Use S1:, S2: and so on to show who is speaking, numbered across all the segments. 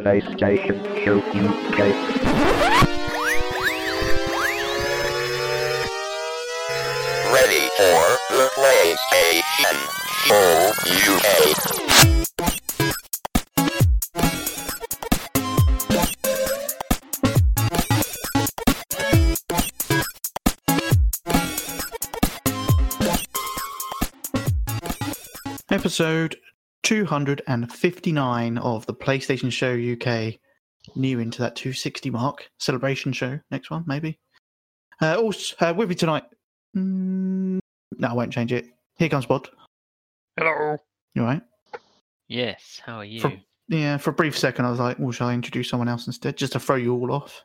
S1: PlayStation Show UK.
S2: Ready for the PlayStation Show UK.
S3: episode 259 of the PlayStation Show UK. New into that 260 mark. Celebration show, next one, maybe. Uh, also, uh, with me tonight. Mm, no, I won't change it. Here comes Bod.
S4: Hello.
S3: You alright?
S4: Yes, how are you?
S3: From- Yeah, for a brief second, I was like, well, shall I introduce someone else instead? Just to throw you all off.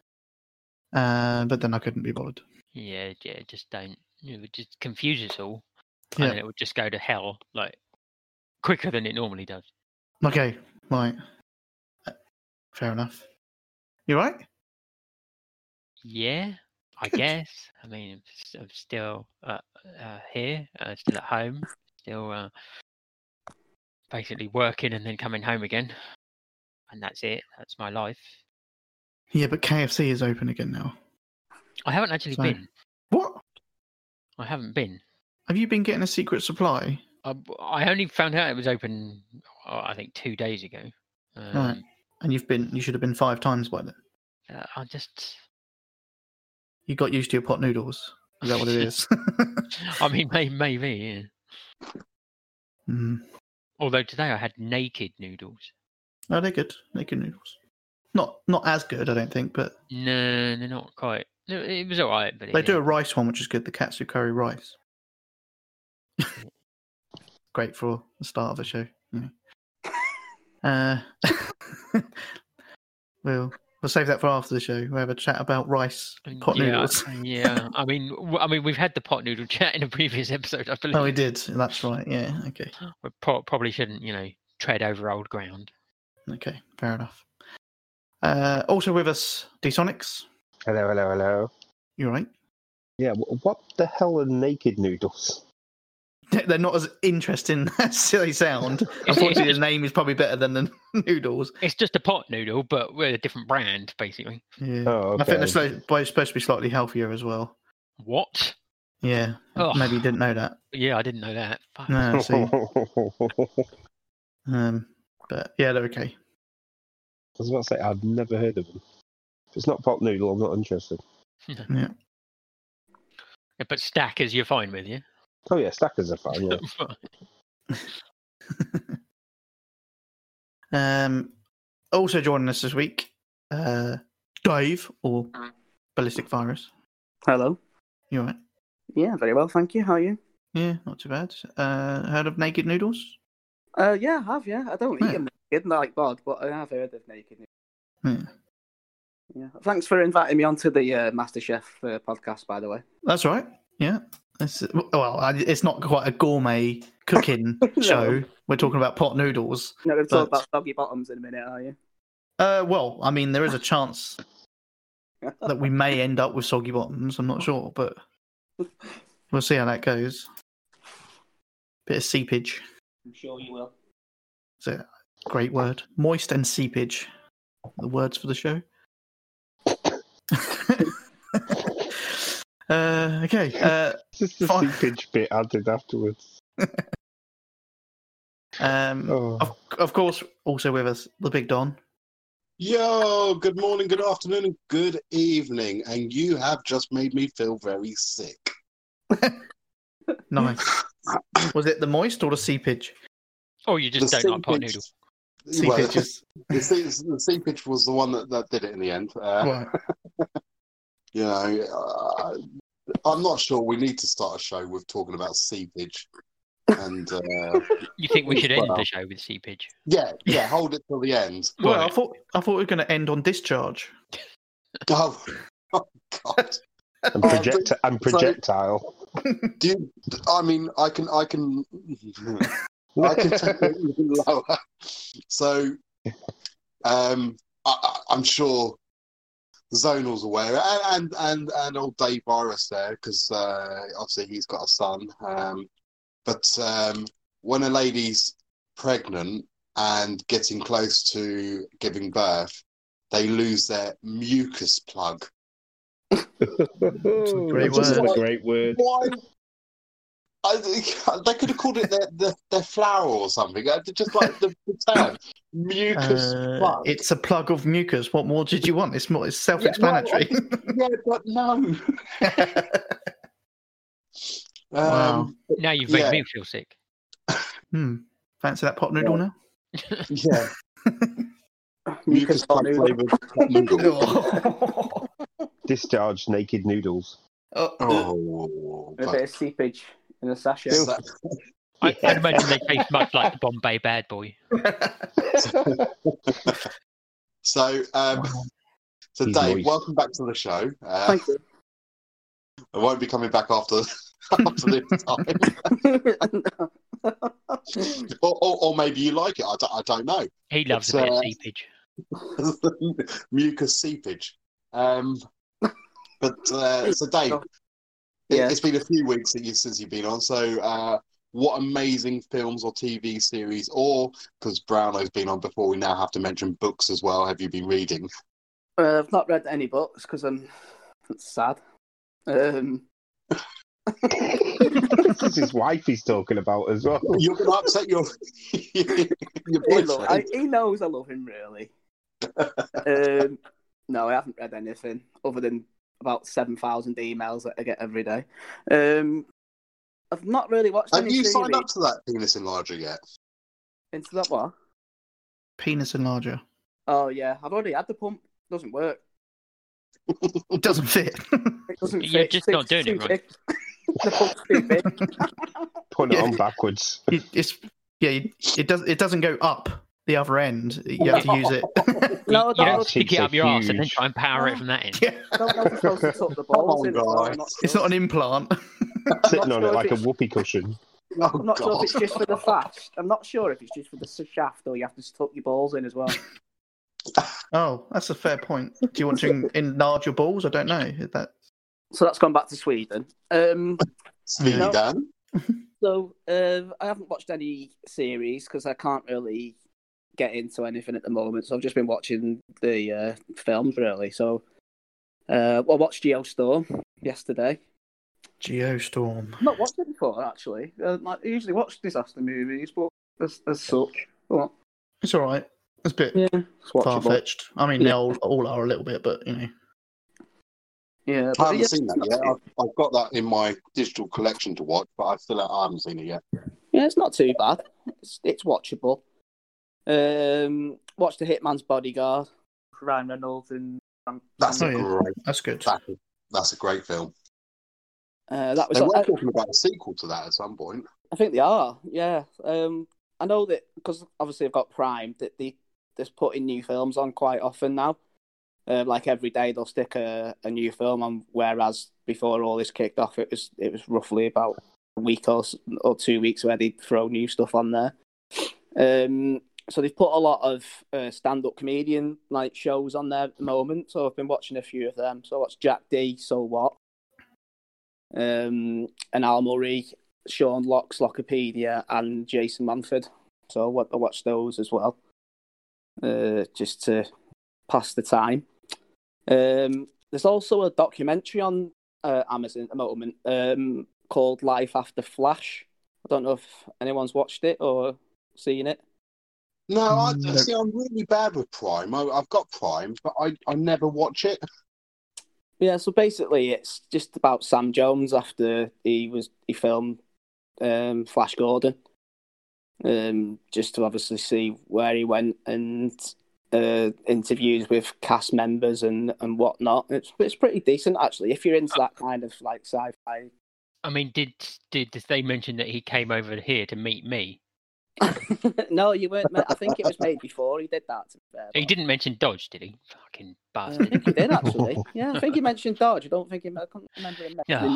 S3: Uh, but then I couldn't be bothered.
S4: Yeah, yeah, just don't. It would just confuse us all.
S3: Yeah.
S4: And then it would just go to hell, like, quicker than it normally does.
S3: Okay, right. Uh, Fair enough. You all right?
S4: Yeah, I
S3: Good.
S4: guess. I mean, I'm, s- I'm still uh, uh, here, uh, still at home, still uh, basically working and then coming home again. And that's it. That's my life.
S3: Yeah, but KFC is open again now.
S4: I haven't actually
S3: So-
S4: been.
S3: What?
S4: I haven't been.
S3: Have you been getting a secret supply?
S4: I, I only found out it was open, uh, I think, two days ago. Um,
S3: and you've been you should have been five times by then.
S4: uh, I just
S3: You got used to your pot noodles. Is that what it is?
S4: I mean, may- maybe, yeah.
S3: mm.
S4: Although today I had naked noodles.
S3: Oh, they're good. They're good noodles. Not not as good, I don't think, but
S4: No, they're not quite. No, it was all right, but
S3: they do
S4: yeah.
S3: a rice one, which is good. The katsu curry rice. Great for the start of a show. You know. Uh, we'll we'll save that for after the show. We'll have a chat about rice
S4: Mm,
S3: pot
S4: yeah,
S3: noodles.
S4: yeah, I mean, w- I mean, we've had the pot noodle chat in a previous episode, I believe.
S3: Oh, we did. That's right. Yeah. Okay.
S4: We pro- probably shouldn't, you know, tread over old ground.
S3: Okay. Fair enough. Uh, also with us, Dsonics.
S5: Hello, hello, hello.
S3: You all right?
S5: Yeah, wh- what the hell are naked noodles?
S3: they're they're not as interesting as they sound. Unfortunately, the name is probably better than the noodles.
S4: It's just a pot noodle, but with a different brand, basically.
S3: Yeah.
S5: Oh,
S3: I think
S5: okay.
S3: they're sli- both supposed to be slightly healthier as well.
S4: What?
S3: Yeah.
S4: Ugh.
S3: Maybe you didn't know that.
S4: Yeah, I didn't know that. Fuck.
S3: No, see.
S5: Oh,
S3: Um, but yeah, they're okay.
S5: I was about to say, I've never heard of them. If it's not pot noodle, I'm not interested.
S4: Yeah, But stackers, you're fine with, yeah.
S5: Oh, yeah, stackers are fine, yeah.
S3: Um, also joining us this week, uh, Dave or Ballistic Virus.
S6: Hello.
S3: You all right?
S6: Yeah, very well, thank you. How are you?
S3: Yeah, not too bad. Uh, heard of naked noodles?
S6: Uh, yeah, I have, yeah. I don't
S3: Yeah.
S6: eat them naked, like bod, but I have heard of naked.
S3: Yeah.
S6: Yeah. Thanks for inviting me onto the uh, MasterChef uh, podcast, by the way.
S3: That's right. Yeah. It's, well, I- it's not quite a gourmet cooking
S6: No.
S3: show. We're talking about pot noodles.
S6: You're not going to talk
S3: But-
S6: about doggy bottoms in a minute, are you?
S3: Uh, well, I mean, there is a chance that we may end up with soggy bottoms. I'm not sure, but we'll see how that goes. Bit of seepage.
S6: I'm sure you will.
S3: It's a great word. Moist and seepage. The words for the show. uh, okay. Uh,
S5: Just the
S3: Fine.
S5: seepage bit added afterwards.
S3: um,
S5: Oh.
S3: of, of course, also with us, the Big Don.
S7: Yo, good morning, good afternoon, and good evening. And you have just made me feel very sick.
S3: Nice. Was it the moist or the seepage?
S4: or you just don't like pot
S7: seepage-
S4: noodle.
S7: Well,
S3: Seepage is
S7: the, se- the seepage was the one that, that did it in the end. Uh,
S3: right.
S7: You know, uh, I'm not sure we need to start a show with talking about seepage. And uh,
S4: You think we should end
S7: Well.
S4: the show with seepage?
S7: yeah, yeah, hold it till the end.
S3: Well, I
S4: Right.
S3: thought I thought we were going to end on discharge.
S7: Oh, oh God.
S5: And,
S7: Oh,
S5: projecti- and projectile.
S7: Do you, I mean, I can, I can, I can take it even lower. So, um, I, I, I'm sure Zonal's aware, and and and, and old Dave Virus there, because uh, obviously he's got a son. Um, but um, when a lady's pregnant, and getting close to giving birth, they lose their mucus plug.
S3: great
S5: That's
S7: word.
S5: a great word.
S7: Why? I, think- they could have called it their, their, their flower or something. I Just like the, the term mucus
S3: Uh,
S7: plug.
S3: it's a plug of mucus. What more did you want? It's more. It's self-explanatory.
S7: yeah, but no.
S3: Wow.
S7: Um,
S4: Now you've made
S7: Yeah.
S4: me feel sick.
S3: hmm. Fancy that pot noodle now?
S7: Yeah.
S6: Mucus plug
S7: flavoured hot noodle.
S3: oh,
S5: Discharge naked noodles.
S3: Uh,
S7: Oh,
S6: A bit of seepage in the sachet.
S7: Is that-
S4: I, I'd imagine they taste much like the Bombay Bad Boy.
S7: so, um, so
S5: He's
S7: Dave,
S5: moist.
S7: welcome back to the show. Uh,
S6: Thank you.
S7: I won't be coming back after after this time, or, or, or maybe you like it. I don't, I don't know.
S4: He loves
S7: It's,
S4: a bit
S7: uh,
S4: of seepage.
S7: Mucus seepage. Um, but uh, so, Dave, it,
S6: Yeah.
S7: has been a few weeks that you, since you've been on. So, uh, what amazing films or TV series, or because Brownow's been on before, we now have to mention books as well. Have you been reading?
S6: Uh, I've not read any books because I'm it's sad. Um,
S5: this is his wife he's talking about as well.
S7: You're going to upset your your
S6: he, lo- I,
S7: boyfriend.
S6: he knows I love him really. um, no, I haven't read anything other than about seven thousand emails that I get every day. Um, I've not really watched
S7: Have
S6: any
S7: you
S6: series.
S7: signed up to that penis enlarger yet?
S6: into that one.
S3: Penis enlarger.
S6: Oh yeah, I've already had the pump. Doesn't work.
S3: It doesn't fit.
S6: It doesn't.
S4: You're
S6: fit.
S4: just
S6: It's
S4: not doing
S6: too
S4: it right.
S6: big. the pump's too big.
S5: Putting it on backwards.
S3: it, it's yeah. It, it does. It doesn't go up the other end. You have to use it.
S6: No,
S4: you
S6: that
S4: don't
S6: was-
S4: stick
S5: Cheeks
S4: it
S5: are
S4: up your ass and then
S5: huge.
S4: try and power it from that end.
S3: yeah.
S6: I don't know if I'm supposed to tuck the
S7: Come
S6: balls
S7: on,
S6: in. as well, I'm
S7: guys.
S3: It's
S6: sure.
S3: not an implant.
S5: Sitting on
S6: sure
S5: it
S6: if
S5: like a
S6: it's-
S5: whoopee cushion.
S7: Oh,
S6: I'm not sure
S7: God.
S6: if it's just for the fast. I'm not sure if it's just for the s- shaft or you have to tuck your balls in as well.
S3: Oh, that's a fair point. Do you want to en- enlarge your balls? I don't know. Is That
S6: So that's gone back to Sweden. Um,
S7: It's nearly
S6: No.
S7: done.
S6: so uh, I haven't watched any series because I can't really get into anything at the moment. So I've just been watching the uh, films really. So uh, I watched Geostorm yesterday.
S3: geostorm.
S6: I've not watched it before actually. Uh, like, I usually watch disaster movies, but as, as such, well,
S3: It's all right. It's a bit
S6: yeah, it's
S3: far
S6: watchable.
S3: fetched. I mean, they all, all are a little bit, but you know.
S6: Yeah,
S7: I
S6: but
S7: haven't
S6: yeah,
S7: seen that
S6: it's
S7: yet.
S6: not too-
S7: I've, I've got that in my digital collection to watch, but I still I haven't seen it yet.
S6: Yeah, it's not too bad. It's it's watchable. Um, watch the Hitman's Bodyguard. Ryan Reynolds and
S7: That's
S3: Oh,
S7: a
S3: yeah.
S7: great.
S3: That's good.
S7: That, that's a great film.
S6: uh, that was.
S7: They were
S6: I,
S7: talking about a sequel to that at some point.
S6: I think they are. Yeah. Um, I know that because obviously I've got Prime that they they're putting new films on quite often now. Um, like every day they'll stick a, a new film on. Whereas before all this kicked off, it was it was roughly about a week or s- or two weeks where they'd throw new stuff on there. Um, so they've put a lot of uh, stand up comedian like shows on there at the moment. So I've been watching a few of them. So I watched Jack D. So what? Um, and Al Murray, Sean Locke's Lockopedia, and Jason Manford. So I wa- I watched those as well, uh, just to pass the time. Um, there's also a documentary on uh, Amazon at the moment um, called Life After Flash. I don't know if anyone's watched it or seen it.
S7: No, I,
S6: Mm,
S3: No.
S7: see, I'm really bad with Prime. I, I've got Prime, but I, I never watch it.
S6: Yeah, so basically, it's just about Sam Jones after he was he filmed um, Flash Gordon, um, just to obviously see where he went and uh, interviews with cast members and and whatnot. It's it's pretty decent actually if you're into that kind of like sci-fi.
S4: I mean, did did they mention that he came over here to meet me?
S6: no, you weren't. Meant, I think it was made before he did that. To be fair,
S4: He didn't mention Dodge, did he? Fucking
S6: Uh, I
S4: bastard.
S6: think he did actually. Yeah, I think he mentioned Dodge. I don't think he. I can't remember him mentioning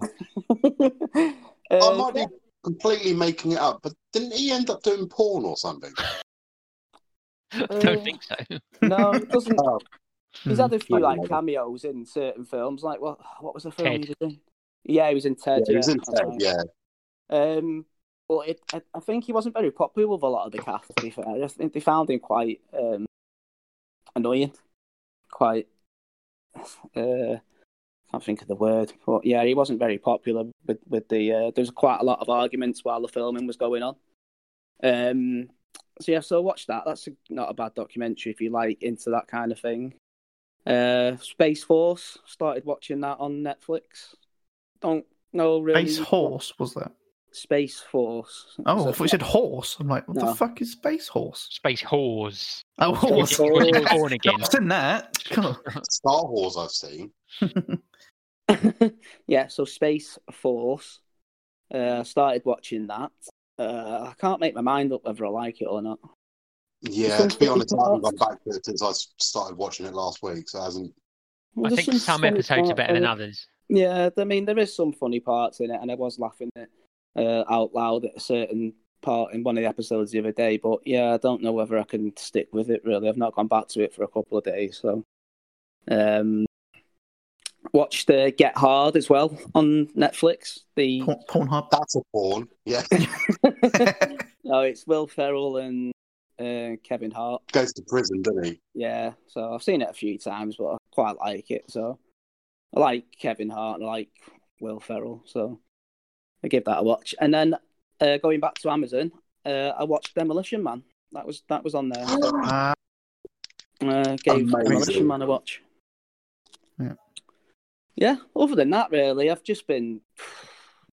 S4: Oh,
S6: you.
S4: typical.
S7: I
S6: Um,
S7: might be completely making it up, but didn't he end up doing porn or something?
S4: I
S6: Uh,
S4: don't think so.
S6: no, it doesn't.
S7: Oh.
S6: He's had a few
S7: Maybe
S6: like
S7: not.
S6: cameos in certain films. Like what? What was the film
S4: Ted.
S6: he was in? Yeah, he was in Ted.
S7: Yeah, he was in
S6: that's
S7: Ted,
S6: right.
S7: yeah.
S6: Um, But it, I, I think he wasn't very popular with a lot of the cast. To be fair, I think they found him quite um, annoying, quite. Uh, can't think of the word, but yeah, he wasn't very popular with with the. Uh, there was quite a lot of arguments while the filming was going on. Um, so yeah, so watch that. That's a, not a bad documentary if you like into that kind of thing. Uh, Space Force started watching that on Netflix. Don't know really.
S3: Space Horse was that?
S6: Space Force.
S3: Oh,
S6: So-
S3: I thought you said horse. I'm like, what the
S6: No.
S3: fuck is space horse?
S4: Space whores.
S3: Oh,
S6: Space
S3: horse.
S6: horse.
S4: You're born again.
S3: I've seen that. God.
S7: Star Wars, I've seen.
S6: yeah, so Space Force. Uh, started watching that. Uh, I can't make my mind up whether I like it or not.
S7: Yeah, to be honest, I haven't gone back to it since I s- started watching it last week, so it hasn't.
S4: I
S6: There's
S4: think
S6: some
S4: some
S6: funny
S4: episodes are
S6: part
S4: better than
S6: of it.
S4: others.
S6: Yeah, I mean there is some funny parts in it, and I was laughing it uh, out loud at a certain part in one of the episodes the other day. But yeah, I don't know whether I can stick with it. Really, I've not gone back to it for a couple of days. So, um, watched uh, Get Hard as well on Netflix. The
S3: Porn, Pornhub.
S7: That's a porn. Yeah,
S6: no, it's Will Ferrell and uh, Kevin Hart.
S7: goes to prison, doesn't he?
S6: Yeah, so I've seen it a few times, but I quite like it. So I like Kevin Hart, and I like Will Ferrell, so I give that a watch. And then uh, going back to Amazon, uh, I watched Demolition Man. That was that was on there.
S3: Uh,
S6: Uh, gave
S7: Amazing.
S6: Demolition Man a watch.
S3: Yeah.
S6: Yeah. Other than that, really, I've just been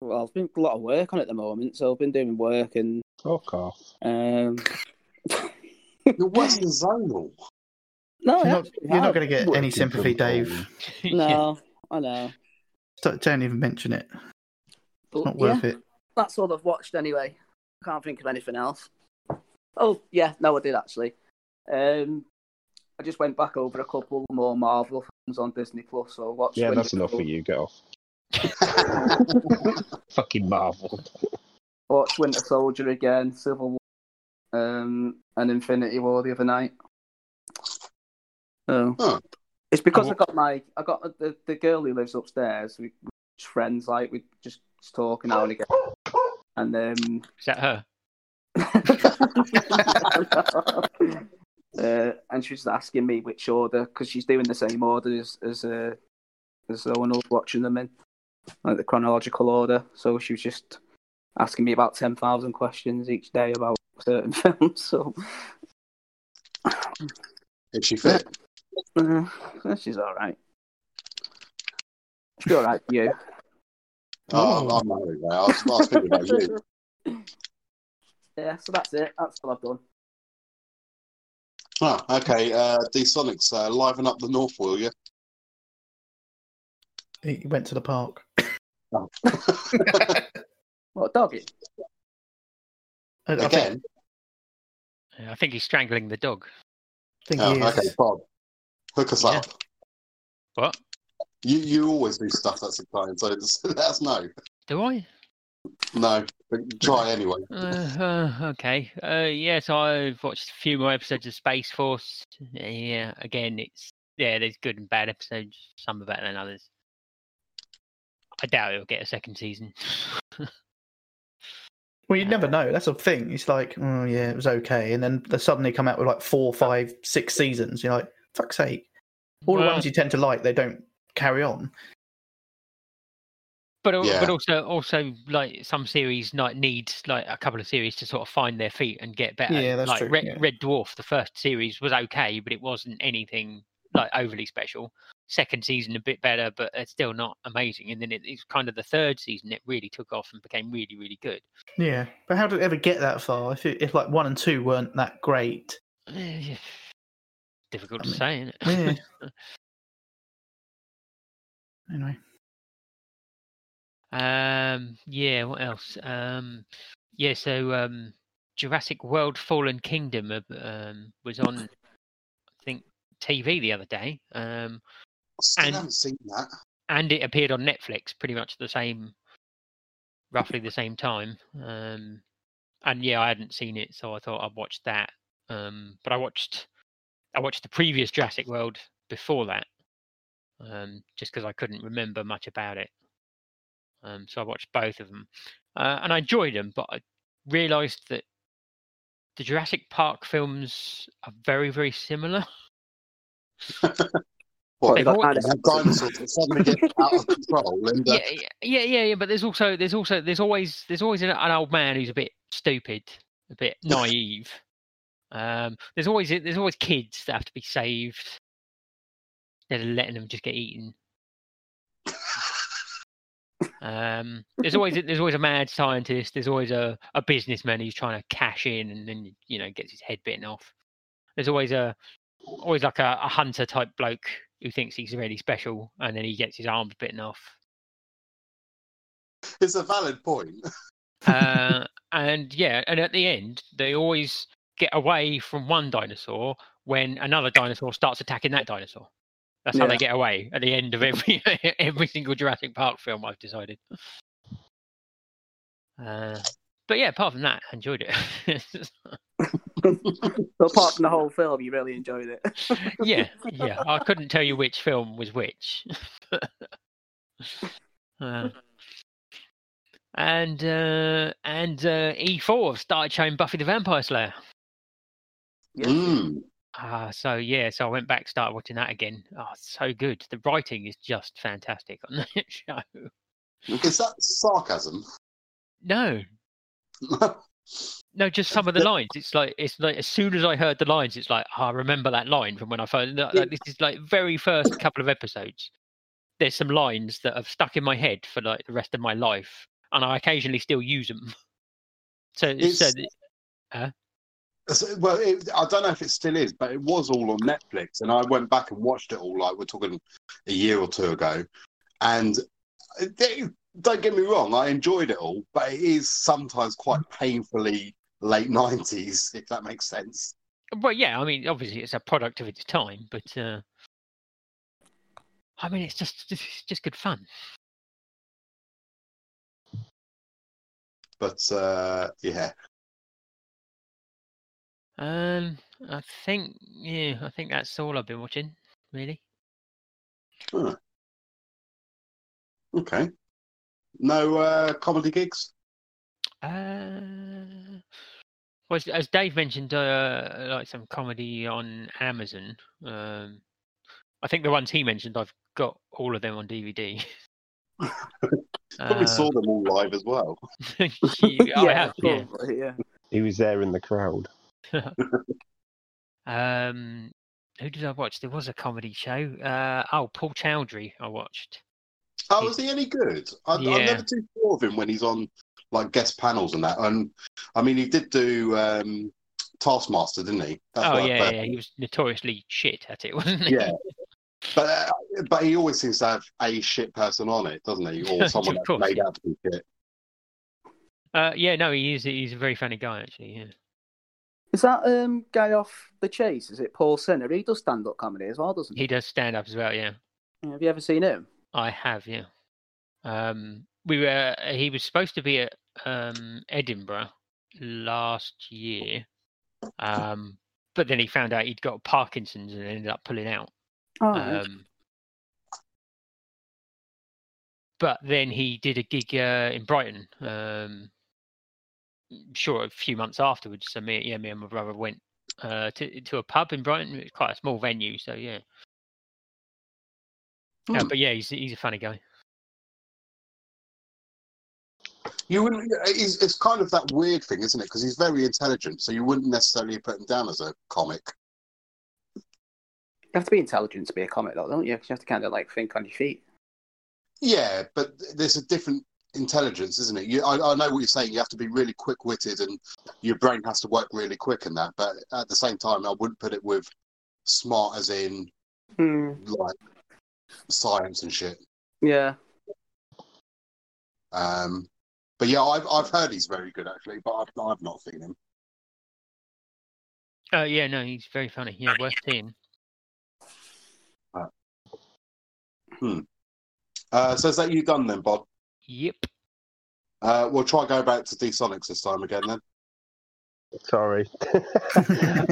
S6: well, I've been a lot of work on at the moment, so I've been doing work and
S5: Fuck off.
S6: um,
S7: You're Western Zonal.
S6: no,
S3: you're
S6: I
S3: not,
S6: actually
S3: you're not
S6: have.
S3: going to get any
S5: Working
S3: sympathy,
S5: from home.
S3: Dave.
S6: No, I know.
S3: Don't, don't even mention it.
S6: But
S3: It's not
S6: yeah.
S3: worth it.
S6: that's all I've watched anyway. Can't think of anything else. Oh yeah, no, I did actually. Um, I just went back over a couple more Marvel films on Disney Plus. So I watched.
S5: Yeah,
S6: Winter
S5: that's enough for
S6: Soldier-
S5: you. Get off. Fucking Marvel.
S6: Watched Winter Soldier again, Civil War, um, and Infinity War the other night. Oh,
S7: Huh.
S6: it's because
S4: Oh.
S6: I got my I got the the girl who lives upstairs. We we're just friends, like we just talk now and again. And um,
S4: Is that her?
S6: uh, and she's asking me which order because she's doing the same order as as uh, as Owen was watching them in, like the chronological order. So she was just asking me about ten thousand questions each day about certain films. So
S7: If she fit.
S6: uh, she's all right. She'll be all right for you.
S7: Oh, I'm, I'm married now. I was, I was thinking about you.
S6: Yeah, so that's it. That's all I've done.
S7: Ah, okay, uh, D Sonics, uh, liven up the North, will you?
S3: He he went to the park.
S6: What dog? It?
S3: I, I think,
S7: Again.
S4: Yeah, I think he's strangling the dog.
S3: think
S7: Oh,
S3: he is.
S7: okay, Bob. Hook us
S4: Yeah.
S7: up.
S4: What?
S7: You you always do stuff that's exciting, so just let us know.
S4: Do I?
S7: No, but try anyway.
S4: Uh, uh, okay. Uh, yes, I've watched a few more episodes of Space Force. Yeah, again, it's yeah, there's good and bad episodes. Some are better than others. I doubt it'll get a second season.
S3: Well, you never know. That's the thing. It's like, oh yeah, it was okay, and then they suddenly come out with like four, five, six seasons. You're like, fuck's sake! All the
S4: Well-
S3: ones you tend to like, they don't carry on.
S4: but al-
S7: Yeah.
S4: but also also like some series like need like a couple of series to sort of find their feet and get better.
S3: Yeah, that's
S4: like
S3: true,
S4: Red,
S3: yeah.
S4: Red Dwarf, the first series was okay, but it wasn't anything like overly special. Second season a bit better, but it's still not amazing. And then it, it's kind of the third season that really took off and became really really good.
S3: Yeah, but how did it ever get that far? If it, if like one and two weren't that great,
S4: Eh,
S3: I
S4: Difficult to
S3: mean,
S4: say, isn't
S3: yeah.
S4: it?
S3: anyway.
S4: um, yeah. What else? Um, yeah. So um, Jurassic World: Fallen Kingdom uh, um, was on, I think, TV the other day, um,
S7: Still
S4: And-
S7: haven't seen that.
S4: and it appeared on Netflix pretty much the same, roughly the same time. Um, and yeah, I hadn't seen it, so I thought I'd watch that. Um, but I watched, I watched the previous Jurassic World before that, um, just because I couldn't remember much about it. Um, so I watched both of them, uh, and I enjoyed them. But I realised that the Jurassic Park films are very, very similar.
S7: What,
S4: They've
S7: like,
S4: all-
S6: kind of-
S7: have dinosaurs that suddenly get out of control and uh,
S4: yeah, yeah, yeah, yeah, yeah. But there's also there's also there's always there's always an, an old man who's a bit stupid, a bit naive. Um, there's always there's always kids that have to be saved instead of letting them just get eaten. Um, there's always there's always a mad scientist. There's always a, a businessman who's trying to cash in and then you know gets his head bitten off. There's always a always like a, a hunter type bloke who thinks he's really special and then he gets his arms bitten off.
S7: it's a valid point.
S4: uh, and yeah, and at the end, they always get away from one dinosaur when another dinosaur starts attacking that dinosaur. That's how they
S6: Yeah.
S4: get away at the end of every every single Jurassic Park film. I've decided. Uh, but yeah, apart from that, I enjoyed it.
S6: So apart from the whole film, you really enjoyed it.
S4: yeah, yeah. I couldn't tell you which film was which. Uh, and uh, and uh, E4 have started showing Buffy the Vampire Slayer.
S6: Yeah.
S7: Mm.
S4: Ah, so yeah, so I went back, started watching that again. Oh, it's so good. The writing is just fantastic on that show.
S7: Is that sarcasm?
S4: No, no, just some of the
S7: But-
S4: lines. It's like it's like as soon as I heard the lines, it's like "Ah, I remember that line from when I first. Like,
S6: Yeah.
S4: this is like very first couple of episodes. There's some lines that have stuck in my head for like the rest of my life, and I occasionally still use them. So, so
S7: It's-
S4: th-
S7: So, well, it, I don't know if it still is, but it was all on Netflix, and I went back and watched it all. Like we're talking a year or two ago, and it- don't get me wrong, I enjoyed it all, but it is sometimes quite painfully late nineties, if that makes sense.
S4: well, yeah. I mean, obviously, it's a product of its time, but uh, I mean, it's just it's just good fun.
S7: But uh, yeah,
S4: Um, I think yeah, I think that's all I've been watching, really.
S7: okay. No uh, comedy gigs.
S4: Uh, well, as- as Dave mentioned, uh, like some comedy on Amazon. Um, I think the ones he mentioned, I've got all of them on DVD.
S7: Probably
S4: Uh,
S7: saw them all live as well.
S4: you- I have, yeah.
S6: probably, yeah.
S5: He was there in the crowd.
S4: Um, who did I watch? There was a comedy show. Uh, oh, Paul Chowdhury, I watched.
S7: Oh, is he any good? I, I'm
S4: Yeah.
S7: never too sure of him when he's on like guest panels and that. And I mean, he did do um, Taskmaster, didn't he? That's
S4: Oh
S7: what I-
S4: yeah,
S7: but,
S4: yeah, he was notoriously shit at it, wasn't he?
S7: Yeah. But, uh, but he always seems to have a shit person on it, doesn't he? Or
S4: Of
S7: someone that's
S4: course,
S7: made
S4: yeah.
S7: out to be shit.
S4: Uh, yeah, no, he is. He's a very funny guy, actually. Yeah.
S6: Is that um guy off the chase? Is it Paul Sinner? He does stand up comedy as well, doesn't he?
S4: He does stand up as well. Yeah,
S6: Have you ever seen him?
S4: I have. Yeah, um, we were. He was supposed to be at um, Edinburgh last year, um, but then he found out he'd got Parkinson's and ended up pulling out.
S6: Oh,
S4: Um, but then he did a gig uh, in Brighton. Um, sure, a few months afterwards. So me, yeah, me and my brother went uh, to to a pub in Brighton. It's quite a small venue, so yeah. Uh,
S7: Hmm.
S4: but yeah, he's he's a funny guy.
S7: You wouldn't. It's, it's kind of that weird thing, isn't it? Because he's very intelligent, so you wouldn't necessarily put him down as a comic.
S6: You have to be intelligent to be a comic, though, don't you? 'Cause you have to kind of like think on your feet.
S7: Yeah, but there's a different intelligence, isn't it? You, I, I know what you're saying. You have to be really quick-witted, and your brain has to work really quick and that. But at the same time, I wouldn't put it with smart, as in
S6: Hmm.
S7: like science and shit.
S6: Yeah.
S7: Um, but yeah, I've I've heard he's very good actually, but I've I've not seen him.
S4: Oh yeah, no, he's very funny. Yeah, worth seeing.
S7: Uh, so is that you done then, Bob?
S4: Yep.
S7: Uh, we'll try go back to D Sonics this time again then.
S5: Sorry.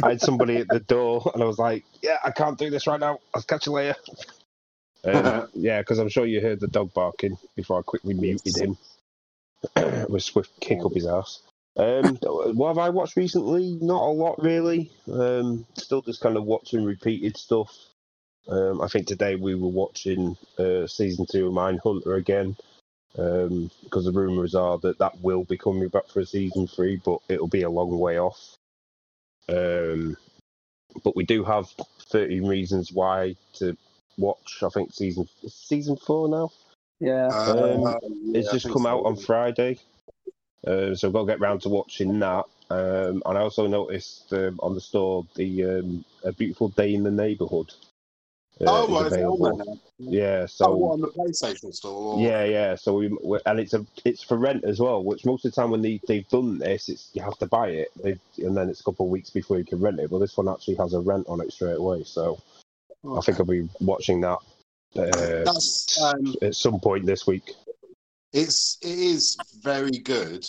S5: I had somebody at the door and I was like, yeah, I can't do this right now. I'll catch you later. Um, yeah, because I'm sure you heard the dog barking before I quickly muted him with swift kick up his ass. Um, what have I watched recently? Not a lot, really. Um, still just kind of watching repeated stuff. Um, I think today we were watching uh, season two of Mindhunter again um, because the rumours are that that will be coming back for a season three, but it'll be a long way off. Um, but we do have 13 reasons why to watch. I think season season four now.
S6: Yeah.
S5: Um,
S7: Uh,
S5: It's
S7: yeah, I
S5: just
S7: think
S5: come
S7: so.
S5: out on Friday, uh, so we will get round to watching that. Um, and I also noticed um, on the store the um, a beautiful day in the neighbourhood. Uh,
S7: Oh,
S5: is
S7: well, it's on there
S5: available.
S7: now.
S5: yeah. So
S7: Oh, what, on the PlayStation store? Or...
S5: yeah, yeah. So we, we and it's a it's for rent as well. Which most of the time when they they've done this, it's you have to buy it, they, and then it's a couple of weeks before you can rent it. Well, this one actually has a rent on it straight away. So I think I'll be watching that uh,
S7: Oh, that's um,
S5: at some point this week.
S7: it's it is very good.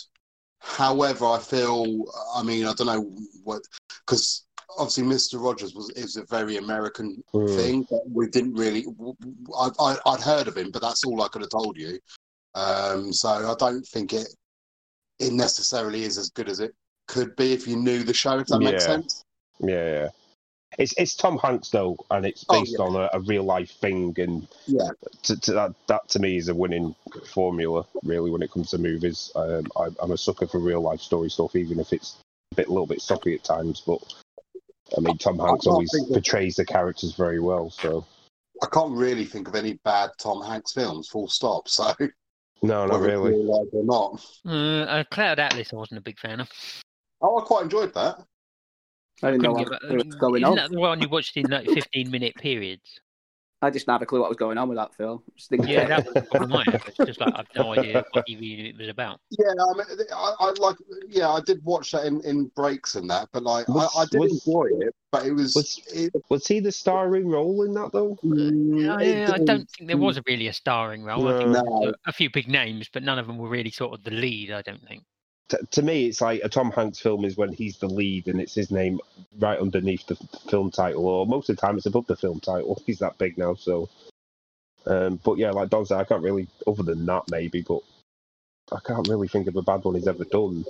S7: However, I feel I mean I don't know what because obviously Mister Rogers was is a very American
S5: Mm.
S7: thing, but we didn't really. I, I I'd heard of him, but that's all I could have told you. Um, so I don't think it it necessarily is as good as it could be if you knew the show. If that makes
S5: Yeah.
S7: sense.
S5: Yeah, yeah. It's it's Tom Hanks though, and it's
S7: Oh,
S5: based
S7: yeah.
S5: on a, a real life thing, and
S7: Yeah.
S5: to, to that that to me is a winning formula. Really, when it comes to movies, um, I, I'm a sucker for real life story stuff, even if it's a bit, little bit sucky at times. But I mean, Tom Hanks
S7: can't
S5: always
S7: think of-
S5: portrays the characters very well. So
S7: I can't really think of any bad Tom Hanks films. Full stop. So
S5: no, Oh, not
S7: whether you
S5: really.
S7: realise or not.
S4: Uh, uh, Cloud Atlas, I wasn't a big fan of.
S7: Oh, I quite enjoyed that.
S6: I didn't know
S4: Couldn't
S6: what,
S4: give a-
S6: what was going
S4: Isn't
S6: on.
S4: that the one you watched in like 15 minute periods?
S6: I just didn't have a clue what was going on with that film. Just didn't
S4: Yeah,
S6: care.
S4: that was the problem I had. It's just like I've no idea what even it was about.
S7: Yeah, I mean, I, I like. Yeah, I did watch that in, in breaks and that, but like,
S5: Was-
S7: I, I did
S5: was-
S7: enjoy it, but it was.
S5: was-
S7: it,
S5: Was he the starring role in that though?
S7: mm, it
S4: I, I don't
S7: didn't-
S4: think there was really a starring role. I think there
S5: No.
S4: was a, a few big names, but none of them were really sort of the lead. I don't think.
S5: T- to me, it's like a Tom Hanks film is when he's the lead and it's his name right underneath the f- film title, or most of the time it's above the film title. He's that big now, so. Um, but yeah, like Don said, I can't really, other than that maybe, but I can't really think of a bad one he's ever done.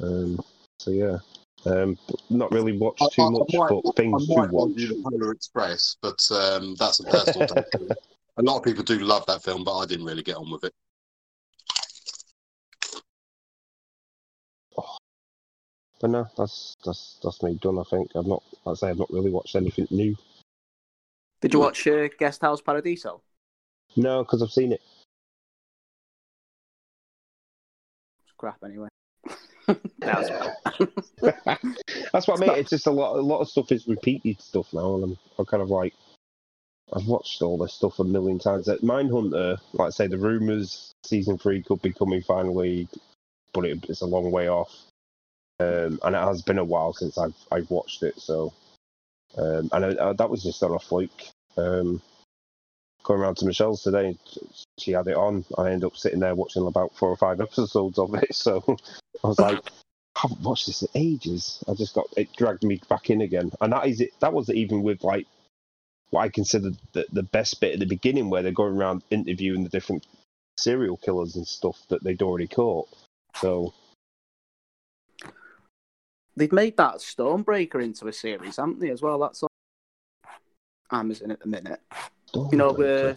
S5: Um, so yeah, um, not really watched
S7: I- I-
S5: too
S7: I
S5: much,
S7: might-
S5: but
S7: I
S5: things to
S7: might want
S5: watch.
S7: to do the Polar Express, but um, that's a personal. take. A lot of people do love that film, but I didn't really get on with it.
S5: But no, that's that's that's me done. I think I've not, like I say, I've not really watched anything new.
S6: Did you watch uh, Guest House Paradiso?
S5: No, because I've seen it.
S6: It's crap anyway.
S5: That's what I mean. It's just a lot. A lot of stuff is repeated stuff now, and I'm, I'm kind of like, I've watched all this stuff a million times. Like Mindhunter, like I say, the rumors season three could be coming finally, but it, it's a long way off. Um, and it has been a while since I've I've watched it. So, um, and I, I, that was just on a fluke. Um, going around to Michelle's today, she had it on. I ended up sitting there watching about four or five episodes of it. So, I was like. I haven't watched this in ages. I just got it dragged me back in again, and that is it. That was even with like what I considered the, the best bit at the beginning, where they're going around interviewing the different serial killers and stuff that they'd already caught. So
S6: They've made that Stonebreaker into a series, haven't they, as well? That's on Amazon at the minute. You know, uh,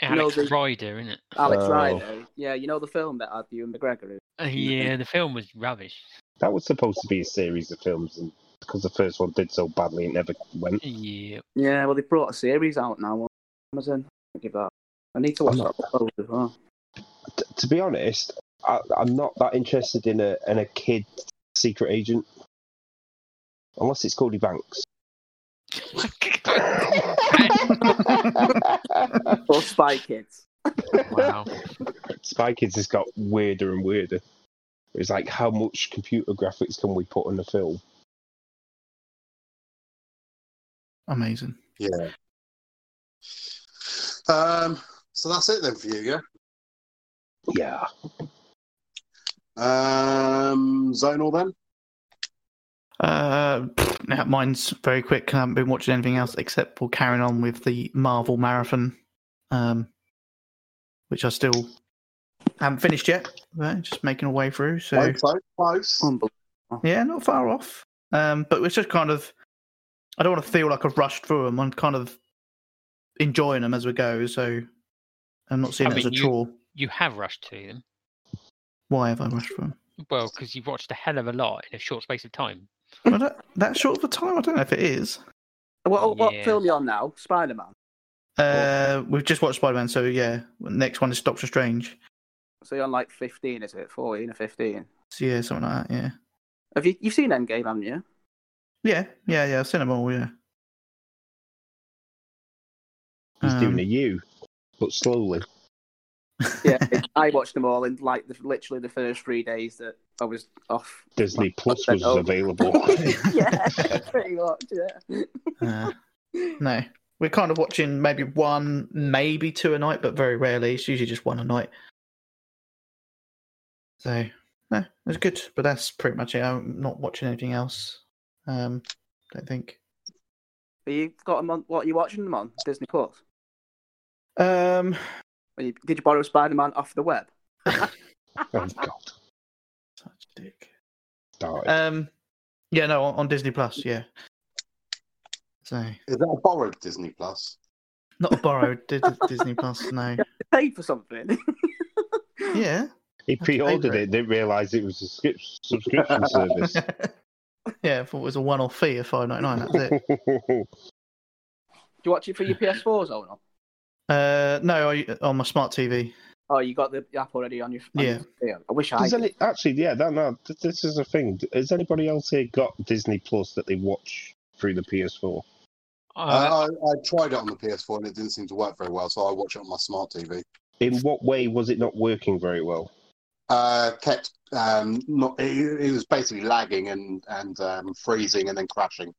S4: Alex
S6: the-
S4: Rider, isn't it?
S6: Alex
S5: Oh.
S6: Rider. Yeah, you know the film that had you and McGregor in?
S4: Uh, yeah, the film was rubbish.
S5: that was supposed to be a series of films, and because the first one did so badly, it never went.
S4: Yeah,
S6: Yeah, well, they brought a series out now on Amazon. I'll give that. I need to watch
S5: I'm not-
S6: that episode as well.
S5: T- to be honest, I, I'm not that interested in a in a kid secret agent, unless it's Cody Banks.
S6: Or Spy Kids.
S4: wow.
S5: Spy Kids has got weirder and weirder. It's like how much computer graphics can we put in a film?
S3: Amazing.
S7: Yeah. Um. So that's it then for you, yeah.
S5: Yeah.
S7: Um. Zonal then.
S3: Uh, now mine's very quick. I haven't been watching anything else except for carrying on with the Marvel marathon, um, which I still haven't finished yet. Right, just making a way through. So
S7: Close, close, close.
S5: Um,
S6: Unbelievable.
S3: Yeah, not far off. Um, but it's just kind of, I don't want to feel like I've rushed through them. I'm kind of enjoying them as we go, so I'm not seeing
S4: I
S3: it as a
S4: mean, you-
S3: chore.
S4: You have rushed to them.
S3: Why have I rushed through them?
S4: Well, because you've watched a hell of a lot in a short space of time.
S3: Well, that, that short of a time, I don't know if it is.
S6: What, what
S4: Yeah.
S6: film are you on now? Spider Man.
S3: Uh, we've just watched Spider Man, so yeah. Next one is Doctor Strange.
S6: So you're on like 15, is it? 14 or 15?
S3: So yeah, something like that. Yeah,
S6: Have you you've seen Endgame, haven't you?
S3: yeah, yeah, yeah. I've seen them all. Yeah.
S5: He's doing a
S3: Um,
S5: U, but slowly.
S6: Yeah, I watched them all in like the, literally the first three days that I was off.
S5: Disney Plus was
S6: Oh.
S5: available.
S6: yeah, pretty much. Yeah.
S3: uh, no, we're kind of watching maybe one, maybe two a night, but very rarely. It's usually just one a night. So no, it's good, but that's pretty much it. I'm not watching anything else. Um, don't think.
S6: But you've got them on. What are you watching them on? Disney Plus.
S3: Um,
S6: Or you- Did you borrow Spider Man off the web?
S5: oh God,
S3: such a dick.
S5: started.
S3: Um, yeah, no, on, on Disney Plus, yeah. So
S7: Is that a borrowed Disney Plus?
S3: not a borrowed Di- Di- Disney Plus, no.
S6: Paid for something.
S3: Yeah,
S5: he
S3: to pay
S5: pre-ordered
S3: for
S5: it, didn't realise it was a skip- subscription service.
S3: yeah. I thought it was a one-off fee of five ninety nine. That's it.
S6: Do you watch it for your PS4s or not?
S3: Uh, no, I, on my smart TV.
S6: Oh, you got the app already on your. on
S3: Yeah.
S6: your phone. I wish I.
S5: Does
S6: Did.
S5: any, actually, yeah, that, no, th- this is a thing. Has anybody else here got Disney Plus that they watch through the PS4?
S4: Uh,
S7: Uh, I, I tried it on the PS4 and it didn't seem to work very well, so I watch it on my smart TV.
S5: In what way was it not working very well?
S7: Uh, kept um, not. It, it was basically lagging and and um, freezing and then crashing.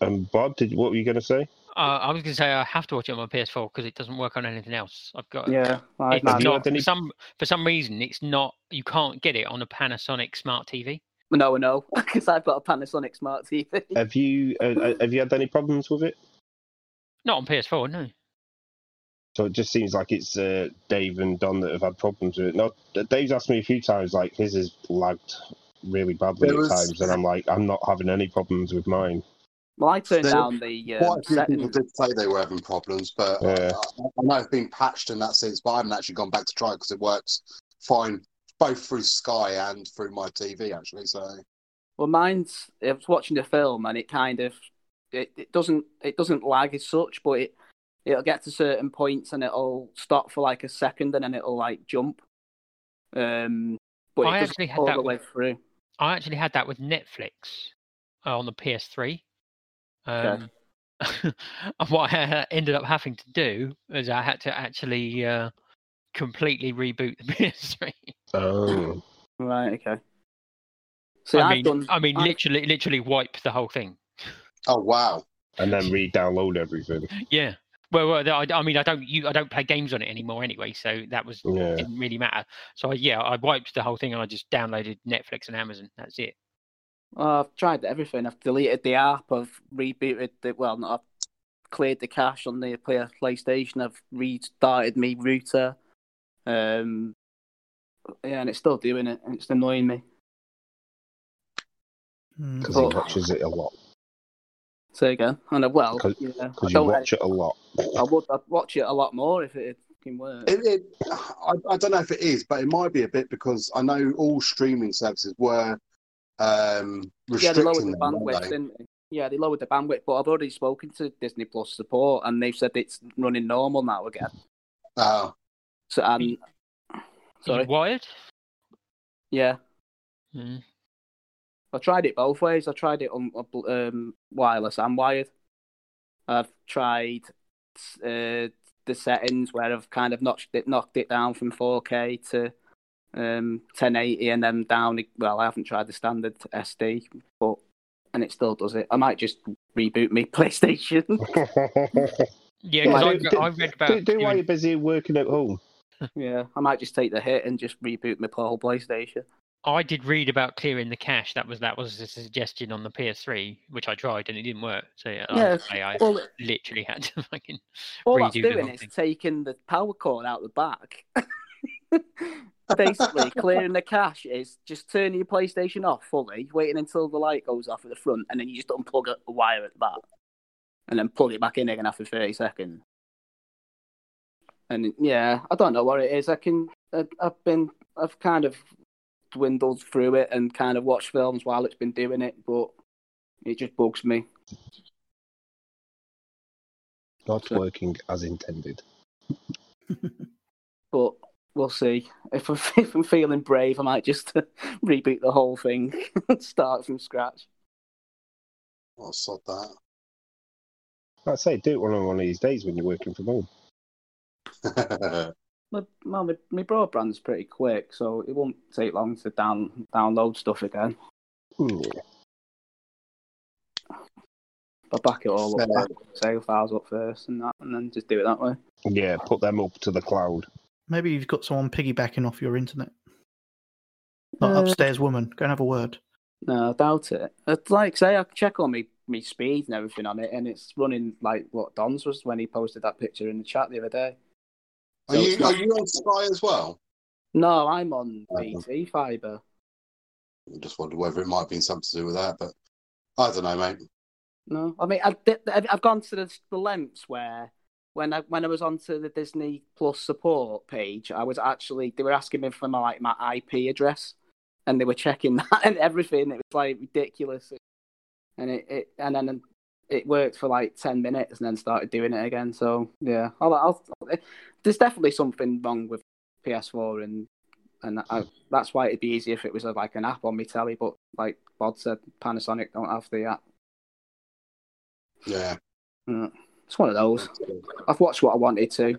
S5: And Bob, did what were you going to say?
S4: uh, I was going to say I have to watch it on my PS4 because it doesn't work on anything else. I've got
S6: Yeah. Like,
S4: It's
S5: Have
S6: man.
S5: you
S4: not,
S5: had any-
S4: for some for some reason it's not you can't get it on a Panasonic smart TV.
S6: No, no, because I've got a Panasonic smart TV.
S5: Have you uh, uh, have you had any problems with it?
S4: Not on PS4, no.
S5: So it just seems like it's uh, Dave and Don that have had problems with it. No, Dave's asked me a few times, like his is lagged really badly
S7: There
S5: at
S7: was-
S5: times, and I'm like, I'm not having any problems with mine.
S6: Well, I turned
S7: So,
S6: down the um,
S7: Quite a few
S6: settings.
S7: people did say they were having problems, but
S5: Yeah.
S7: I, I know it's been patched and that since. But I haven't actually gone back to try it because it works fine both through Sky and through my TV actually. So
S6: Well, mine's I was watching the film and it kind of it, it doesn't it doesn't lag as such, but it it'll get to certain points and it'll stop for like a second and then it'll like jump. Um, but
S4: I
S6: it
S4: actually
S6: doesn't
S4: had
S6: all
S4: that
S6: the way
S4: with-
S6: through.
S4: I actually had that with Netflix uh, on the PS3.
S6: Okay.
S4: Um, and what I ended up having to do is I had to actually uh, completely reboot the PS3.
S5: Oh,
S6: Right. Okay. So
S4: I
S6: I
S4: mean,
S6: have done.
S4: I mean,
S6: I've-
S4: literally, literally wipe the whole thing.
S7: oh wow,
S5: and then re-download everything.
S4: Yeah. Well, well, I, I mean, I don't, you, I don't play games on it anymore anyway, so that was
S5: Yeah.
S4: didn't really matter. So yeah, I wiped the whole thing and I just downloaded Netflix and Amazon. That's it.
S6: oh, I've tried everything. I've deleted the app. I've rebooted the well. No, I've cleared the cache on the play, PlayStation. I've restarted my router. Um, yeah, and it's still doing it, and it's annoying me.
S3: Mm.
S5: Because
S6: Oh.
S5: he watches it a lot.
S6: Say again. And uh, well,
S5: Because-
S6: yeah, I
S5: Because you
S6: don't.
S5: watch it a lot.
S6: I would I'd watch it a lot more if it can work.
S7: It, it, I, I don't know if it is, but it might be a bit because I know all streaming services were um,
S6: yeah, they lowered
S7: restricting
S6: the
S7: them, weren't
S6: bandwidth,
S7: they?
S6: didn't they? Yeah, they lowered the bandwidth, but I've already spoken to Disney Plus support, and they've said it's running normal now again.
S7: Oh,
S6: So, and
S4: Are you
S6: sorry,
S4: wired?
S6: yeah,
S4: Mm.
S6: I tried it both ways. I tried it on um, wireless and wired. I've tried uh, the settings where I've kind of notched it, knocked it down from 4K to um, 1080, and then down. Well, I haven't tried the standard SD, but and it still does it. I might just reboot me PlayStation.
S4: Yeah,
S5: Yeah,
S4: because
S5: do-
S4: I,
S5: do-
S4: I read about
S5: do, do
S4: you
S5: while
S4: and-
S5: you're busy working at home.
S6: yeah, I might just take the hit and just reboot my whole PlayStation.
S4: I did read about clearing the cache. That was that was a suggestion on the PS3, which I tried and it didn't work. So yeah,
S6: Yeah,
S4: I, I
S6: Well,
S4: literally had to fucking
S6: all that's
S4: redo the
S6: doing
S4: whole
S6: is
S4: thing.
S6: taking the power cord out the back. basically clearing the cache is just turning your PlayStation off fully, waiting until the light goes off at the front, and then you just unplug a a wire at the back, and then plug it back in again after thirty seconds. And yeah, I don't know what it is. I can. I, I've been. I've kind of dwindled through it and kind of watched films while it's been doing it, but it just bugs me.
S5: Not working as intended.
S6: But we'll see. If I'm, if I'm feeling brave, I might just reboot the whole thing and start from scratch.
S7: I'll sod that.
S5: I'd say do it one on one of these days when you're working from home.
S6: My, my, my broadband's pretty quick, so it won't take long to down, download stuff again.
S5: Hmm.
S6: I'll back it all up,
S7: Fair.
S6: save files up first, and that, and then just do it that way.
S5: Yeah, put them up to the cloud.
S3: Maybe you've got someone piggybacking off your internet. Like
S6: Uh,
S3: upstairs woman. Go and have a word.
S6: No, I doubt it. I'd like say I check on me me speed and everything on it, and it's running like what Don's was when he posted that picture in the chat the other day.
S7: Are
S6: No,
S7: you
S6: it's not.
S7: are you on Sky as well?
S6: No, I'm on
S7: Uh-huh.
S6: BT fiber.
S7: I just wondered whether it might have been something to do with that, but I don't know, mate.
S6: No, I mean I did, I've I've gone to the, the lengths where when I when I was onto the Disney Plus support page, I was actually they were asking me for my like my IP address, and they were checking that and everything. It was like ridiculous, and it, it and then it worked for like ten minutes, and then started doing it again. So yeah, I'll, I'll, there's definitely something wrong with PS4 and. And I, that's why it'd be easier if it was a, like an app on my telly, but like Bod said, Panasonic don't have the app.
S7: Yeah.
S6: It's one of those. I've watched what I wanted to.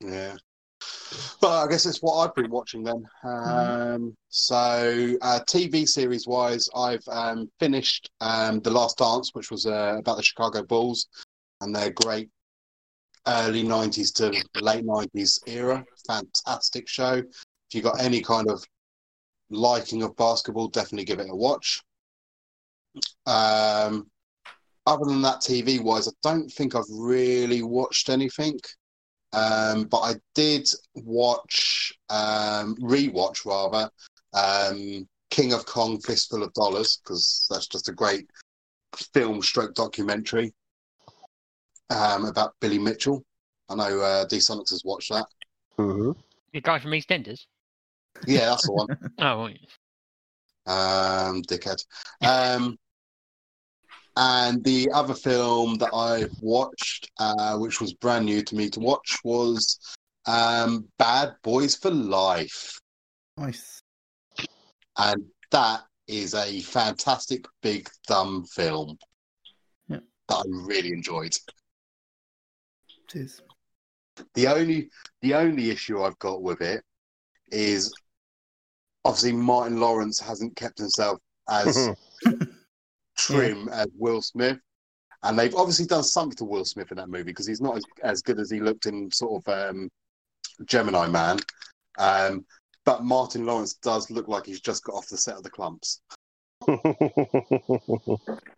S7: Yeah. Well, I guess it's what I've been watching then. Um, so, uh, TV series wise, I've um, finished um, The Last Dance, which was uh, about the Chicago Bulls and their great early 90s to late 90s era. Fantastic show. If you've got any kind of liking of basketball, definitely give it a watch. Um, other than that, TV wise, I don't think I've really watched anything. Um, but I did watch, um, rewatch rather, um, King of Kong, Fistful of Dollars, because that's just a great film stroke documentary um, about Billy Mitchell. I know uh, D Sonics has watched that.
S5: hmm
S4: The guy from EastEnders.
S7: Yeah, that's the one.
S4: Oh, right.
S7: um, dickhead. Um, and the other film that I watched, uh, which was brand new to me to watch, was um, Bad Boys for Life.
S3: Nice.
S7: and that is a fantastic big dumb film
S3: Yeah.
S7: that I really enjoyed.
S3: It is.
S7: The only the only issue I've got with it is obviously Martin Lawrence hasn't kept himself as trim as Will Smith, and they've obviously done something to Will Smith in that movie because he's not as, as good as he looked in sort of um, Gemini Man. Um, but Martin Lawrence does look like he's just got off the set of the clumps.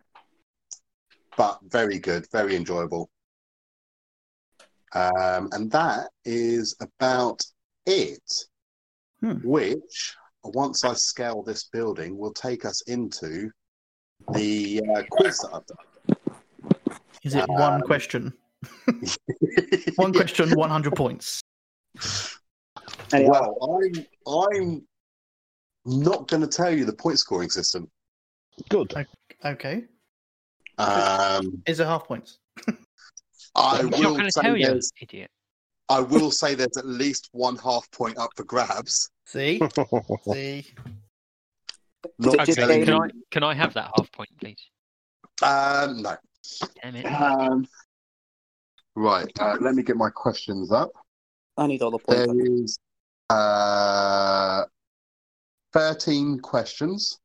S7: but very good, very enjoyable. Um, and that is about it,
S3: Hmm.
S7: which once I scale this building will take us into the uh, quiz that I've
S3: Is it one
S7: Um,
S3: question?
S7: done.
S3: One question, 100 points.
S7: well, I'm I'm not going to tell you the point scoring system.
S5: Good.
S3: Okay.
S7: Um,
S3: Is it half points?
S7: I
S4: He's not
S7: will
S4: going to
S7: say
S4: tell you,
S7: there's
S4: idiot.
S7: I will say there's at least one half point up for grabs.
S3: See? See?
S7: Not
S6: Just
S4: Okay,
S7: telling
S4: can
S7: you-
S4: I can I have that half point, please?
S7: Um, no.
S4: Damn it!
S3: Uh,
S7: Um, right. Uh, let me get my questions up.
S6: I need all the points.
S7: There is uh, 13 questions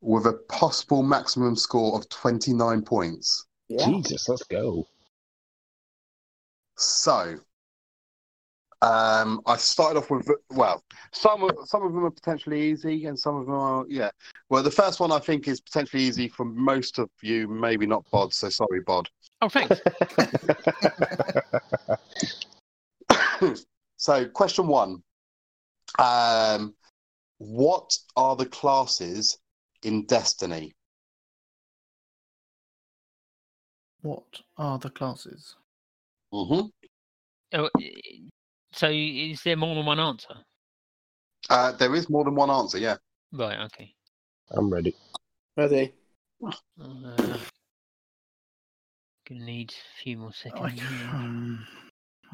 S7: with a possible maximum score of 29 points.
S6: yeah.
S5: Jesus, let's go.
S7: So, um, I started off with well, some of some of them are potentially easy, and some of them are yeah. Well, the first one I think is potentially easy for most of you, maybe not Bod. So sorry, Bod.
S4: Oh, thanks.
S7: the So, question one: um, What are the classes in Destiny?
S3: What are the classes?
S7: hmm
S4: Oh, i- so is there more than one answer?
S7: Uh, there is more than one answer. Yeah.
S4: Right. Okay.
S5: I'm ready.
S6: Ready?
S4: Uh, gonna need a few more
S3: Oh, I
S4: seconds. here.
S3: can't.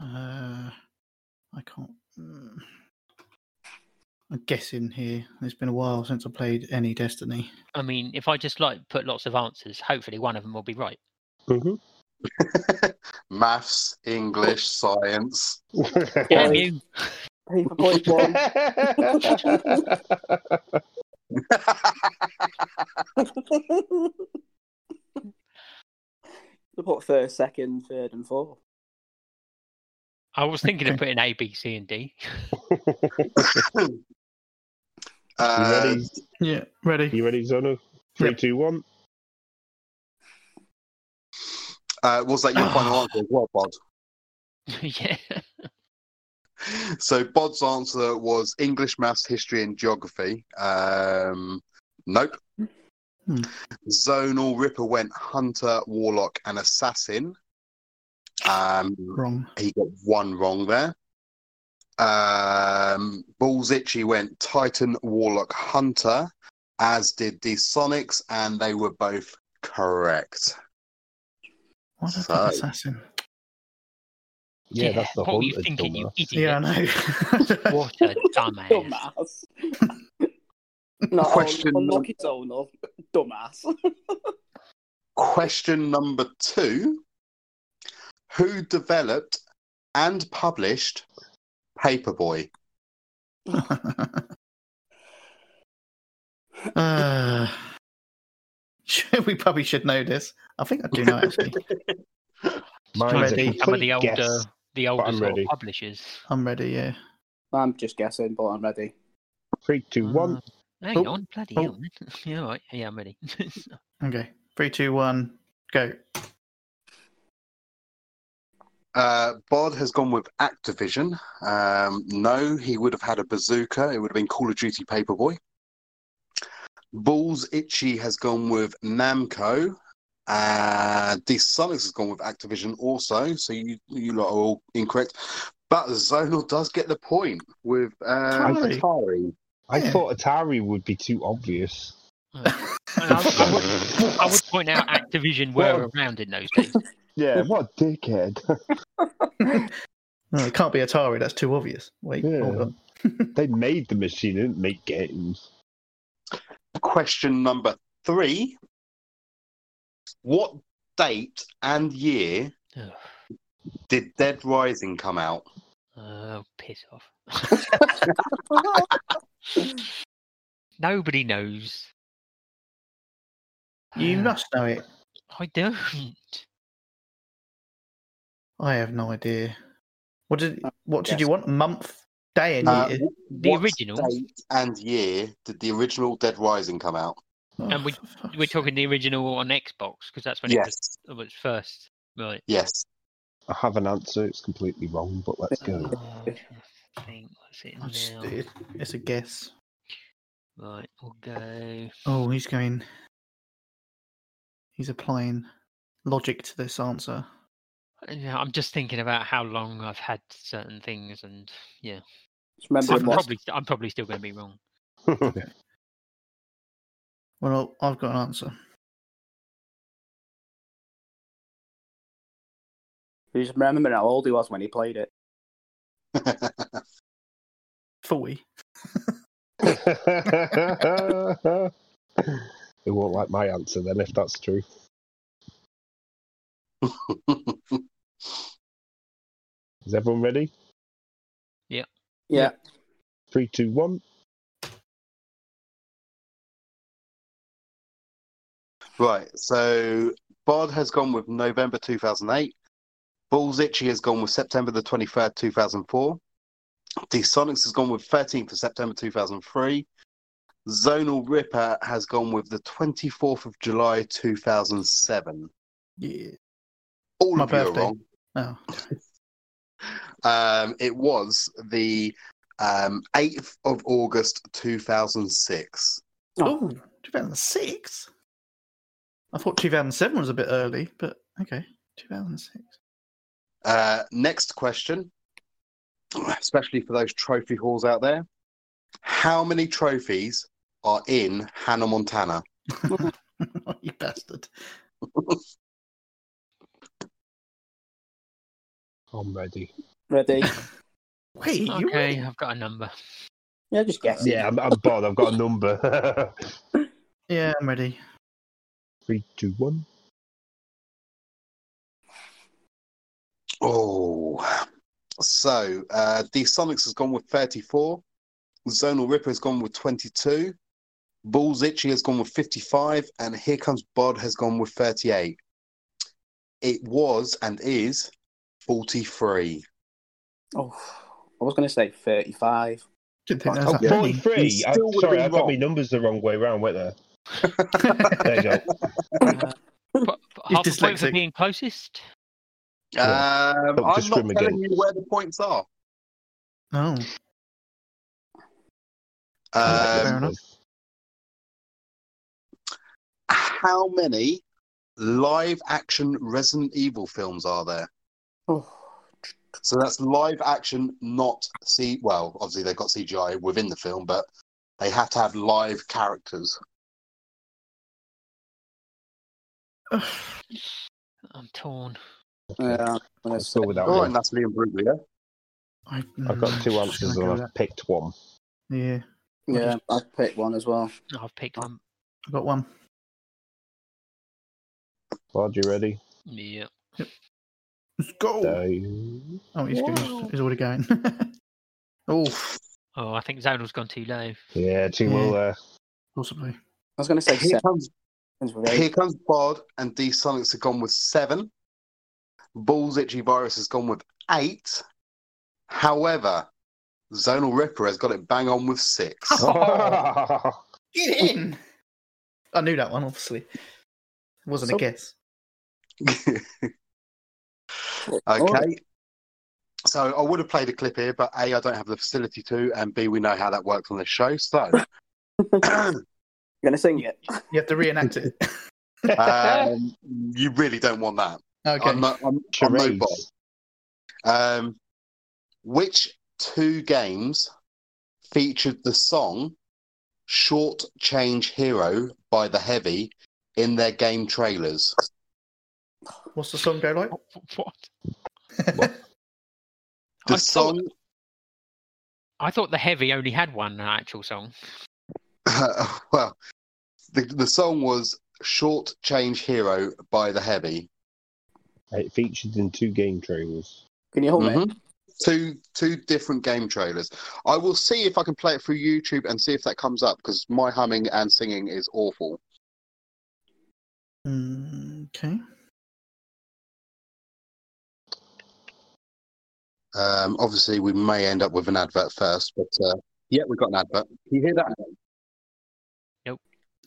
S3: Uh, I can't. mm. I'm guessing here. It's been a while since I played any Destiny.
S4: I mean, if I just like put lots of answers, hopefully one of them will be right.
S5: Mm-hmm.
S7: Maths, English, science.
S4: Damn you!
S6: Paper point one. They put first, second, third, and fourth.
S4: I was thinking of putting A, B, C, and D.
S7: uh,
S5: you ready?
S3: Yeah, ready.
S5: You ready, Zona? Three, two, one.
S7: Uh, was that your final answer as well, Bod?
S4: yeah.
S7: So Bod's answer was English, maths, history, and geography. Um, nope.
S3: Hmm.
S7: Zonal Ripper went hunter, warlock, and assassin. Um,
S3: Wrong.
S7: he got one wrong there. Um, Balls Itchy went Titan, warlock, hunter, as did the Sonics, and they were both correct.
S3: Why did I
S7: So-
S3: put assassin?
S5: Yeah, that's the
S4: What were you
S5: hunted
S4: thinking, you
S5: dumbass.
S4: idiot?
S3: Yeah, I know.
S4: What a dumbass!
S6: Dumbass. Not
S7: Question
S6: un- unlucky zonal. Dumbass.
S7: Question number two Who developed and published Paperboy?
S3: uh, we probably should know this. I think I do know actually.
S5: Mine's a
S3: Ready.
S5: complete
S4: Some of the older,
S5: guess.
S4: the older
S5: I'm
S4: sort of
S5: ready.
S4: publishers.
S3: I'm ready. Yeah.
S6: I'm just guessing, but I'm ready.
S5: Three, two, one.
S4: Uh, hang
S3: Oh,
S4: on, bloody
S3: oh.
S4: hell! man. yeah, all right. Yeah, I'm ready.
S3: Okay. Three, two, one, go.
S7: Uh, Bod has gone with Activision. Um, no, he would have had a bazooka. It would have been Call of Duty Paperboy. Balls Itchy has gone with Namco. Uh, the Sonics has gone with Activision also. So you, you lot are all incorrect. But Zonal does get the point with uh,
S3: Atari.
S7: Atari.
S5: I
S3: Yeah.
S5: thought Atari would be too obvious.
S4: And I, I would, I would point out Activision were
S5: Well-
S4: around in those days.
S5: Yeah, what a dickhead.
S3: No, it can't be Atari. That's too obvious. Wait,
S5: Yeah.
S3: hold on.
S5: they made the machine, they didn't make games.
S7: Question number three. What date and year
S4: Ugh.
S7: did Dead Rising come out?
S4: Oh, piss off! Nobody knows.
S3: You
S4: Uh,
S3: must know it.
S4: I don't.
S3: I have no idea. What did What did you
S6: Yes.
S3: want? Month, day, and
S7: Uh,
S3: year.
S4: The
S7: what
S4: original?
S7: date and year did the original Dead Rising come out?
S3: Oh,
S4: and
S3: for fuck's
S4: We're
S3: sake.
S4: talking the original on Xbox because that's when
S7: yes,
S4: it was, it was first, right?
S7: yes.
S5: I have an answer, it's completely wrong, but let's go.
S4: Oh, I'm trying to think what's it
S3: I just-
S4: now?
S3: it- it's a guess.
S4: Right, we'll go.
S3: Oh, he's going. He's applying logic to this answer.
S4: Yeah, I'm just thinking about how long I've had certain things, and yeah,
S6: Just remember,
S4: I'm
S6: it was-
S4: probably I'm probably still going to be wrong.
S3: Well, I've got an answer.
S6: you just remember how old he was when he played it.
S3: Forty.
S5: they won't like my answer then if that's true. Is everyone ready?
S6: Yeah.
S5: Three, two, one.
S7: right, so Bod has gone with November 2008. Balls Itchy has gone with September the 23rd, 2004. The Sonics has gone with 13th of September 2003. Zonal Ripper has gone with the 24th of July 2007.
S3: Yeah.
S7: All
S3: My
S7: of you are
S3: birthday.
S7: wrong.
S3: Oh.
S7: Um, it was the um, 8th of August 2006.
S3: Oh, 2006? I thought 2007 was a bit early, but okay, 2006.
S7: Uh, next question, especially for those trophy halls out there. How many trophies are in Hannah Montana?
S3: Oh, you bastard.
S5: I'm ready.
S6: Ready?
S3: Wait, you
S4: Okay, I've got a number.
S6: yeah, just guess.
S5: Yeah, I'm, I'm bored. I've got a number.
S3: Yeah, I'm ready.
S5: Three, two, one.
S7: Oh, so uh, the Sonics has gone with 34, Zonal Ripper has gone with 22, Balls Itchy has gone with 55, and Here Comes Bod has gone with 38. It was and is 43.
S6: Oh, I was going to say 35.
S3: Didn't think there
S7: Oh,
S3: was that
S7: yeah.
S3: many.
S5: 43.
S7: You
S5: I'm
S7: still would've
S5: sorry,
S7: been
S5: I got
S7: wrong.
S5: my numbers the wrong way round, weren't there? There you go.
S4: Uh,
S6: Oh,
S4: p-
S3: He's
S4: p- half a point for
S3: dyslexic.
S4: being closest.
S7: Um,
S5: Don't
S7: I'm not
S5: discriminate.
S7: telling you where the points are.
S3: Oh,
S7: Um,
S3: fair enough.
S7: how many live action Resident Evil films are there?
S6: Oh,
S7: So that's live action, not C. Well, obviously they've got CGI within the film, but they have to have live characters.
S3: Oh.
S4: I'm torn.
S6: yeah, I'm gonna
S5: Let's go
S6: say-
S5: with that
S7: All right,
S5: one.
S7: Natalie and Bruglia.
S3: I,
S5: I've got two
S3: mm,
S5: answers
S3: I go
S5: and
S3: with
S5: I've picked one.
S3: that. Yeah,
S6: yeah, I'd pick one as well.
S4: I've picked one.
S3: I've got one.
S5: Lord, you ready?
S4: Yeah.
S3: Let's go.
S5: Down.
S3: Oh, he's, he's, he's already going. oh,
S4: Oh, I think Zonal's gone too low.
S5: Yeah, too
S3: Yeah.
S5: low there.
S3: possibly.
S6: I was going to say
S7: Here
S6: seven.
S7: comes,
S6: with eight.
S7: here comes Bod and D Sonics have gone with seven. Balls Itchy Virus has gone with eight. However, Zonal Ripper has got it bang on with six.
S3: Get in. I knew that one, obviously. It wasn't
S6: So-
S3: a guess.
S6: Oh,
S7: Okay. So I would have played a clip here, but A, I don't have the facility to, and B, we know how that works on this show. So
S6: You're going to sing it?
S3: You have to reenact it.
S7: um, you really don't want that.
S3: okay.
S7: I'm no, I'm, I'm no
S5: Charades.
S7: bot. Um, which two games featured the song Short Change Hero by The Heavy in their game trailers?
S3: What's the song go like?
S4: Wh- What?
S7: The
S4: I
S7: song.
S4: Thought, I thought the heavy only had one actual song.
S7: well, the, the song was Short Change Hero by The Heavy.
S5: It featured in two game trailers.
S6: Can you hold it?
S7: Mhm. Two two different game trailers. I will see if I can play it through YouTube and see if that comes up because my humming and singing is awful.
S3: Mm, okay.
S7: Um, obviously, we may end up with an advert first, but uh, yeah, we've got an advert. Can you hear that?
S4: Nope.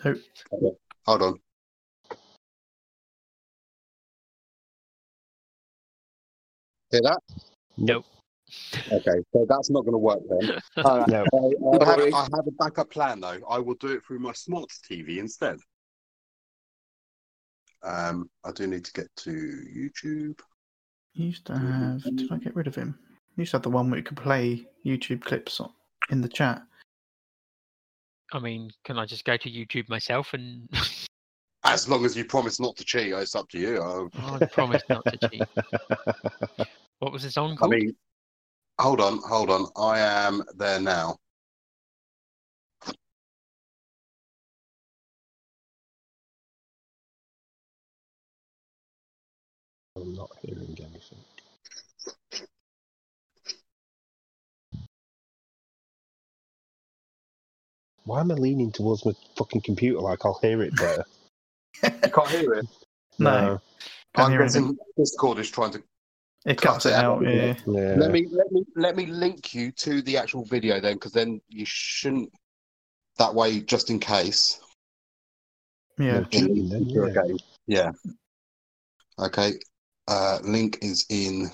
S3: Nope.
S7: Okay, Hold on. Hear that?
S4: Nope.
S7: Okay, so that's not going to work then.
S6: All right. Uh,
S5: No.
S7: I, I,
S6: No
S7: have,
S6: worries.
S7: I have a backup plan though. I will do it through my smart TV instead. Um, I do need to get to YouTube.
S3: You used to have. Did I get rid of him? You used to have the one where you could play YouTube clips on, in the chat.
S4: I mean, can I just go to YouTube myself and
S7: As long as you promise not to cheat, it's up to you. I,
S4: I promise not to cheat? What was the song
S7: I
S4: called?
S7: mean, hold on, hold on. I am there now.
S5: I'm not hearing anything. Why am I leaning towards my fucking computer like I'll hear it there?
S7: You can't hear it.
S3: No. Can't
S7: I'm
S3: hear anything.
S7: guessing Discord is trying to.
S3: It cuts it
S7: cut it
S3: out.
S7: out, doesn't
S3: Yeah.
S7: it?
S5: Yeah.
S7: Let me let me let me link you to the actual video then, because then you shouldn't. That way, just in case.
S3: Yeah.
S5: No cheating then.
S7: You're
S5: Yeah.
S7: okay. Yeah. Okay. Uh, link is in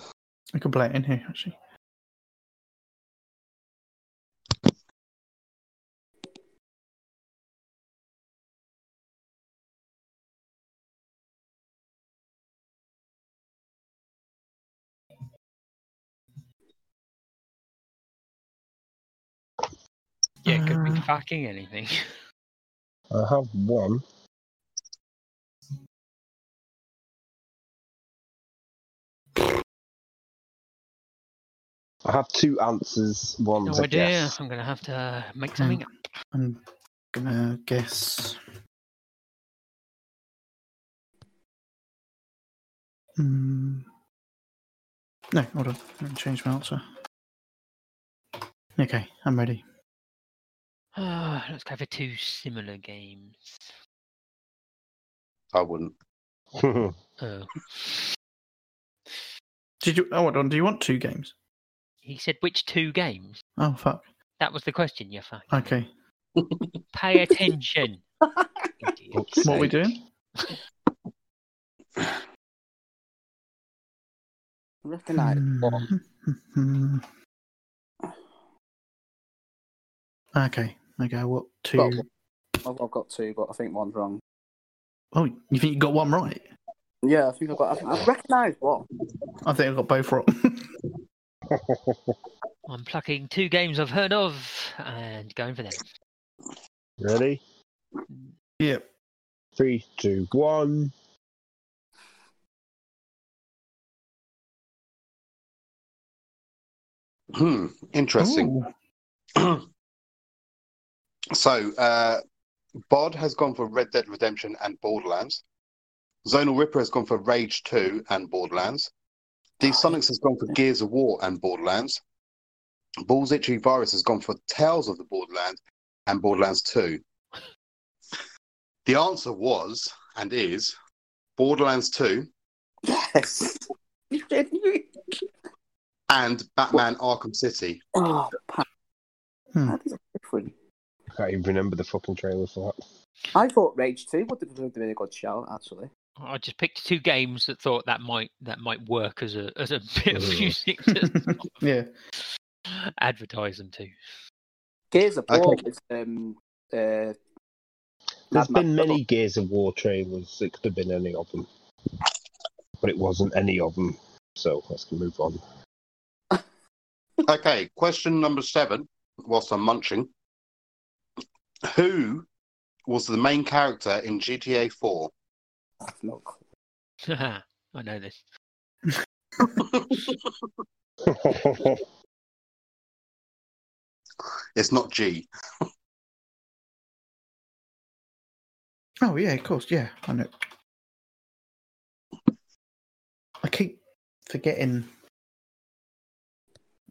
S3: I can play it in here actually.
S4: Yeah, it could be
S3: Uh.
S4: fucking anything.
S5: I have one. I have two answers. One
S3: Oh,
S4: No
S5: to
S4: idea.
S5: guess.
S4: I'm gonna have to uh, make
S3: Hmm.
S4: something up.
S3: I'm gonna guess. Hmm. No, hold on. Let me change my answer. Okay, I'm ready.
S4: Ah, let's go for two similar games.
S7: I wouldn't.
S4: Oh,
S3: Did you? Oh, hold on. Do you want two games?
S4: he said which two games?
S3: Oh fuck.
S4: That was the question. You fuck.
S3: Okay.
S4: Pay attention. Idiot.
S5: Fuck's
S3: What are we
S5: sake.
S3: doing?
S6: Recognize one.
S3: Hmm. okay. Okay. What two?
S6: Got one. I've, I've got two, but I think one's wrong.
S3: Oh, you think you got one right?
S6: Yeah, I think I've got. I, I recognise one.
S3: I think I got both wrong.
S4: I'm plucking two games I've heard of and going for them.
S5: Ready?
S3: yeah.
S5: Three, two, one.
S7: Hmm. Interesting.
S3: Ooh.
S7: So, uh, Bod has gone for Red Dead Redemption and Borderlands. Zonal Ripper has gone for Rage 2 and Borderlands. D Sonics has gone for Gears of War and Borderlands. Balls Itchy Virus has gone for Tales of the Borderland and Borderlands 2. The answer was and is Borderlands 2
S6: Yes.
S7: and Batman Arkham City.
S6: oh, Pat.
S3: Hmm.
S6: That is different.
S5: Can't even remember the fucking trailer for that.
S6: I thought Rage 2 would have been a good shout, actually.
S4: I just picked two games that thought that might that might work as a as a bit of
S5: Ugh.
S4: music to
S3: yeah.
S4: advertise them to.
S6: Gears of
S7: Okay.
S6: War was. Um, uh,
S5: There's
S6: Mad Max
S5: been many Gears of War trailers. It could have been any of them, but it wasn't any of them. So let's move on.
S7: Okay, question number seven, whilst I'm munching. Who was the main character in GTA 4?
S6: I've no clue.
S4: I know this.
S7: It's not G.
S3: Oh yeah, of course. Yeah, I know. I keep forgetting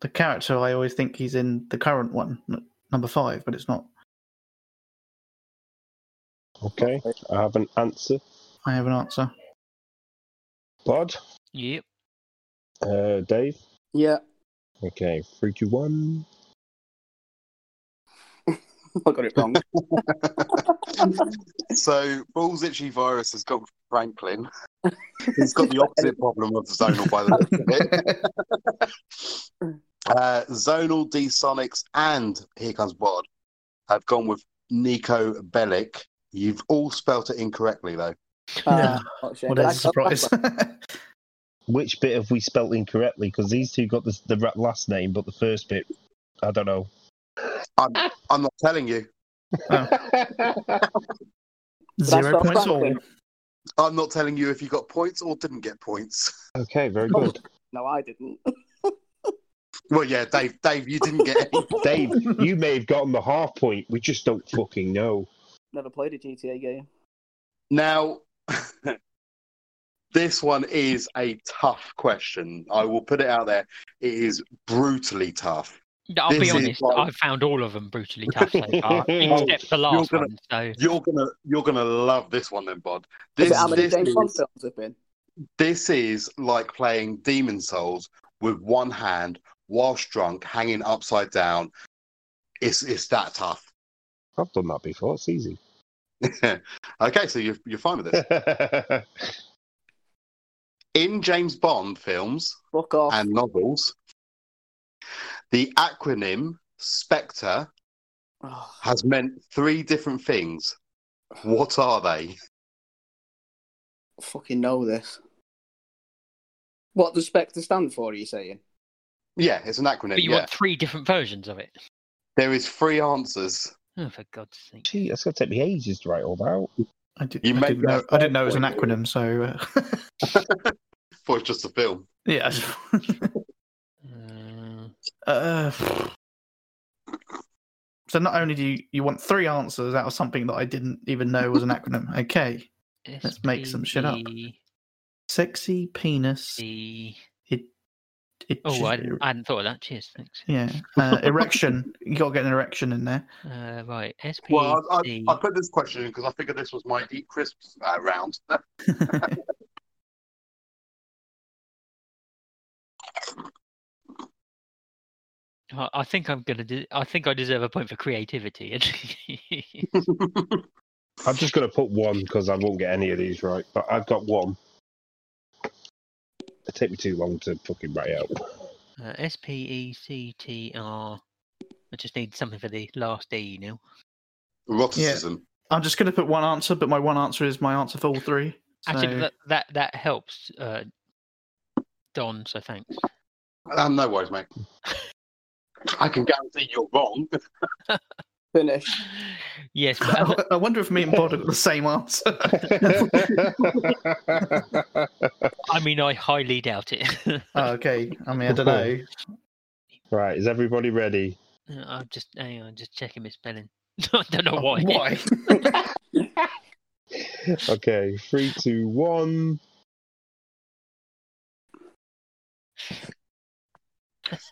S3: the character. I always think he's in the current one, n- number five, but it's not.
S5: okay, I have an answer.
S3: I have an answer.
S5: Bod,
S4: Yep.
S5: uh, Dave.
S6: Yeah,
S5: Okay, three, two, one.
S6: I got it wrong.
S7: So, Balls Itchy Virus has got Franklin. He's got the opposite problem of Zonal by the look of it. Uh, Zonal, D Sonics, and Here Comes Bod have gone with Nico Bellic. You've all spelt it incorrectly, though.
S6: Ah, what a shame.
S3: well, there's a
S6: But I-
S3: surprise.
S5: Which bit have we spelt incorrectly? Because these two got the, the ra- last name, but the first bit, I don't know.
S7: I'm not telling you.
S3: Zero
S6: what
S3: points all.
S6: Franklin-
S7: I'm not telling you if you got points or didn't get points.
S5: okay, very good.
S6: No, I didn't.
S7: Well, yeah, Dave, Dave, you didn't get any.
S5: Dave, you may have gotten the half point. We just don't fucking know.
S6: Never played a GTA game.
S7: Now, this one is a tough question. I will put it out there. It is brutally tough.
S4: I'll be
S7: This is
S4: honest.
S7: like-
S4: I've found all of them brutally tough so far, except the last
S7: gonna-
S4: one. So
S7: You're gonna, you're gonna love this one, then, Bod.
S6: Is
S7: This,
S6: it how many
S7: this,
S6: James Bond
S7: is,
S6: films have been?
S7: this is like playing Demon Souls with one hand, whilst drunk, hanging upside down. It's, it's that tough.
S5: I've done that before. It's easy.
S7: okay, so you're, you're fine with this.
S5: okay,
S7: in James Bond films
S6: Fuck off.
S7: and novels, the acronym Spectre
S6: Oh,
S7: has meant three different things. What are they?
S6: I fucking know this. What does Spectre stand for? Are you saying?
S7: Yeah, it's an acronym.
S4: But you
S7: yeah,
S4: want three different versions of it.
S7: there is three answers.
S4: Oh, for God's sake.
S5: Gee, that's gonna take me ages to write all that out.
S3: I, did,
S7: You
S3: I,
S7: make
S3: didn't
S7: that
S3: know, I didn't
S7: sound
S3: know it was an
S7: for you.
S3: acronym, so uh,
S7: For it's just a film.
S3: yeah.
S4: Uh,
S3: Uh, so not only do you, you want three answers out of something that I didn't even know was an acronym. Okay, Let's make some shit up. sexy penis.
S4: SPED.
S3: It,
S4: E- Oh, I hadn't, I hadn't thought of that. Cheers, thanks.
S3: yeah, uh, erection. You got to get an erection in there.
S4: Uh, right, SPED.
S7: Well, I, I, I put this question in because I figured this was my deep crisps uh, round.
S4: I- I think I'm gonna. De- I think I deserve a point for creativity.
S5: I'm just gonna put one because I won't get any of these right. But I've got one. It take me too long to fucking write out.
S4: uh, S P E C T R. I just need something for the last E now.
S7: Eroticism.
S3: I'm just going to put one answer, but my one answer is my answer for all three.
S4: Actually,
S3: so-
S4: that that, that helps, uh, Don. So thanks.
S7: Um, no worries, mate. I can guarantee you're wrong.
S6: Finish.
S4: yes, but as
S3: I, I wonder if me and Bod have got the same answer.
S4: I mean, I highly doubt it.
S3: Oh, okay, I mean I don't know.
S5: right, is everybody ready?
S4: I'm just hang on, just checking my spelling. I don't know why.
S3: Oh, Why?
S5: Okay, three, two, one.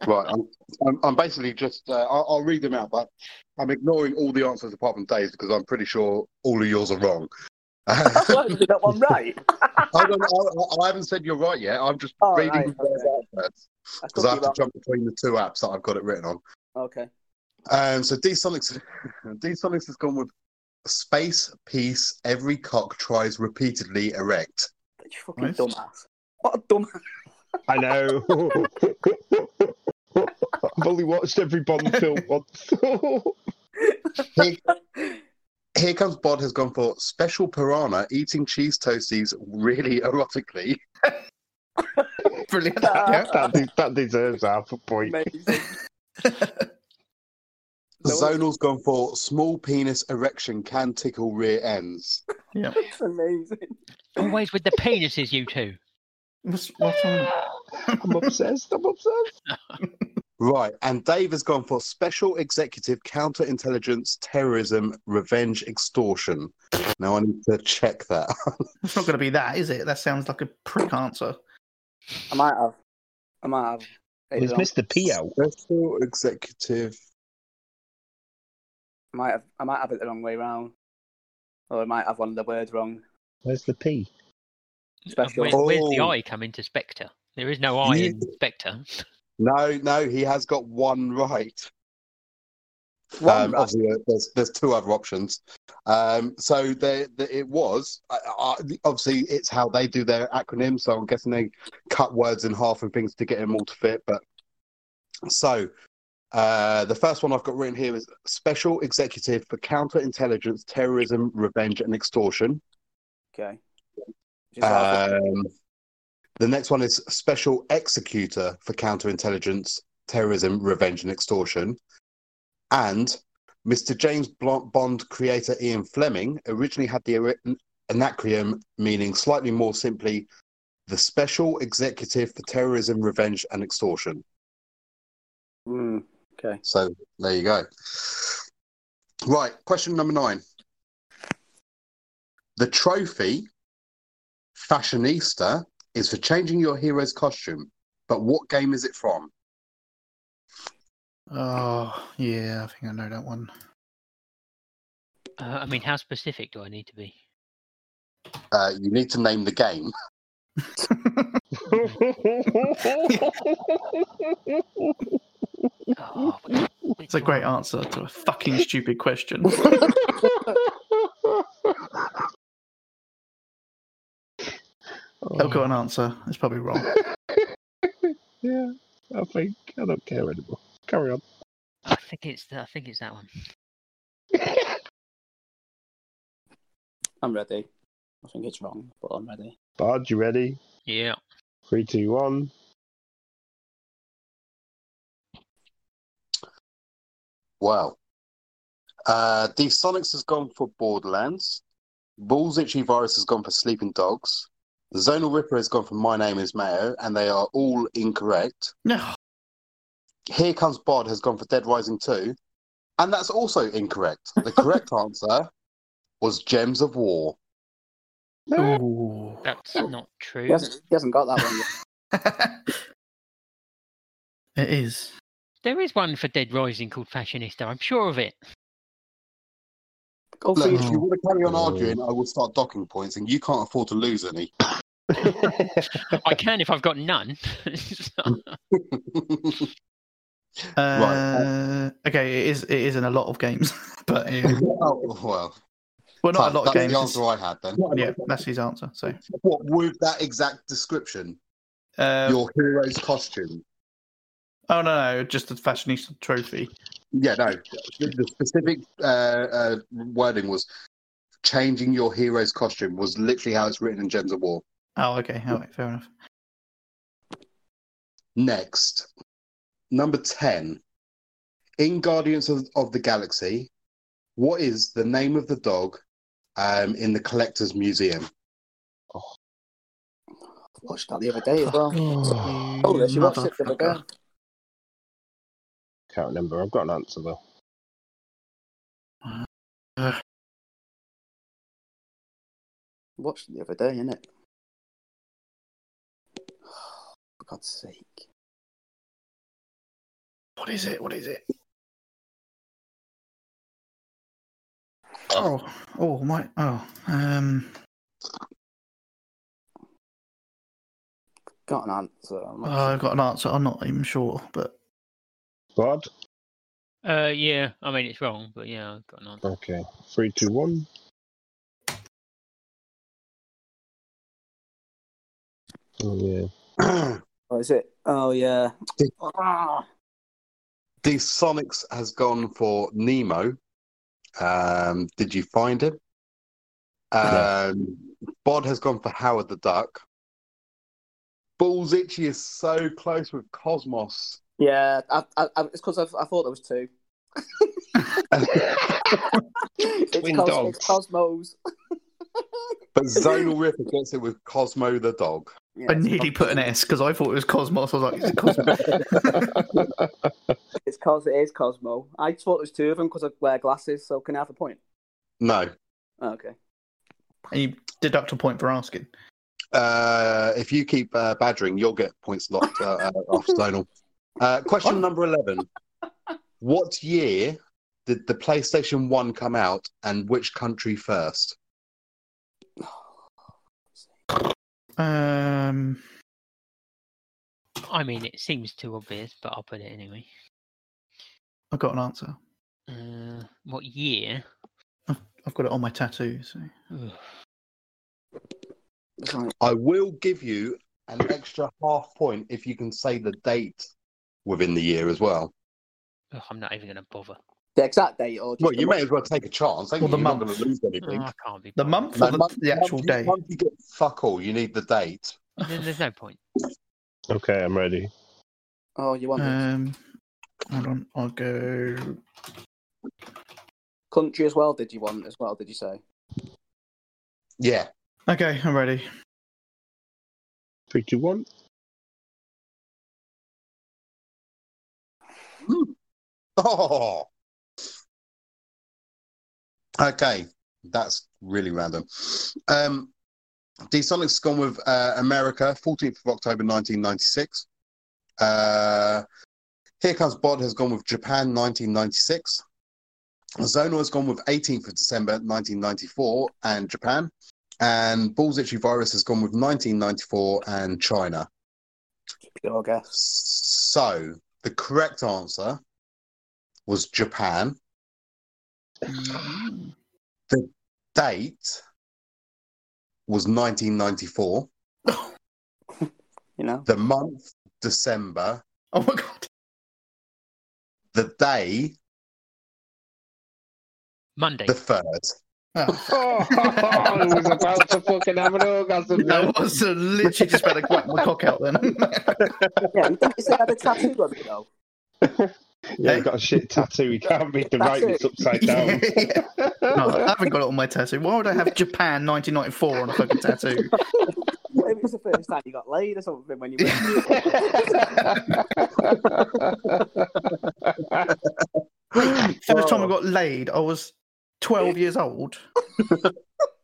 S7: Right, I'm, I'm, I'm basically just, uh, I'll, I'll read them out, but I'm ignoring all the answers apart from Dave's because I'm pretty sure all of yours are wrong. I,
S6: What, have you got one right?
S7: don't, I, I haven't said you're right yet. I'm just
S6: Oh,
S7: reading
S6: right,
S7: you guys out first
S6: I could
S7: because
S6: be
S7: I have to
S6: wrong.
S7: jump between the two apps that I've got it written on.
S6: Okay.
S7: Um, so D Sonics, D Sonics has gone with space, peace, every cock tries repeatedly erect.
S6: You fucking
S3: Nice.
S6: dumbass. What a dumbass.
S5: I know. I've only watched every Bond film once.
S7: Here comes Bod has gone for special piranha eating cheese toasties really erotically.
S3: Brilliant.
S6: Yeah.
S5: that, de- that deserves half a point.
S6: Amazing. No,
S7: Zonal's gone for small penis erection can tickle rear ends.
S6: Amazing.
S4: Always with the penises, you two.
S3: What's, what's wrong?
S5: I'm obsessed. I'm obsessed.
S7: Right, and Dave has gone for special executive counterintelligence terrorism revenge extortion. Now I need to check that.
S3: It's not going to be that, is it? That sounds like a prick answer.
S6: I might have. I might have. Maybe
S5: Is
S6: wrong.
S5: Mr. P out?
S7: Special executive.
S6: I might have. I might have it the wrong way round. Or I might have one of the words wrong.
S5: Where's the P?
S6: Special.
S4: Where, where's the
S7: Oh.
S4: eye come into Spectre? There is no eye in Spectre.
S7: No, no, he has got one right.
S6: One
S7: um,
S6: right.
S7: Obviously, there- there's there's two other options. Um, so there, there it was. I, I, obviously, it's how they do their acronyms. So I'm guessing they cut words in half and things to get them all to fit. But so uh, the first one I've got written here is Special Executive for Counterintelligence, Terrorism, Revenge, and Extortion.
S6: Okay. Just half it.
S7: Um, the next one is Special Executor for Counterintelligence, Terrorism, Revenge, and Extortion. And Mr. James Bl- Bond creator Ian Fleming originally had the ori- anacronym meaning slightly more simply the Special Executive for Terrorism, Revenge, and Extortion.
S6: Mm, okay.
S7: So there you go. Right, question number nine. The trophy fashionista is for changing your hero's costume, but what game is it from?
S3: Oh, yeah, I think I know that one.
S4: Uh, I mean, how specific do I need to be?
S7: Uh, you need to name the game.
S4: Oh, but-
S3: It's a great answer to a fucking stupid question.
S5: oh,
S3: I've got an answer. It's probably wrong.
S5: yeah, I think I don't care anymore. Carry on.
S4: I think it's I think it's that one.
S6: I'm ready. I think it's wrong, but I'm ready.
S5: Bard, you ready?
S4: Yeah.
S5: Three, two, one.
S7: Well, uh, the Sonics has gone for Borderlands. Bull's Itchy Virus has gone for Sleeping Dogs. Zonal Ripper has gone for My Name is Mayo, and they are all incorrect.
S3: No.
S7: Here Comes Bod has gone for Dead Rising 2, and that's also incorrect. The correct answer was Gems of War.
S3: Ooh.
S4: That's not true.
S6: He hasn't, he hasn't got that one yet.
S3: it is.
S4: There is one for Dead Rising called Fashionista. I'm sure of it.
S6: Go for
S7: Look,
S6: your-
S7: if you want to carry on arguing, I will start docking points, and you can't afford to lose any.
S4: I can if I've got none. So-
S3: Uh, Okay, it is. It is in a lot of games, but uh,
S7: oh, well,
S3: well, not a lot
S7: that's
S3: of games.
S7: the answer I had then.
S3: it's- Yeah, that's his answer. So,
S7: What, with that exact description?
S3: uh,
S7: Your hero's costume.
S3: oh no, no, just the fashionista trophy.
S7: Yeah, no. The, the specific uh, uh, wording was changing your hero's costume was literally how it's written in Gems of War.
S3: Oh, okay. All right, fair enough.
S7: Next, number 10. In Guardians of, of the Galaxy, what is the name of the dog um, in the Collector's Museum?
S6: watched that the other day as well.
S3: You
S6: Oh, yes, you watched it the other
S3: motherfucker.
S6: day.
S5: Can't remember. I've got an answer though.
S6: Watched it the other day, innit? For God's sake.
S3: What is it? What is it?
S2: Oh.
S3: Oh, oh my, oh, um,
S6: Got an answer. I'm
S3: oh,
S6: not
S3: I've got an answer. I'm not even sure, but
S5: Bard.
S4: uh, yeah, I mean it's wrong, but yeah, I've got none.
S5: Okay. Three, two, one. Oh yeah.
S6: sure. Oh, is it? Oh, yeah.
S7: Did-
S6: Ah.
S7: The Sonics has gone for Nemo. Um, did you find him? Um, Bod has gone for Howard the Duck. Balls Itchy is so close with Cosmos.
S6: Yeah, I, I, I, it's because I, I thought there was two. it's,
S5: Twin
S6: Cos-
S5: dogs.
S6: it's Cosmos.
S7: But Zonal Ripper gets it with Cosmo the Dog.
S6: Yeah,
S3: I
S6: it's
S3: nearly
S6: Cos-
S3: put an S because I thought it was Cosmos. I was like, is it Cosmos?
S6: It's Cos. It is Cosmo. I thought there was two of them because I wear glasses. So can I have a point?
S7: No.
S6: Oh, okay.
S3: and you deduct a point for asking.
S7: Uh, if you keep uh, badgering, you'll get points locked uh, uh, off Zonal. Uh, question number 11 What year did the PlayStation 1 come out and which country first?
S3: Um,
S4: I mean it seems too obvious, but I'll put it anyway.
S3: I've got an answer.
S4: Uh, what year?
S3: I've got it on my tattoo. So.
S4: Ugh.
S6: It's like-
S7: I will give you an extra half point if you can say the date within the year as well.
S4: Ugh, I'm not even going to bother.
S6: The exact date or just
S7: Well,
S6: the
S7: you
S6: month?
S7: may as well take a chance. ain't
S3: Well, the
S7: you? You're not
S3: month.
S7: going to lose
S4: Oh,
S7: anything.
S4: I can't be.
S3: The
S4: bothered.
S3: month
S7: No,
S3: or the,
S7: month-
S3: the actual
S7: month-
S3: day?
S7: Month you get fuck all. You need the date.
S4: There- There's no point.
S5: Okay, I'm ready.
S6: Oh, you want the
S3: Um, hold on, I'll go.
S6: country as well? Did you want as well? Did you say?
S7: Yeah.
S3: Okay, I'm ready.
S5: Three, two, one.
S7: Oh. Okay, that's really random. Um, D-Sonic's gone with uh, America, 14th of October 1996. Uh, Here Comes Bod has gone with Japan, 1996. Zonal has gone with 18th of December 1994 and Japan. And Bull's Itchy Virus has gone with 1994 and China.
S6: Pure guess.
S7: So the correct answer was Japan.
S3: Mm.
S7: Date was 1994.
S6: You know,
S7: the month December,
S3: Oh my god.
S7: the day
S4: Monday.
S7: the third.
S3: Oh,
S5: Oh, I was about to fucking have an orgasm.
S3: I
S5: No.
S3: was uh, literally just about to whack my cock out then.
S6: yeah. And didn't you say he had a tattoo of it though?
S5: Yeah, he got a shit tattoo. He can't read the
S6: That's
S5: writing's
S6: it.
S5: upside down.
S3: Yeah. No, I haven't got it on my tattoo. Why would I have Japan 1994 on a fucking tattoo?
S6: Maybe it was the first time you got laid or something when you went.
S3: First time I got laid, I was 12 years old. Yeah.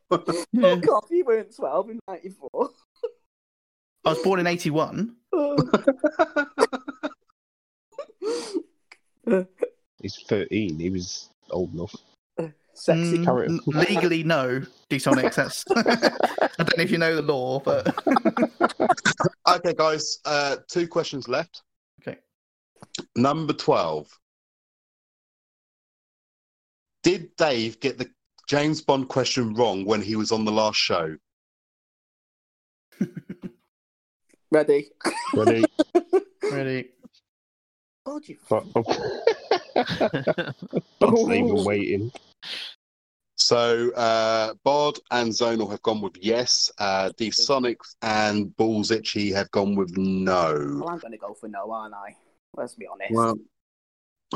S6: Fuck off, you weren't 12 in 94.
S3: I was born in 81.
S5: He's 13. He was old enough.
S6: Sexy.
S3: Mm,
S5: carrot.
S3: n- legally, no, Dsonics. That's I don't know if you know the law, but
S7: Okay, guys, uh, two questions left.
S3: Okay.
S7: Number 12. Did Dave get the James Bond question wrong when he was on the last show?
S6: Ready?
S5: Ready?
S3: really,
S6: Oh, you
S5: Fuck. God's name, we're waiting.
S7: So uh, Bod and Zonal have gone with yes. Uh, the Sonics and Balls Itchy have gone with
S6: Well,
S7: no.
S6: I'm going to go for no, aren't I? Let's be honest.
S7: Well,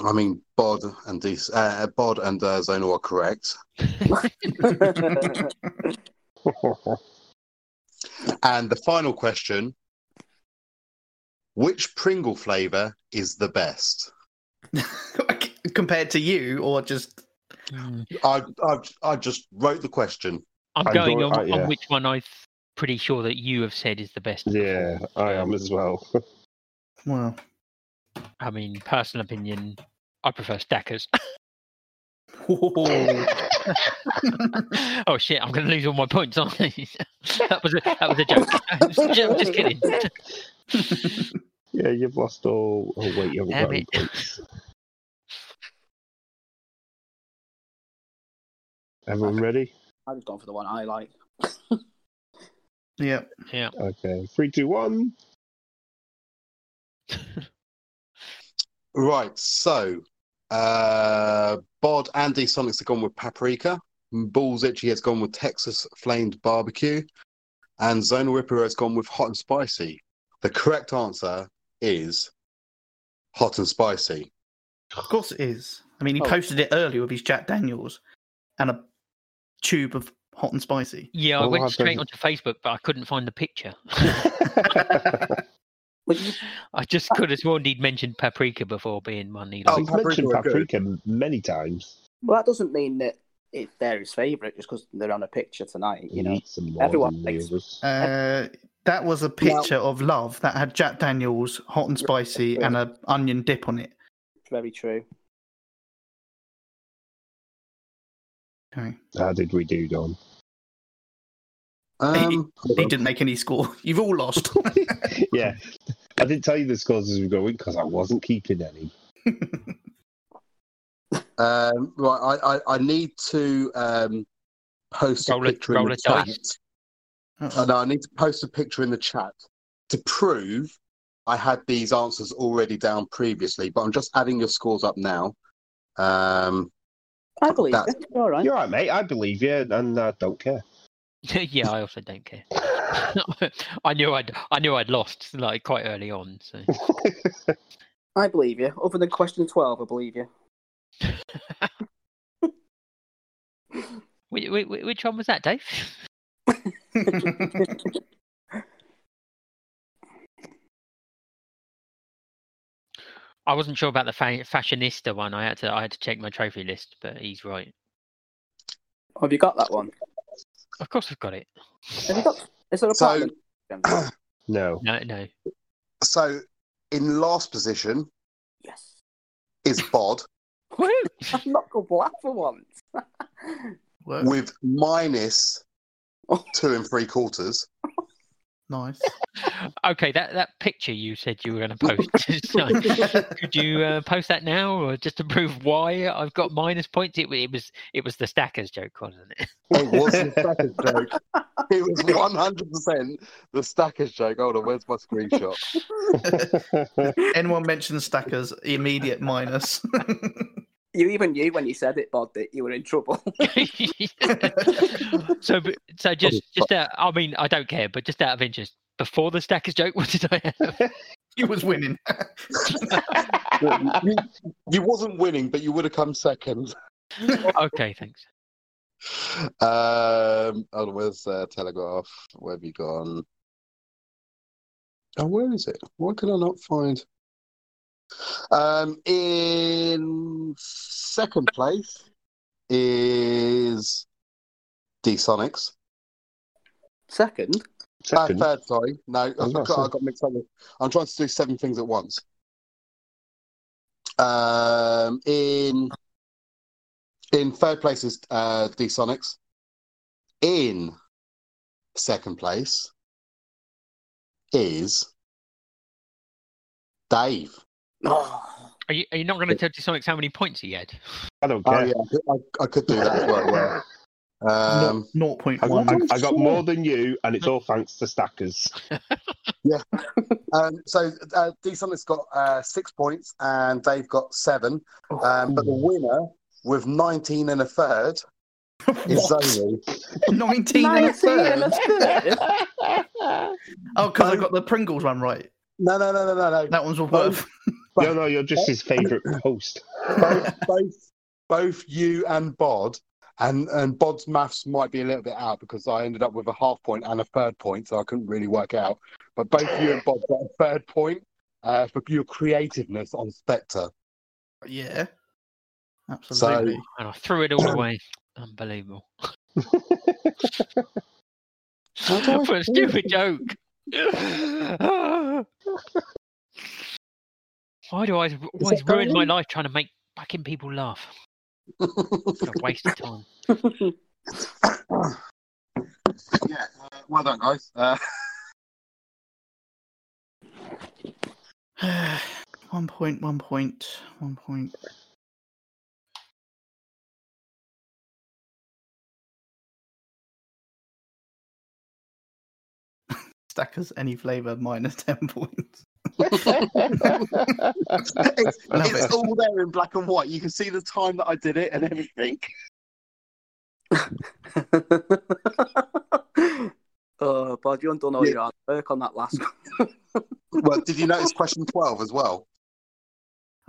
S7: I mean Bod and De- uh, Bod and uh, Zonal are correct, and the final question: Which Pringle flavor is the best?
S3: compared to you, or just
S4: Mm.
S7: I I I just wrote the question.
S4: I'm
S5: I'm
S4: going
S5: going-
S4: on,
S5: uh,
S4: on
S5: yeah.
S4: which one I'm pretty sure that you have said is the best.
S5: yeah, I am as well.
S3: well,
S4: I mean, personal opinion, I prefer stackers. oh shit! I'm going to lose all my points, aren't I? that was a, that was a joke. I'm just- I'm just kidding.
S5: Yeah, you've lost all. Oh, wait, you haven't
S4: Damn
S5: got any
S4: it.
S5: points. Everyone ready?
S6: I've just gone for the one I like.
S3: yeah.
S5: Okay, three, two, one.
S7: Right, so uh, Bod and D Sonics have gone with paprika. Balls Itchy has gone with Texas Flamed Barbecue. And Zona Ripper has gone with hot and spicy. The correct answer is hot and spicy.
S3: Of course it is. I mean, he
S6: Oh.
S3: posted it earlier with his Jack Daniels and a tube of hot and spicy.
S4: Yeah, I
S5: Well,
S4: went
S5: I've
S4: straight
S5: done-
S4: onto Facebook, but I couldn't find the picture.
S6: But you,
S4: I just could have sworn he'd mentioned paprika before being one. He'd
S7: Oh,
S5: He's
S7: paprika
S5: mentioned
S7: were good.
S5: paprika many times.
S6: well, that doesn't mean that it, they're his favourite just because they're on a picture tonight, you
S5: He
S7: Mm-hmm.
S6: know.
S5: eats them more
S6: everyone
S5: than the
S6: thinks-
S5: others.
S3: Uh, that was a picture of love that had Jack Daniels hot and spicy and an onion dip on it.
S6: Very true.
S3: Okay.
S5: Uh, How did we do, Don?
S7: Um,
S3: He didn't make any score. You've all lost.
S5: yeah, I didn't tell you the scores as we were going because I wasn't keeping any.
S7: um, right, I, I, I need to um, post
S4: Roll
S7: a
S4: a-
S7: picture in
S4: roll
S7: the
S4: a dice.
S7: chat. Uh, no, I need to post a picture in the chat to prove I had these answers already down previously, but I'm just adding your scores up now. Um,
S6: I believe
S7: That-
S6: you. You're all right.
S5: You're right, mate. I believe you, and I don't care.
S4: yeah, I also don't care. I knew I'd I knew I'd lost like quite early on. So
S6: I believe you. Other than question 12, I believe you.
S4: which, which one was that, Dave? I wasn't sure about the fa- fashionista one. I had to I had to check my trophy list, but he's right.
S6: Have you got that one?
S4: Of course, I've got it.
S6: Have you got, is there a
S7: So-
S6: platinum?
S5: No,
S4: No, no.
S7: so, in last position
S6: yes.
S7: is Bod
S4: Woo!
S6: I'm not going to laugh for once.
S3: Work.
S7: with minus two and three quarters.
S3: Nice.
S4: Okay, that, that picture you said you were going to post. tonight, Could you uh, post that now, or just to prove why I've got minus points? It, wa- it was it was the stackers joke, wasn't it?
S7: It wasn't a stacker's joke. It was one hundred percent the stacker's joke. Hold on, where's my screenshot?
S3: Anyone mentions stackers, immediate minus.
S6: You even knew when you said it, Bod, that you were in trouble.
S4: so but- so just just out, I mean I don't care, but just out of interest, before the stackers joke, what did I have?
S3: he was winning.
S7: you, you wasn't winning, but you would have come second.
S4: okay, thanks.
S7: Um, hold on, where's uh, Telegraph? Where have you gone? Oh, where is it? Why can I not find? Um, in second place is D Sonics.
S6: Second,
S7: Uh,
S5: Second.
S7: third, sorry. Oh, No, I
S5: was gonna
S7: got, I
S5: say.
S7: got mixed up. with- I'm trying to do seven things at once. Um, in in third place is uh, D Sonics. In second place is Dave.
S6: oh,
S4: Are you are you not going to tell Sonics how many points he had?
S5: I don't
S7: Oh
S5: care.
S7: yeah, I could, I, I could do that as well. Yeah. Um,
S3: Naught point
S5: I,
S3: one.
S5: I, I got more than you, and it's all thanks to Stackers.
S7: um, so uh, D Sonics got uh, six points and Dave got seven. Um, but the winner with 19 and a third is
S3: What?
S7: Zoe.
S3: 19 and a
S6: 19 and a
S3: third.
S6: third.
S3: Oh, because I got the Pringles one right.
S7: No, no, no, no, no, no.
S3: That one's worth.
S5: No, no, you're just his favourite host.
S7: both, both, both you and Bod, and, and Bod's maths might be a little bit out because I ended up with a half point and a third point, so I couldn't really work out. But both you and Bod got a third point uh, for your creativeness on Spectre.
S3: Yeah. Absolutely.
S4: And I threw it all away. Unbelievable. For a stupid joke. Why do I always ruin my life trying to make fucking people laugh? It's a waste of time.
S7: yeah, uh, well done, guys. Uh,
S3: one point, one point, one point. Stackers any flavour minus ten points.
S7: it's
S3: Love
S7: it's
S3: it.
S7: all there in black and white. You can see the time that I did it and everything.
S6: oh, Bod, you haven't done all your hard work on that last one.
S7: Well, did you notice question 12 as well?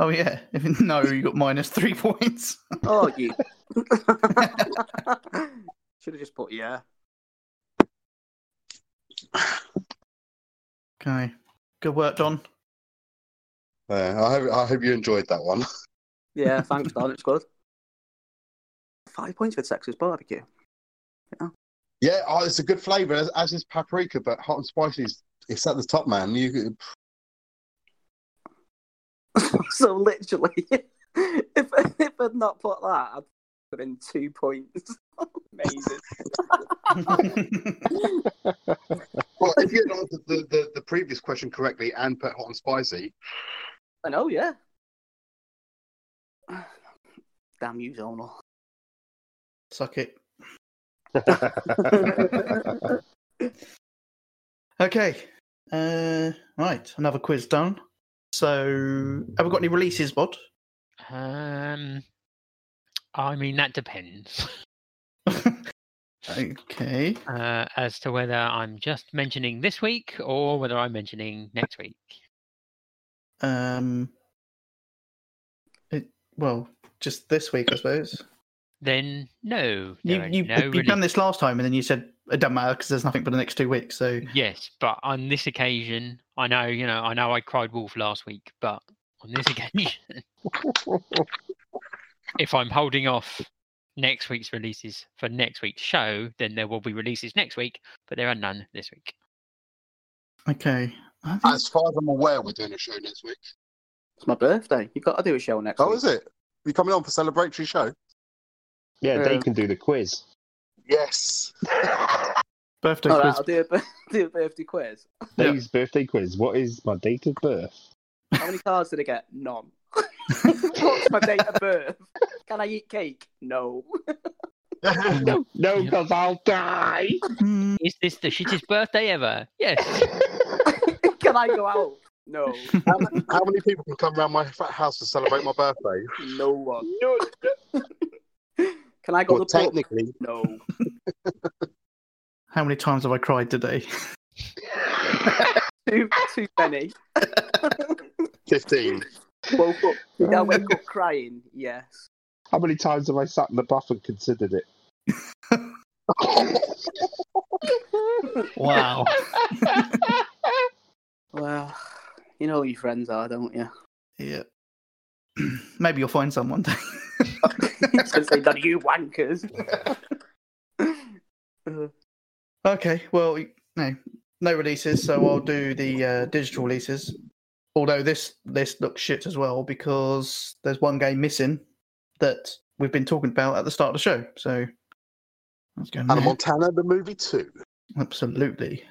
S3: Oh yeah. If no, you got minus three points.
S6: Oh, you. Should have just put yeah.
S3: Okay. Good work, Don.
S7: Yeah, I hope I hope you enjoyed that one.
S6: Yeah, thanks, Don. It's good. Five points for Texas barbecue.
S7: Yeah, oh, it's a good flavour, as, as is paprika, but hot and spicy is it's at the top, man. You
S6: so literally, if if I'd not put that, I'd have been two points. Amazing.
S7: well, if you had answered the, the, the previous question correctly and put hot and spicy,
S6: I know, yeah. Damn you, Zonal.
S3: Suck it.
S5: I've
S3: Okay. Uh, right, another quiz done. So, have we got any releases, Bod?
S4: Um, I mean, that depends
S3: okay.
S4: uh, as to whether I'm just mentioning this week or whether I'm mentioning next week.
S3: Um. It, well, just this week, I suppose.
S4: Then no,
S3: You
S4: there are
S3: you
S4: no
S3: you've
S4: releases.
S3: done this last time, and then you said it doesn't matter because there's nothing for the next two weeks. So
S4: Yes, but on this occasion, I know, you know, I know I cried wolf last week, but on this occasion, if I'm holding off next week's releases for next week's show, then there will be releases next week, but there are none this week.
S3: okay. I think-
S7: as far as I'm aware, we're doing a show next week.
S6: It's my birthday. You've got to do a show next
S7: Oh,
S6: week.
S7: is it? You coming on for celebratory show?
S5: yeah, they can do the quiz.
S7: Yes.
S3: Birthday
S6: All right,
S3: quiz.
S6: I'll do a, bir- do a birthday quiz.
S3: Yeah.
S5: Dave's birthday quiz. What is my date of birth?
S6: How many cards did I get? None. What's my date of birth? Can I eat cake? No.
S5: No,
S4: Yeah.
S5: because I'll die.
S3: Mm,
S4: Is this the shittest birthday ever? Yes.
S6: Can I go out? No.
S7: How many- How many people can come round my f- house to celebrate my birthday?
S6: No one.
S5: No,
S6: Can I go
S7: Well,
S6: to the pub?
S7: technically,
S6: No.
S3: How many times have I cried today?
S6: Too, too many.
S7: 15.
S6: Woke up. Did I wake up crying? Yes.
S5: How many times have I sat in the bath and considered it?
S3: Wow.
S6: Well, you know who your friends are, don't you?
S3: yeah. Maybe you'll find someone.
S6: Because they done you wankers.
S3: okay. Well, no, no releases, so I'll do the uh, digital releases. Although this list looks shit as well because there's one game missing that we've been talking about at the start of the show. So let's go.
S7: Hannah Montana, the movie too.
S3: Absolutely.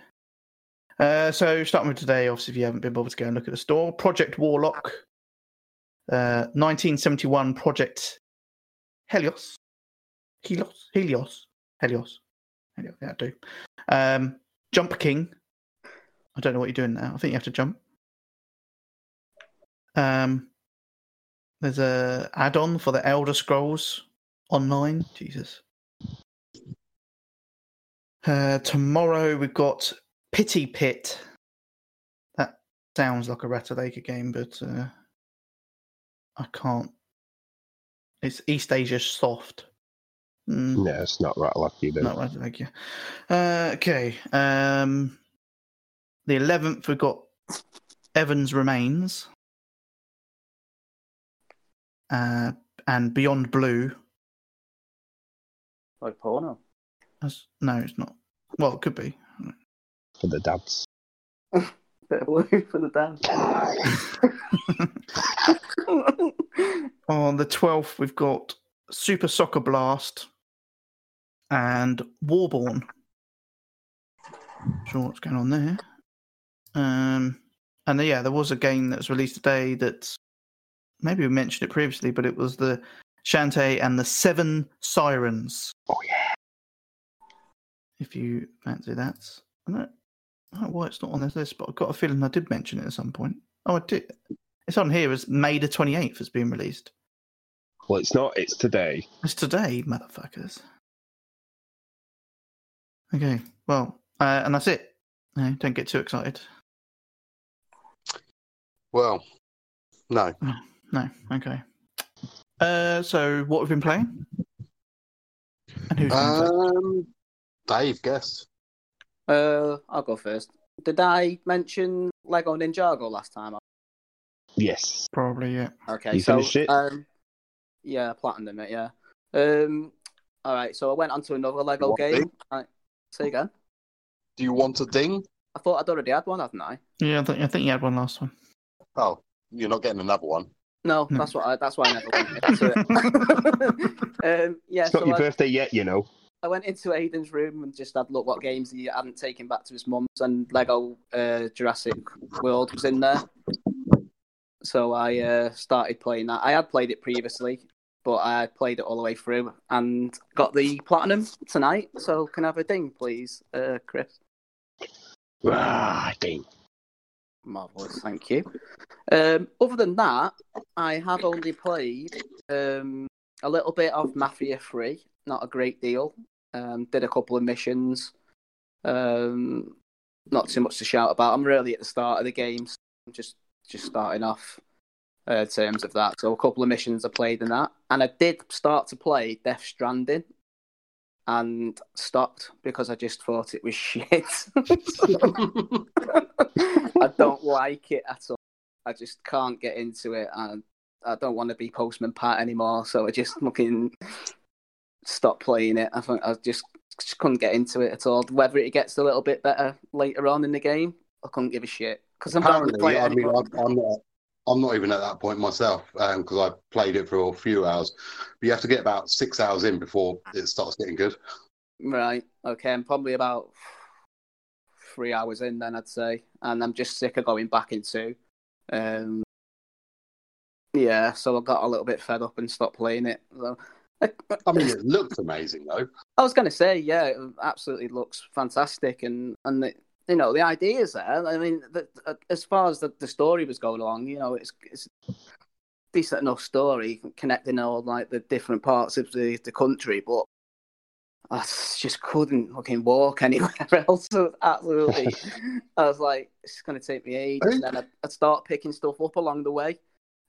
S3: Uh, so starting with today, obviously, if you haven't been bothered to go and look at the store, Project Warlock, uh, 1971 Project Helios, Helios, Helios, Helios, Helios. Yeah, I do. Um, jump King. I don't know what you're doing now. I think you have to jump. Um, there's a add-on for the Elder Scrolls Online. Jesus. Uh, tomorrow we've got Pity Pit. That sounds like a Ratalaker game, but uh, I can't. It's East Asia Soft. Mm,
S5: no, it's not right lucky then.
S3: Not Ratalaker. Uh, okay. Um, the 11th we've got Evans Remains. Uh, and Beyond Blue.
S6: like porno.
S3: That's, no, it's not. Well, it could be.
S5: For the dads.
S6: Bit of blue for the dance.
S3: On the 12th, we've got Super Soccer Blast and Warborn. Sure, what's going on there? Um, and then, yeah, there was a game that was released today that maybe we mentioned it previously, but it was the Shantae and the Seven Sirens.
S5: Oh, yeah.
S3: If you fancy that, I don't, I don't know why it's not on this list, but I've got a feeling I did mention it at some point. Oh, I did. It's on here as May the 28th, it's being released.
S5: Well, it's not. It's today.
S3: It's today, motherfuckers. Okay, well, uh, and that's it. No, don't get too excited.
S7: Well, no.
S3: No, okay. Uh, so what we've been playing? And who's uh,
S7: Um, Dave, guess.
S6: Uh, I'll go first. Did I mention Lego Ninjago last time?
S5: Yes.
S3: probably yeah.
S6: Okay,
S5: You
S6: so
S5: finished it?
S6: um, yeah, platinum it, yeah. Um, all right, so I went on to another Lego
S7: What
S6: game.
S7: thing?
S6: I, say again.
S7: Do you want a ding?
S6: I thought I'd already had one, hadn't I?
S3: Yeah, I think, I think you had one last one.
S7: Oh, you're not getting another one.
S6: No,
S5: Hmm.
S3: No.
S6: that's what I, that's why I never went into it. um, yeah,
S5: It's not
S6: so
S5: your
S6: I,
S5: birthday yet, you know.
S6: I went into Aiden's room and just had a look what games he hadn't taken back to his mum's, and Lego uh, Jurassic World was in there. So I uh, started playing that. I had played it previously, but I played it all the way through and got the platinum tonight. So can I have a ding, please, uh, Chris?
S5: Ah, dang.
S6: Marvelous, thank you. Um, other than that, I have only played um, a little bit of Mafia Three, not a great deal. Um, did a couple of missions. Um, not too much to shout about. I'm really at the start of the game. So I'm just just starting off uh, in terms of that. So a couple of missions I played in that, and I did start to play Death Stranding. And stopped because I just thought it was shit. I don't like it at all. I just can't get into it, and I don't want to be Postman Pat anymore. So I just fucking stopped playing it. I think I just, just couldn't get into it at all. Whether it gets a little bit better later on in the game, I couldn't give a shit because I'm not going to play
S7: Apparently,
S6: it
S7: I mean,
S6: anymore.
S7: I'm I'm not, I'm not even at that point myself because I played it for a few hours. But you have to get about six hours in before it starts getting good.
S6: Right. Okay. I'm probably about three hours in, then I'd say, and I'm just sick of going back into. Um, yeah, so I got a little bit fed up and stopped playing it. So,
S7: I mean, it looked amazing though.
S6: I was going to say, yeah, it absolutely looks fantastic, and and the, you know the ideas there. I mean, the, as far as the, the story was going along, you know, it's it's a decent enough story connecting all like the different parts of the the country, but I s- just couldn't fucking walk anywhere else. I was Absolutely, I was like, it's going to take me ages. And then I, I start picking stuff up along the way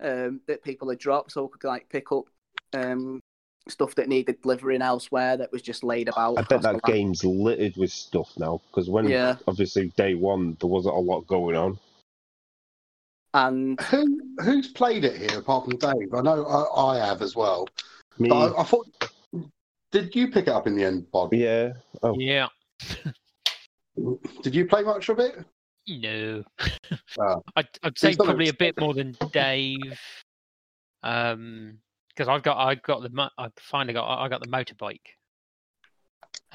S6: um, that people had dropped, so I could like pick up. Um, Stuff that needed delivering elsewhere that was just laid about.
S5: I
S6: across the
S5: bet that
S6: land.
S5: game's littered with stuff now because when
S6: Yeah.
S5: obviously day one there wasn't a lot going on.
S6: And
S7: Who who's played it here apart from Dave? I know I, I have as well.
S5: Me,
S7: But I, I thought, did you pick it up in the end, Bod?
S5: yeah, Oh.
S4: Yeah.
S7: Did you play much of it?
S4: No.
S5: Ah.
S7: Wow.
S4: I'd, I'd say
S7: It's not
S4: probably a
S7: ex-
S4: bit more than Dave. Um, because I've got I got the mo- I finally got I got the motorbike.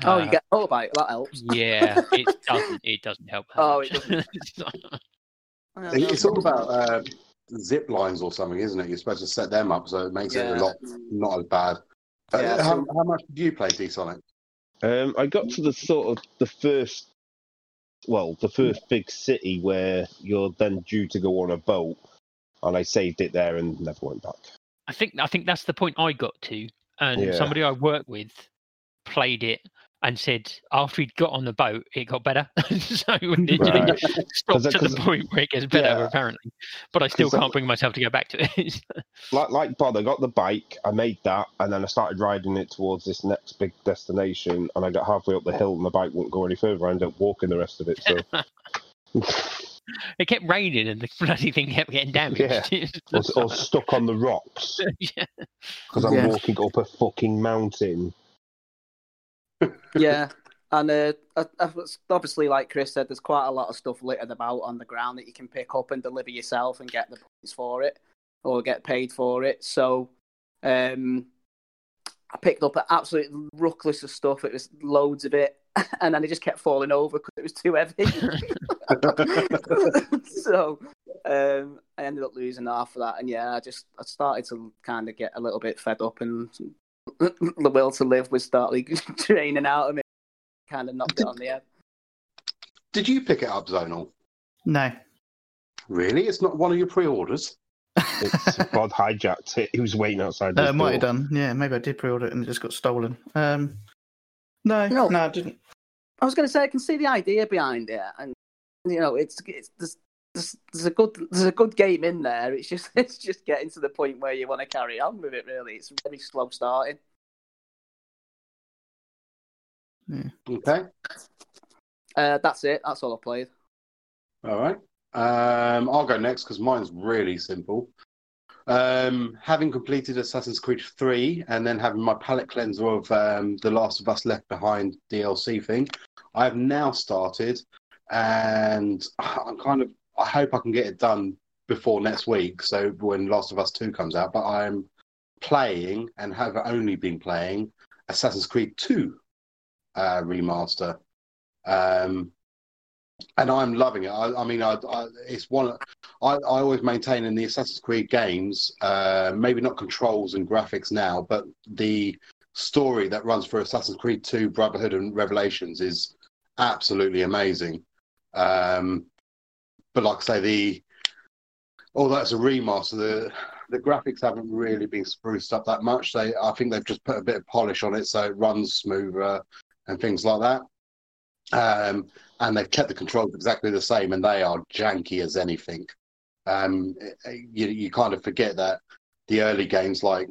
S6: oh,
S4: Uh,
S6: you get a motorbike. That helps.
S4: Yeah, it doesn't. It doesn't help. that
S6: Oh, it
S4: much.
S6: doesn't.
S4: It's not-
S6: Yeah,
S7: It- It's all
S6: that's-
S7: about uh, zip lines or something, isn't it? You're supposed to set them up so it makes it
S6: Yeah.
S7: a lot not as bad. Uh,
S6: Yeah,
S7: how,
S6: so-
S7: how much did you play D Sonic?
S5: um, I got to the sort of the first, well, the first big city where you're then due to go on a boat, and I saved it there and never went back.
S4: I think I think that's the point I got to, and
S5: Yeah.
S4: somebody I work with played it and said after he'd got on the boat, it got better. so it literally
S5: Right.
S4: stopped
S5: 'Cause I-
S4: at the
S5: 'cause-
S4: point where it gets better,
S5: yeah.
S4: apparently. But I still
S5: 'Cause I-
S4: can't bring myself to go back to it.
S5: Like like Bod, I got the bike, I made that, and then I started riding it towards this next big destination, and I got halfway up the hill and the bike wouldn't go any further. I ended up walking the rest of it. So
S4: it kept raining and the bloody thing kept getting damaged.
S5: Yeah.
S4: It's
S5: I was,
S4: just
S5: I
S4: like-
S5: was stuck on the rocks
S4: yeah.
S5: because I'm
S6: Yeah.
S5: walking up a fucking mountain.
S6: yeah. And uh, I, I was- obviously, like Chris said, there's quite a lot of stuff littered about on the ground that you can pick up and deliver yourself and get the points for it or get paid for it. So um, I picked up an absolute ruckless of stuff. It was loads of it. And then it just kept falling over because it was too heavy. so um, I ended up losing half of that. And yeah, I just I started to kind of get a little bit fed up and the will to live was starting draining out of me. Kind of knocked it on the head.
S7: Did you pick it up, Zonal?
S3: No.
S7: Really? It's not one of your pre-orders.
S5: It's, Bod hijacked it. He was waiting outside.
S3: No,
S5: his
S3: I Uh, might have
S5: door.
S3: done. Yeah, maybe I did pre-order it and it just got stolen. Um, no,
S6: No.
S3: no, I didn't.
S6: I was going to say I can see the idea behind it, and you know, it's it's there's, there's, there's a good there's a good game in there. It's just it's just getting to the point where you want to carry on with it. Really, it's very slow starting.
S7: Okay.
S6: Uh, that's it. That's all I played.
S7: All right. Um, I'll go next because mine's really simple. Um, having completed Assassin's Creed 3 and then having my palette cleanser of um, The Last of Us Left Behind DLC thing, I've now started and I'm kind of, I hope I can get it done before next week. So when Last of Us 2 comes out, but I'm playing and have only been playing Assassin's Creed 2 uh, remaster. Um, and I'm loving it. I, I mean, I, I, it's one. I, I always maintain in the Assassin's Creed games, uh, maybe not controls and graphics now, but the story that runs for Assassin's Creed Two, Brotherhood, and Revelations is absolutely amazing. Um, but like I say, the although it's a remaster, the the graphics haven't really been spruced up that much. They, I think they've just put a bit of polish on it so it runs smoother and things like that. Um, and they've kept the controls exactly the same, and they are janky as anything. Um, it- it- you you kind of forget that the early games, like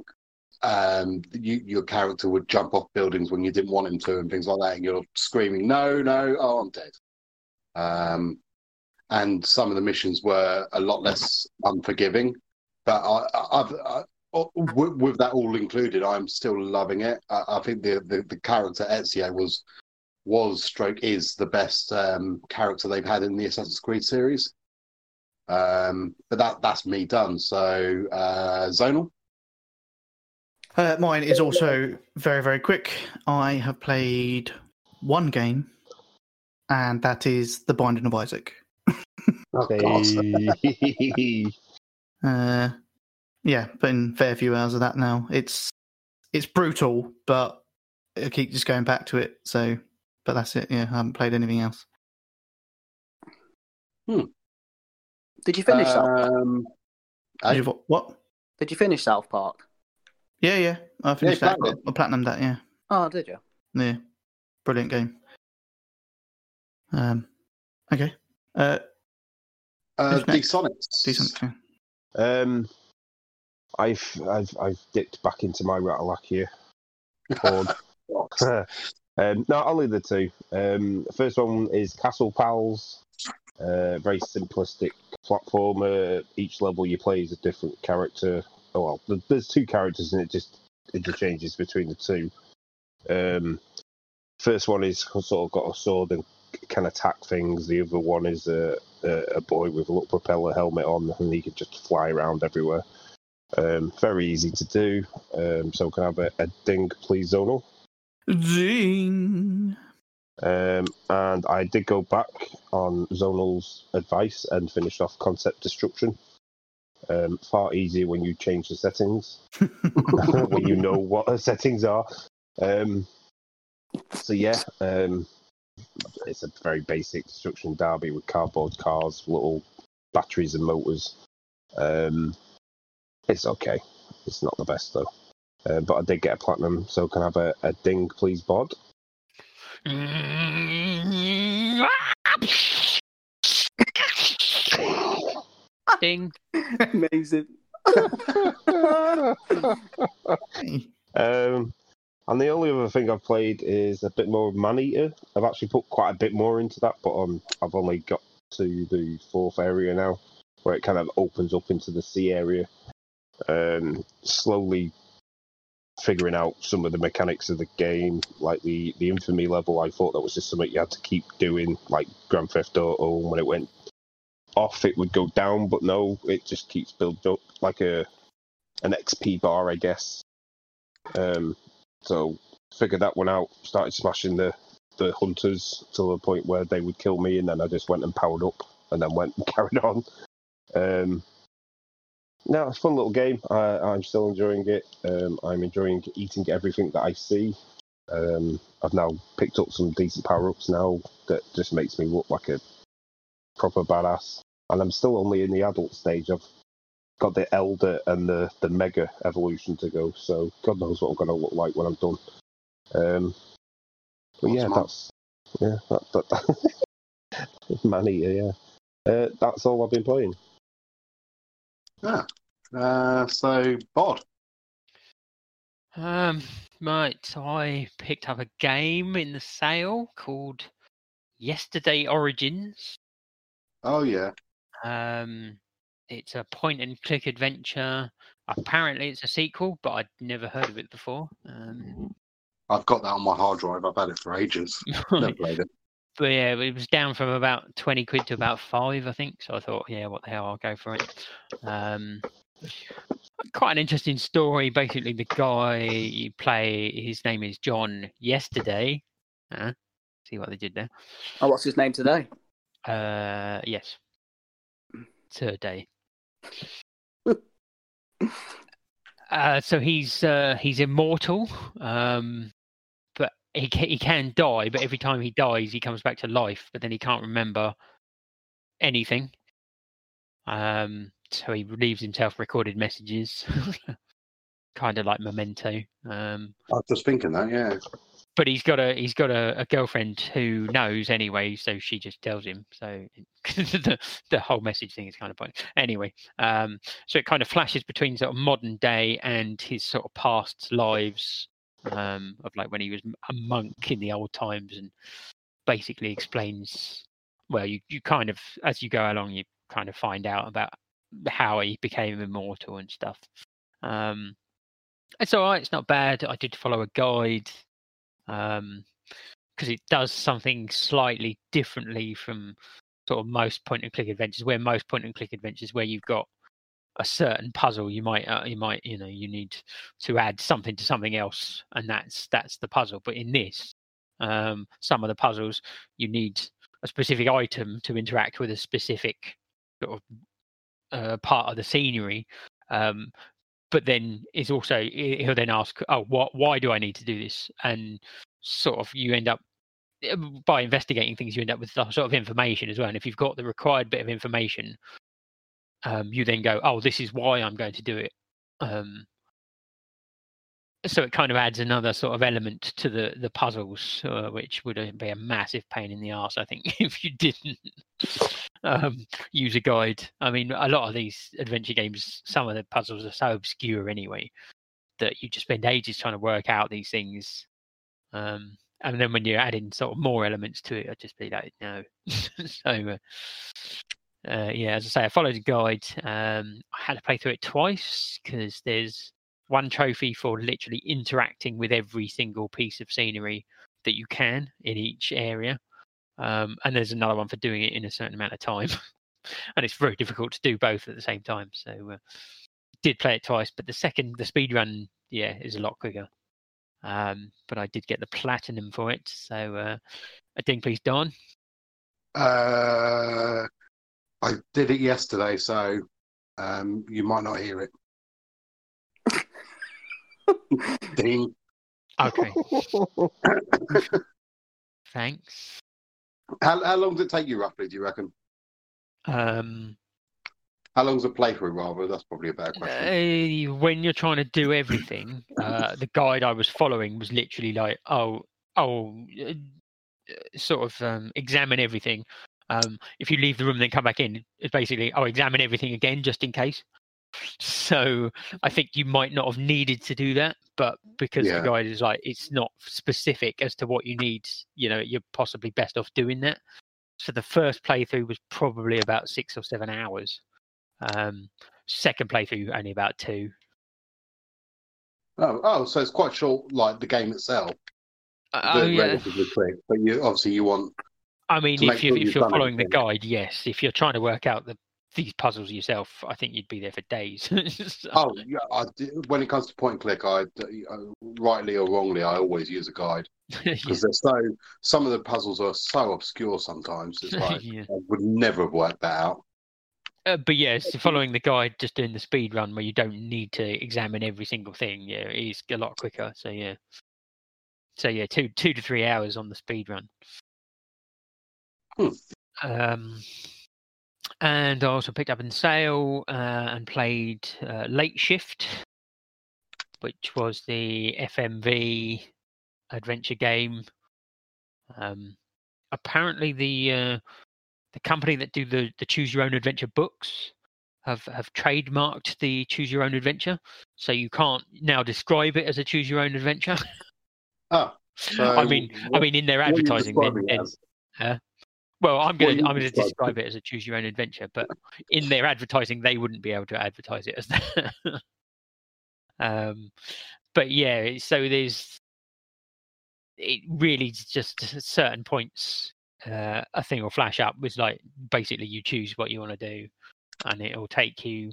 S7: um, you, your character would jump off buildings when you didn't want him to, and things like that, and you're screaming, "No, no! Oh, I'm dead!" Um, and some of the missions were a lot less unforgiving, but I, I- I've. I, oh, with, with that all included, I'm still loving it. I, I think the, the, the character Ezio was was stroke is the best um, character they've had in the Assassin's Creed series. Um, but that that's me done. So uh, zonal.
S3: Uh, mine is also very, very quick. I have played one game and that is The Binding of Isaac.
S7: Oh, God.
S5: Hey.
S3: Uh, yeah, but in fair few hours of that now. It's it's brutal, but I keep just going back to it. So, but that's it. Yeah, I haven't played anything else.
S6: Did you finish South Park?
S7: Um, I-
S3: You've- what?
S6: Did you finish South Park?
S3: Yeah, yeah. I finished that.
S7: platinumed
S3: I platinum that. Yeah,
S6: Oh, did you?
S3: yeah. Brilliant game. Um, okay. Uh,
S7: uh,
S3: Who's next?
S7: Sonics.
S3: decent. yeah.
S5: um, I've I've I've dipped back into my rattalakia porn. um, no, I'll leave the two. Um, the first one is Castle Pals. Uh, very simplistic platformer. Each level you play is a different character. Oh well, th- there's two characters and it just interchanges between the two. Um, first one is sort of got a sword and can attack things. The other one is a, a, a boy with a little propeller helmet on and he can just fly around everywhere. Um, very easy to do. Um, so can I have a, a ding, please, Zonal?
S3: Zing.
S5: Um, and I did go back on Zonal's advice and finished off concept destruction. Um, far easier when you change the settings, when you know what the settings are. Um, so yeah, um, it's a very basic destruction derby with cardboard cars, little batteries and motors. Um, it's okay. It's not the best though. Uh, but I did get a platinum, so can I have a, a ding, please, Bod?
S4: Um, Ding.
S6: Amazing.
S5: Um, and the only other thing I've played is a bit more of Man Eater. I've actually put quite a bit more into that, but um, I've only got to the fourth area now, where it kind of opens up into the sea area. Um, slowly figuring out some of the mechanics of the game, like the the infamy level. I thought that was just something you had to keep doing, like Grand Theft Auto. And when it went off, it would go down, but no, it just keeps building up like a an XP bar, I guess. Um, so figured that one out. Started smashing the the hunters to the point where they would kill me, and then I just went and powered up, and then went and carried on. Um, no, it's a fun little game. I, I'm still enjoying it. Um, I'm enjoying eating everything that I see. Um, I've now picked up some decent power ups now that just makes me look like a proper badass. And I'm still only in the adult stage. I've got the elder and the, the mega evolution to go. So God knows what I'm going to look like when I'm done. Um, but yeah, that's
S7: That's
S5: yeah, that, that, that. man eater. Yeah, uh, that's all I've been playing.
S7: Uh, so, Bod.
S4: Um, right, so I picked up a game in the sale called Yesterday Origins.
S7: Oh, yeah.
S4: Um, it's a point and click adventure. Apparently, it's a sequel, but I'd never heard of it before. Um,
S7: I've got that on my hard drive. I've had it for ages. Never played it.
S4: but yeah, it was down from about twenty quid to about five, I think. So I thought, yeah, what the hell, I'll go for it. Um, quite an interesting story. Basically, the guy you play, his name is John. Yesterday, uh, see what they did there.
S6: Oh, what's his name today?
S4: Uh, yes, today. Uh, so he's uh, he's immortal, um, but he ca- he can die. But every time he dies, he comes back to life. But then he can't remember anything. Um, so he leaves himself recorded messages, kind of like Memento. Um,
S7: I was just thinking that, yeah.
S4: but he's got a he's got a, a girlfriend who knows anyway, so she just tells him. So the the whole message thing is kind of funny. Anyway, um, so it kind of flashes between sort of modern day and his sort of past lives um, of like when he was a monk in the old times, and basically explains. Well, you you kind of as you go along, you kind of find out about how he became immortal and stuff. Um, it's all right. It's not bad. I did follow a guide um because it does something slightly differently from sort of most point and click adventures where most point and click adventures where you've got a certain puzzle you might uh, you might you know you need to add something to something else and that's that's the puzzle but in this um some of the puzzles you need a specific item to interact with a specific sort of uh, part of the scenery. Um, but then it's also he- he'll then ask, "Oh, what? Why do I need to do this?" And sort of you end up eh, by investigating things, you end up with some sort of information as well. And if you've got the required bit of information, um, you then go, "Oh, this is why I'm going to do it." Um, so it kind of adds another sort of element to the the puzzles, uh, which would uh, be a massive pain in the ass, I think, if you didn't um, use a guide. I mean, a lot of these adventure games, some of the puzzles are so obscure anyway that you just spend ages trying to work out these things. Um, and then when you add in sort of more elements to it, I'd just be like, no. so, uh, uh, yeah, as I say, I followed a guide. Um, I had to play through it twice because there's one trophy for literally interacting with every single piece of scenery that you can in each area. Um, and there's another one for doing it in a certain amount of time. and it's very difficult to do both at the same time. So, uh, did play it twice, but the second, the speed run, yeah, is a lot quicker. Um, but I did get the platinum for it. So, uh, a ding, please, Don.
S7: Uh, I did it yesterday, so um, you might not hear it. Ding.
S4: Okay, thanks.
S7: How, how long does it take you roughly? Do you reckon?
S4: Um,
S7: How long's a playthrough? Rather, that's probably a better question.
S4: Uh, when you're trying to do everything, uh, the guide I was following was literally like, "Oh, oh, uh, sort of um, examine everything. Um, if you leave the room, then come back in. It's basically, oh, examine everything again just in case." So I think you might not have needed to do that, but because
S7: Yeah.
S4: the guide is like, it's not specific as to what you need. You know, you're possibly best off doing that. So the first playthrough was probably about six or seven hours. Um, second playthrough only about two.
S7: Oh, oh, so it's quite short, like the game itself.
S4: Oh
S7: but
S4: yeah.
S7: relatively quick. But you obviously you want.
S4: I mean,
S7: to
S4: if
S7: make
S4: you
S7: sure
S4: if
S7: you've
S4: you're
S7: done
S4: following the
S7: everything.
S4: guide, yes. If you're trying to work out the these puzzles yourself, I think you'd be there for days. So-
S7: Oh, yeah. I d when it comes to point and click, I uh, rightly or wrongly, I always use a guide because they're so. Some of the puzzles are so obscure sometimes. It's
S4: yeah.
S7: like
S4: yeah.
S7: I would never have worked that out.
S4: Uh, but yes, following the guide, just doing the speed run where you don't need to examine every single thing, yeah, it is a lot quicker. So yeah, so yeah, two two to three hours on the speed run.
S7: Hmm.
S4: Um, and I also picked up in sale uh, and played uh, Late Shift, which was the FMV adventure game. Um, apparently the uh, the company that do the, the choose your own adventure books have have trademarked the choose your own adventure so you can't now describe it as a choose your own adventure
S7: Oh,
S4: i mean i mean in their
S7: what are you
S4: advertising then-
S7: describing it
S4: then-
S7: as?
S4: well i'm going
S7: you
S4: to i'm going to
S7: describing?
S4: describe it as a choose your own adventure but in their advertising they wouldn't be able to advertise it as that um but yeah it's- so there's it really is just at certain points uh, a thing will flash up was like basically you choose what you want to do and it'll take you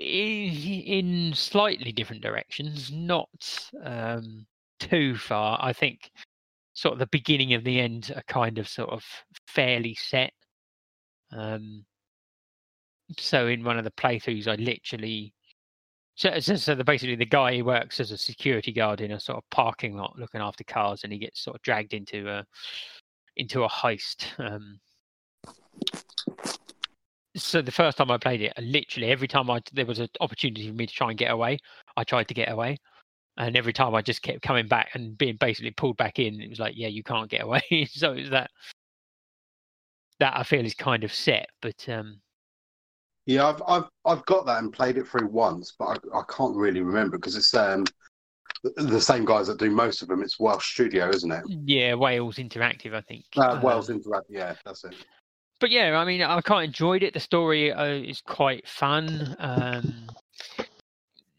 S4: i- in slightly different directions not um too far i think sort of the beginning and the end are kind of sort of fairly set um so in one of the playthroughs i literally so, so, so the, basically, the guy he works as a security guard in a sort of parking lot, looking after cars, and he gets sort of dragged into a into a heist. Um, so the first time I played it, I literally every time I there was an opportunity for me to try and get away, I tried to get away, and every time I just kept coming back and being basically pulled back in. It was like, yeah, you can't get away. so it's that that I feel is kind of set, but um,
S7: Yeah, I've I've I've got that and played it through once, but I, I can't really remember because it's um th- the same guys that do most of them. It's Welsh Studio, isn't it?
S4: yeah, Wales Interactive, I think.
S7: Uh,
S4: um,
S7: Wells Interact. Yeah, that's it.
S4: but yeah, I mean, I quite enjoyed it. The story uh, is quite fun. Um,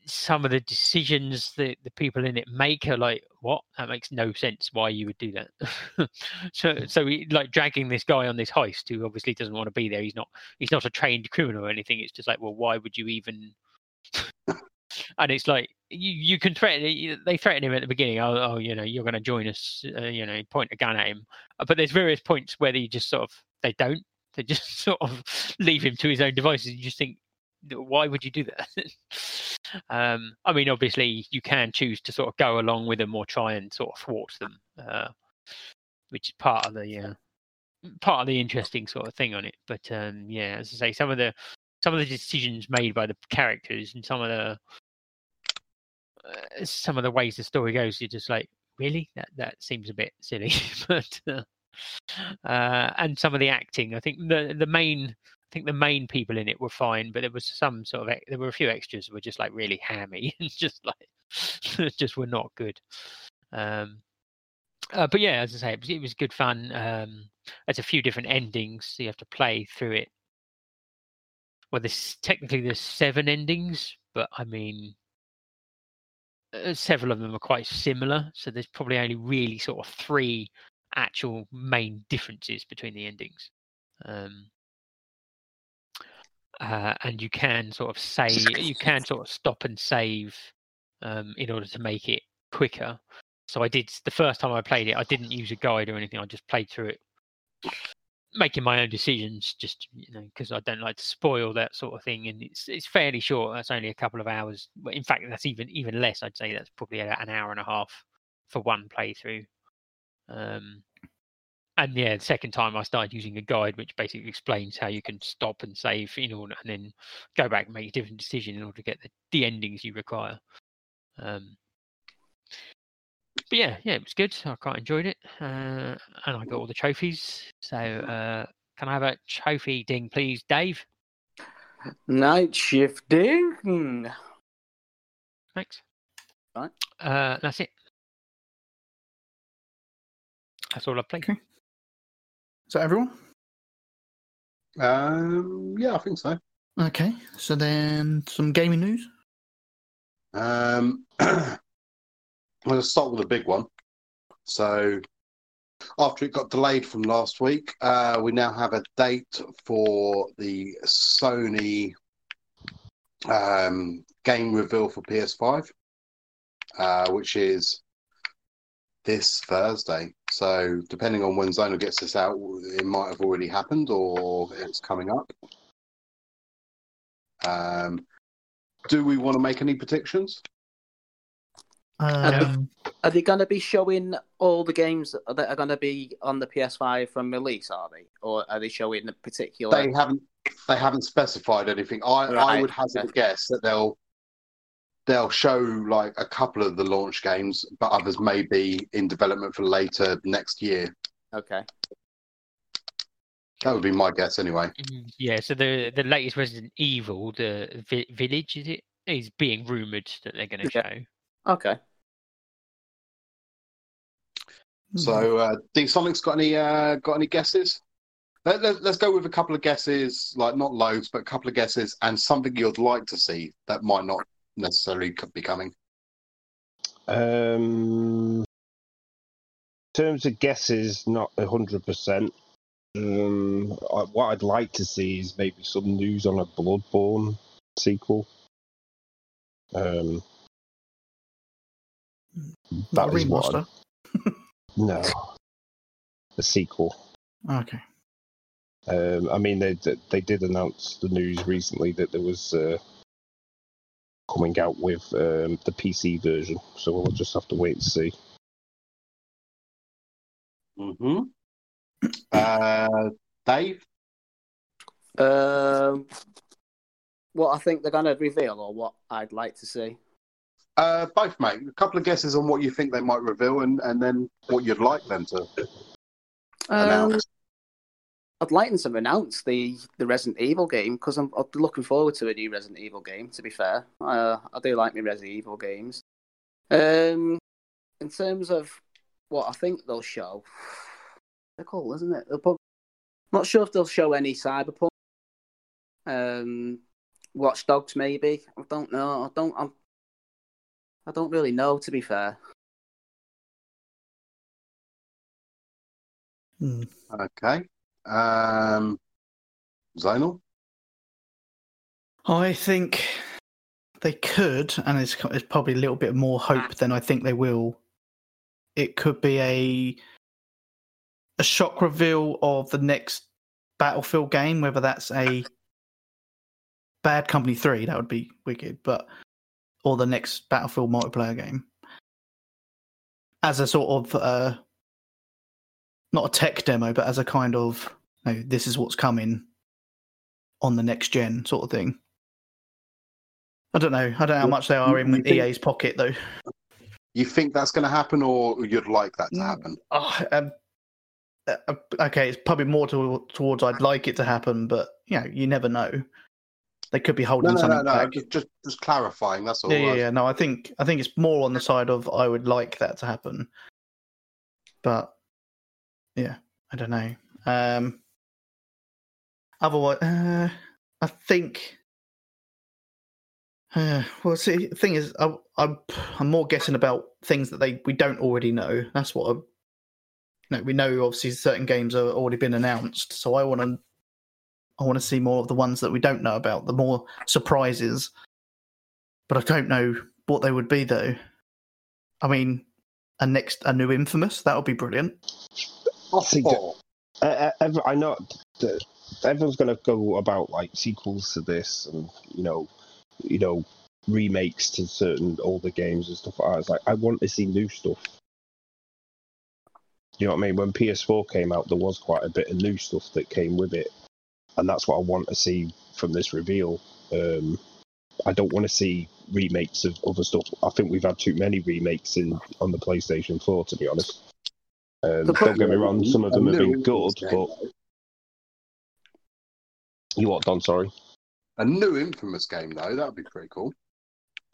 S4: some of the decisions that the people in it make are like, "What? That makes no sense. Why you would do that?" so, so we, like dragging this guy on this heist who obviously doesn't want to be there. He's not. He's not a trained criminal or anything. It's just like, well, why would you even? and it's like you, you can threaten. you- They threaten him at the beginning. Oh, oh you know, you're going to join us. Uh, you know, point a gun at him. Uh, But there's various points where they just sort of they don't. They just sort of leave him to his own devices. You just think, "Th- why would you do that? um, I mean, obviously, you can choose to sort of go along with them or try and sort of thwart them, uh, which is part of the uh, part of the interesting sort of thing on it. But um, yeah, as I say, some of the some of the decisions made by the characters and some of the uh, some of the ways the story goes, you're just like, really? That that seems a bit silly. but uh, uh, and some of the acting, I think the the main I think the main people in it were fine, but there was some sort of ex- there were a few extras that were just like really hammy and just like just were not good. Um, uh, but yeah, as I say, it was, it was good fun. Um, there's a few different endings, so you have to play through it. Well, there's technically there's seven endings, but I mean, uh, several of them are quite similar. So there's probably only really sort of three actual main differences between the endings. Um, uh, and you can sort of say you can sort of stop and save um, in order to make it quicker. So I did the first time I played it, I didn't use a guide or anything. I just played through it, making my own decisions, just you know, because I don't like to spoil that sort of thing. And it's it's fairly short. That's only a couple of hours. Well, In fact, that's even even less. I'd say that's probably a- an hour and a half for one playthrough. Um, and yeah, the second time I started using a guide, which basically explains how you can stop and save in order, and then go back and make a different decision in order to get the, the endings you require. Um, but yeah, yeah, it was good. I quite enjoyed it, uh, and I got all the trophies. So uh, can I have a trophy ding, please, Dave?
S6: Night shifting.
S4: Thanks.
S6: Right.
S4: Uh, that's it. That's all I played.
S3: Okay. Is that everyone?
S7: Um, yeah, I think so.
S3: Okay. So then some gaming news.
S7: Um, I'm going to start with a big one. So, after it got delayed from last week, uh, we now have a date for the Sony um, game reveal for PS5, uh, which is this Thursday. So, depending on when Zona gets this out, it might have already happened or it's coming up. Um, do we want to make any predictions?
S6: the-
S3: Um,
S6: Are they going to be showing all the games that are going to be on the PS5 from release? Are they, or are they showing a particular?
S7: they haven't they haven't specified anything. I, I
S6: Right,
S7: would hazard a
S6: okay.
S7: guess that they'll they'll show like a couple of the launch games, but others may be in development for later next year.
S6: Okay.
S7: That would be my guess anyway.
S4: Mm, Yeah, so the the latest Resident Evil, the vi- village, is it is being rumored that they're going to
S6: Yeah.
S4: show.
S6: Okay.
S3: Hmm.
S7: So uh, D Sonic's got any uh, got any guesses? Let, let, let's go with a couple of guesses, like not loads, but a couple of guesses, and something you'd like to see that might not necessarily could be coming.
S5: Um, terms of guesses, not hundred percent. Um, I- what I'd like to see is maybe some news on a Bloodborne sequel. Um,
S3: Not a
S5: that is what.
S3: remaster.
S5: No, a sequel.
S3: Okay.
S5: Um, I mean, they d- they did announce the news recently that there was uh, coming out with um, the PC version, so we'll just have to wait and see.
S7: Mm-hmm. Uh, Dave.
S6: Um, what I think they're going to reveal, or what I'd like to see.
S7: Uh, both, mate. A couple of guesses on what you think they might reveal, and, and then what you'd like them to
S6: Um,
S7: announce.
S6: I'd like them to announce the, the Resident Evil game because I'm, I'm looking forward to a new Resident Evil game. To be fair, uh, I do like my Resident Evil games. Um, in terms of what I think they'll show, they're cool, isn't it? They'll prob- not sure if they'll show any Cyberpunk, um, Watch Dogs, maybe. I don't know. I don't. I'm, I don't really know. To be fair,
S3: Hmm.
S7: Okay. Um, Zonal.
S3: I think they could, and it's, co- it's probably a little bit more hope than I think they will. It could be a a shock reveal of the next Battlefield game, whether that's a Bad Company Three, that would be wicked, but or the next Battlefield multiplayer game as a sort of uh, not a tech demo, but as a kind of you know, this is what's coming on the next gen sort of thing. I don't know. I don't know how much they are in
S7: You think-
S3: EA's pocket though.
S7: You think that's going to happen, or you'd like that to
S3: Mm.
S7: happen?
S3: Oh, um, uh, uh, okay, it's probably more to, towards I'd like it to happen, but you know, you never know. They could be holding
S7: No, no, no,
S3: something
S7: no.
S3: back.
S7: Just, just, just clarifying. That's all.
S3: yeah, yeah, yeah. No, I think I think it's more on the side of I would like that to happen, but yeah, I don't know. Um, otherwise, uh, I think. Uh, well, see, the thing is, I, I'm I'm more guessing about things that they we don't already know. That's what. I, no, we know obviously certain games are already been announced, so I want to. I want to see more of the ones that we don't know about, the more surprises but I don't know what they would be though. I mean, a next a new Infamous that would be brilliant.
S7: Oh,
S5: think that- I, I, E, ev- I know that everyone's going to go about like sequels to this and you know, you know, remakes to certain older games and stuff like that. It's like I want to see new stuff. You know what I mean? When PS4 came out, there was quite a bit of new stuff that came with it, and that's what I want to see from this reveal. Um, I don't want to see remakes of other stuff. I think we've had too many remakes in on the PlayStation 4, to be honest. Um, don't get me wrong, some of them have been good, but you what, Don? Sorry.
S7: a new infamous game though that would be pretty cool.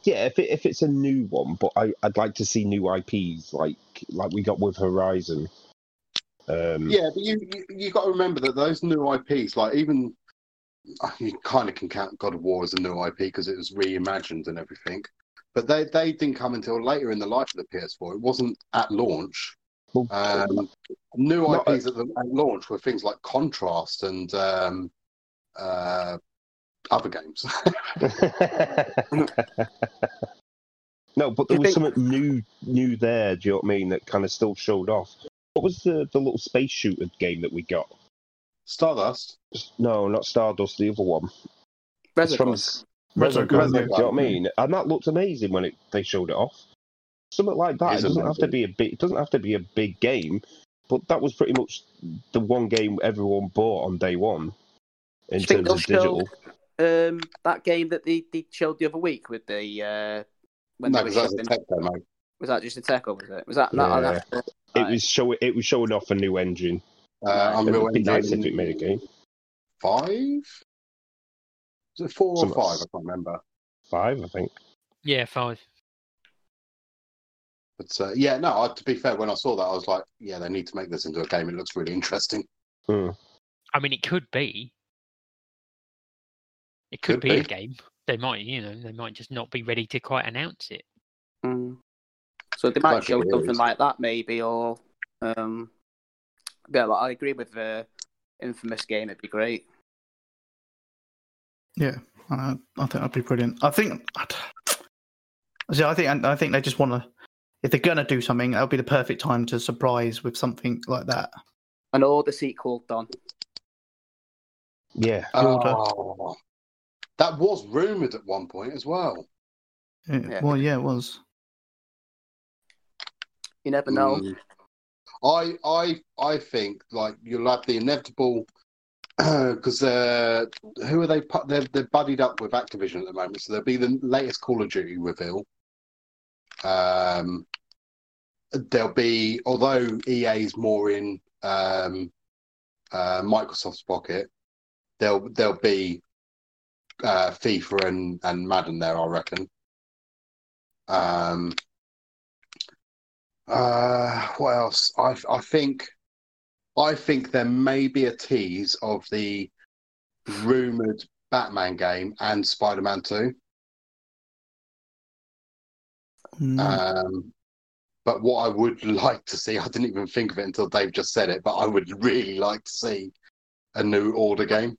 S5: Yeah, if it, if it's a new one, but I I'd like to see new IPs like like we got with Horizon. Um,
S7: Yeah, but you you, you got to remember that those new IPs, like even you kind of can count God of War as a new IP because it was reimagined and everything. But they, they didn't come until later in the life of the PS4. It wasn't at launch.
S5: well,
S7: Um, new
S5: Not
S7: IPs at, the, at launch were things like Contrast and um, uh, other games.
S5: no, but there
S6: You
S5: was
S6: think-
S5: something new new there. Do you know what I mean? That kind of still showed off. What was the the little space shooter game that we got?
S7: Stardust.
S5: No, not Stardust. The other one. It's from
S6: Resident
S5: s-
S3: Resident
S5: Resident Evil,
S7: Evil,
S5: Do you know what I mean? And that looked amazing when it, they showed it off. Something like that. It,
S7: It is
S5: doesn't have to
S7: amazing.
S5: be a big. It doesn't have to be a big game, but that was pretty much the one game everyone bought on day one
S6: Do
S5: in
S6: you think
S5: terms of
S6: they'll show-
S5: digital.
S6: um, that game that they, they showed the other week with the uh, when
S7: no,
S6: they were
S7: because that was a
S6: shopping.
S7: tech demo.
S6: Was that just a tech over it? Was that not?
S5: Yeah.
S6: That,
S5: It was showing. It was showing off a new engine.
S7: Uh,
S5: It'd
S7: Unreal
S5: be nice if
S7: Engine
S5: it made a game.
S7: five? Is it four or
S5: Something
S7: five? I
S5: like-
S7: can't remember.
S5: Five, I think.
S4: Yeah, five.
S7: But uh, yeah, no. I, to be fair, when I saw that, I was like, yeah, they need to make this into a game. It looks really interesting.
S4: I mean, it could be. It could,
S7: Could
S4: be, a
S7: be.
S4: game. They might, you know, they might just not be ready to quite announce it.
S6: Mm. So they
S7: Might
S6: might
S7: be
S6: show
S7: weird.
S6: something like that, maybe, or um, yeah. Like, I agree with the infamous game. It'd be great.
S3: Yeah, I, Uh, I think that'd be brilliant. I think. See, I think I think they just want to. If they're gonna do something, that'll be the perfect time to surprise with something like that.
S6: And all the sequel done.
S5: Yeah.
S3: Order.
S7: Oh, that was rumored at one point as well.
S3: Yeah,
S6: Yeah.
S3: Well, yeah, it was.
S6: You never know.
S7: Mm. I I I think like you'll have the inevitable because uh, who are they? pu- They're they're buddied up with Activision at the moment, so there'll be the latest Call of Duty reveal. Um, there'll be although EA's more in um, uh, Microsoft's pocket, there'll there'll be uh, FIFA and and Madden there, I reckon. Um, uh, what else? I I think I think there may be a tease of the rumored Batman game and Spider-Man 2.
S3: Mm,
S6: Uh,
S7: Um, but what I would like to see, I didn't even think of it until Dave just said it, but I would really like to see a new Order game.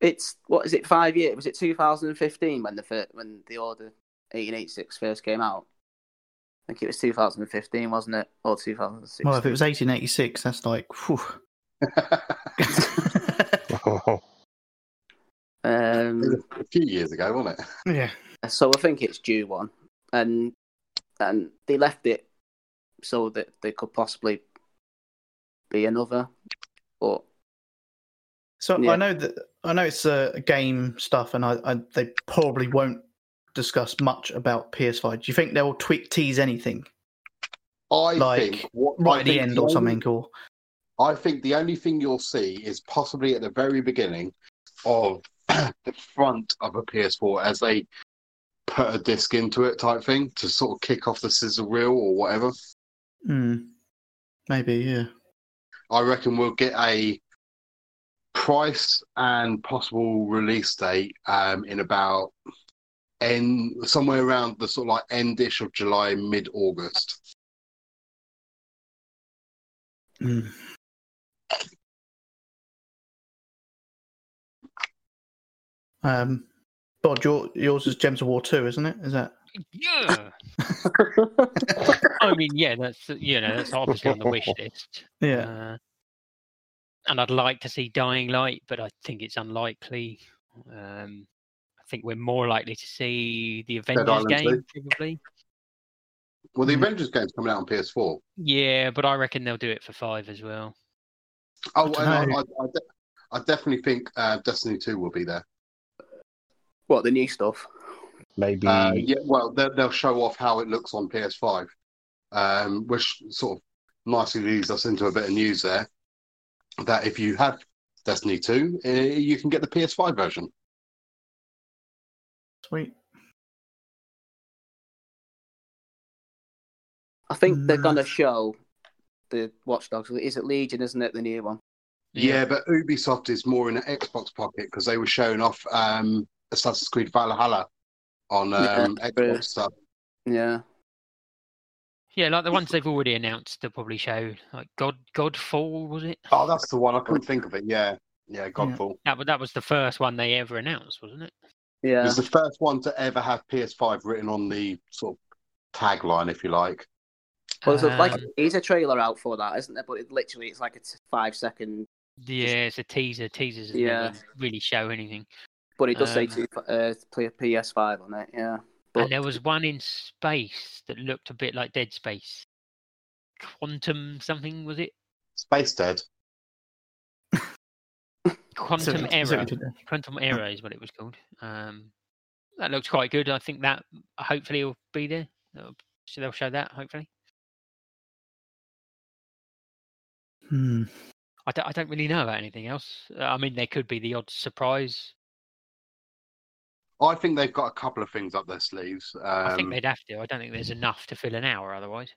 S6: It's what is it? Five years? Was it 2015 when the fir- when the order 1886 first came out? I think it was 2015, wasn't it? Or 2016?
S3: Well, if it was 1886, that's like, phew.
S6: um,
S7: a few years ago, wasn't it?
S3: yeah.
S6: so I think it's due one, and and they left it so that there could possibly be another. But
S3: So
S6: Yeah.
S3: I know that I know it's uh, game stuff, and I, I they probably won't discuss much about PS5. Do you think they'll tweak tease anything
S7: I
S3: Like,
S7: think what,
S3: right
S7: I
S3: at the
S7: think
S3: end or
S7: only-
S3: something? Or
S7: I think the only thing you'll see is possibly at the very beginning of the front of a PS4 as they put a disc into it, type thing, to sort of kick off the sizzle reel or whatever.
S3: Hmm. maybe, yeah.
S7: I reckon we'll get a price and possible release date um, in about end somewhere around the sort of like endish of July, mid August.
S3: Hmm. Um, Bod, your, yours is Gems of War Two, isn't it? Is that?
S4: Yeah. I mean, yeah, that's you know, that's obviously on the wish list.
S3: Yeah.
S4: Uh, and I'd like to see Dying Light, but I think it's unlikely. Um, I think we're more likely to see the Avengers
S7: Island
S4: game, probably.
S7: Well, the
S3: Hmm.
S7: Avengers game's coming out on PS4.
S4: Yeah, but I reckon they'll do it for five as well.
S7: Oh,
S3: I
S7: and I,
S3: dunno.
S7: I, I, de- I definitely think uh, Destiny 2 will be there.
S6: what the new stuff?
S5: Maybe
S7: Uh, yeah, well, they, they'll show off how it looks on PS5, um, which sort of nicely leads us into a bit of news there. That if you have Destiny 2, uh, you can get the PS5 version.
S3: Sweet.
S6: I think they're
S3: Mm.
S6: gonna show the Watch Dogs. Is it Legion? Isn't it the new one?
S7: Yeah, but Ubisoft is more in the Xbox pocket because they were showing off um, Assassin's Creed Valhalla on um,
S6: Yeah, true.
S7: Xbox stuff.
S6: Yeah.
S4: Yeah, like the ones they've already announced, they'll probably show like God Godfall was it?
S7: Oh, that's the one. I couldn't think of it. Yeah. Yeah, Godfall.
S4: That wa- that was the first one they ever announced, wasn't it?
S7: It
S6: Yeah.
S7: was the first one to ever have PS5 written on the sort of tagline, if you like.
S6: Well, there's a, like
S4: Um,
S6: he's a trailer out for that, isn't there? But it, literally, it's like a t- five second,
S4: yeah, it's a teaser. Teasers
S6: Yeah.
S4: yeah. really show anything.
S6: but it does say
S4: Um,
S6: two, uh, play PS Five on it. Yeah. But-
S4: And there was one in space that looked a bit like Dead Space. Quantum something was it?
S7: Space Dead.
S4: Quantum
S3: So- so
S4: Error.
S3: we did that.
S4: Quantum Error is what it was called. Um, that looks quite good. I think that uh, hopefully will be there. That'll- So they'll show that hopefully.
S3: Hmm.
S4: I don't, I don't really know about anything else. Uh, I mean, there could be the odd surprise.
S7: I think they've got a couple of things up their sleeves. Um,
S4: I think they'd have to. I don't think there's enough to fill an hour otherwise.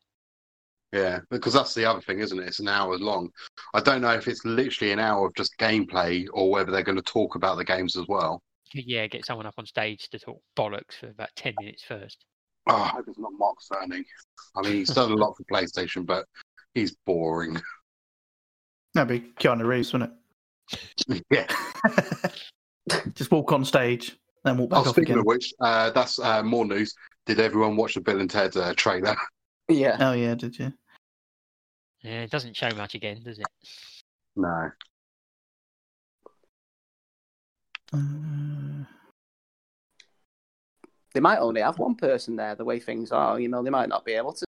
S7: Yeah, because that's the other thing, isn't it? It's an hour long. I don't know if it's literally an hour of just gameplay or whether they're going to talk about the games as well.
S4: Yeah, get someone up on stage to talk bollocks for about 10 minutes first.
S7: Oh, I hope it's not Mark Cerny. I mean, he's done a lot for PlayStation, but he's boring.
S3: That'd be Keanu Reeves, wouldn't
S7: yeah.
S3: it? Just walk on stage, then walk
S7: Oh,
S3: back off
S7: speaking
S3: again.
S7: of which, uh, that's uh, more news. Did everyone watch the Bill and Ted uh, trailer?
S6: yeah.
S3: Oh yeah, did you?
S4: Yeah, it doesn't show much again, does it?
S7: No.
S3: Uh,
S6: They might only have one person there. The way things are, you know, they might not be able to.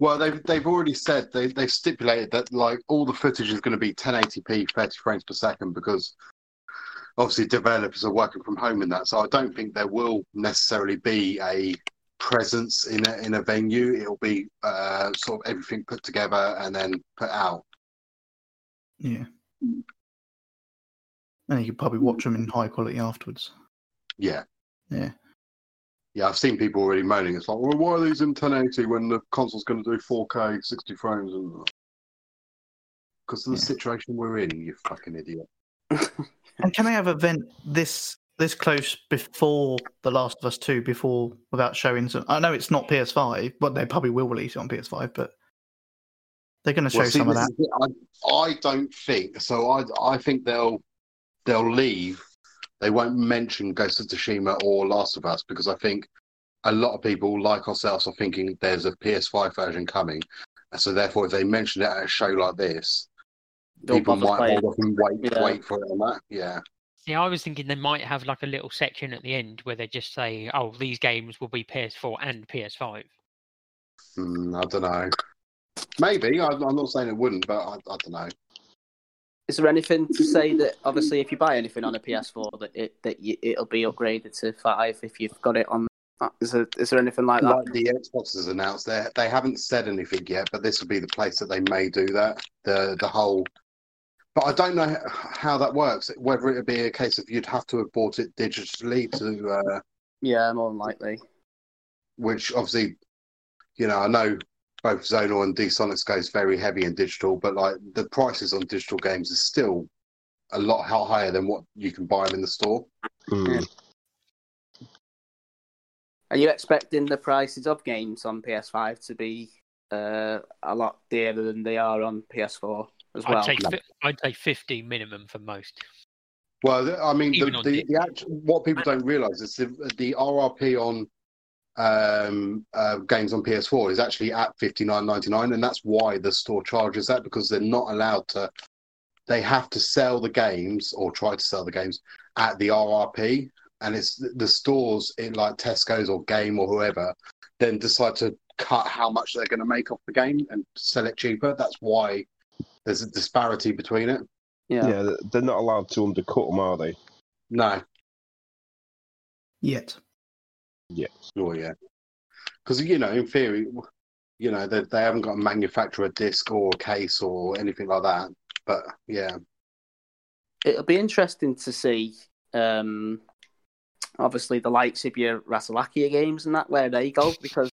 S7: Well, they've they've already said they they've stipulated that like all the footage is going to be 1080p, 30 frames per second because obviously developers are working from home in that. So I don't think there will necessarily be a presence in a, in a venue. It'll be uh, sort of everything put together and then put out.
S3: yeah. And you could probably watch them in high quality afterwards.
S7: Yeah,
S3: Yeah.
S7: yeah. I've seen people already moaning. It's like, well, why are these in 1080 when the console's going to do 4K, 60 frames? and Because of the
S3: Yeah.
S7: situation we're in, you fucking idiot.
S3: And can they have an event this this close before The Last of Us Two? Before without showing some? I know it's not PS5, but they probably will release it on PS5. But they're going to show
S7: Well, see,
S3: some of
S7: this
S3: that.
S7: is it. I, I don't think so. I I think they'll they'll leave they won't mention Ghost of Tsushima or Last of Us because I think a lot of people, like ourselves, are thinking there's a PS5 version coming, and so therefore, if they mention it at a show like this,
S6: Don't
S7: people
S6: bother
S7: might
S6: playing.
S7: hold off and wait,
S6: Yeah.
S7: wait for it on that. Yeah,
S4: See, I was thinking they might have like a little section at the end where they just say, "Oh, these games will be PS4 and PS5."
S7: Hmm, I don't know. Maybe I, I'm not saying it wouldn't, but I, I don't know.
S6: Is there anything to say that obviously if you buy anything on a PS4 that it that you, it'll be upgraded to five if you've got it on? Is there, is there anything like that?
S7: Like the Xbox has announced, they they haven't said anything yet, but this will be the place that they may do that. The the whole, but I don't know how that works. Whether it would be a case of you'd have to have bought it digitally to, uh,
S6: Yeah, more than likely.
S7: which obviously, you know, I know both Zonal and DSonics goes very heavy in digital, but like the prices on digital games is still a lot hi- higher than what you can buy them in the store.
S5: Mm.
S6: Are you expecting the prices of games on PS5 to be uh, a lot dearer than they are on PS4 as well?
S4: I'd say fi- I'd say 50 minimum for most.
S7: Well, th- I mean,
S4: Even
S7: the,
S4: on
S7: the,
S4: digital.
S7: the actual, what people don't realise is the, the RRP on um, uh, games on PS4 is actually at fifty nine ninety nine, and that's why the store charges that because they're not allowed to. They have to sell the games or try to sell the games at the RRP, and it's the the stores in like Tesco's or Game or whoever then decide to cut how much they're going to make off the game and sell it cheaper. That's why there's a disparity between it.
S6: yeah.
S5: Yeah, th- they're not allowed to undercut them, are they?
S7: No,
S3: Yet.
S7: Sure, Oh, yeah. Because you know, in theory, w- you know they they haven't got to manufacture a disc or a case or anything like that. But yeah,
S6: it'll be interesting to see. Um, obviously, the likes of your Ratalakia games and that where they go because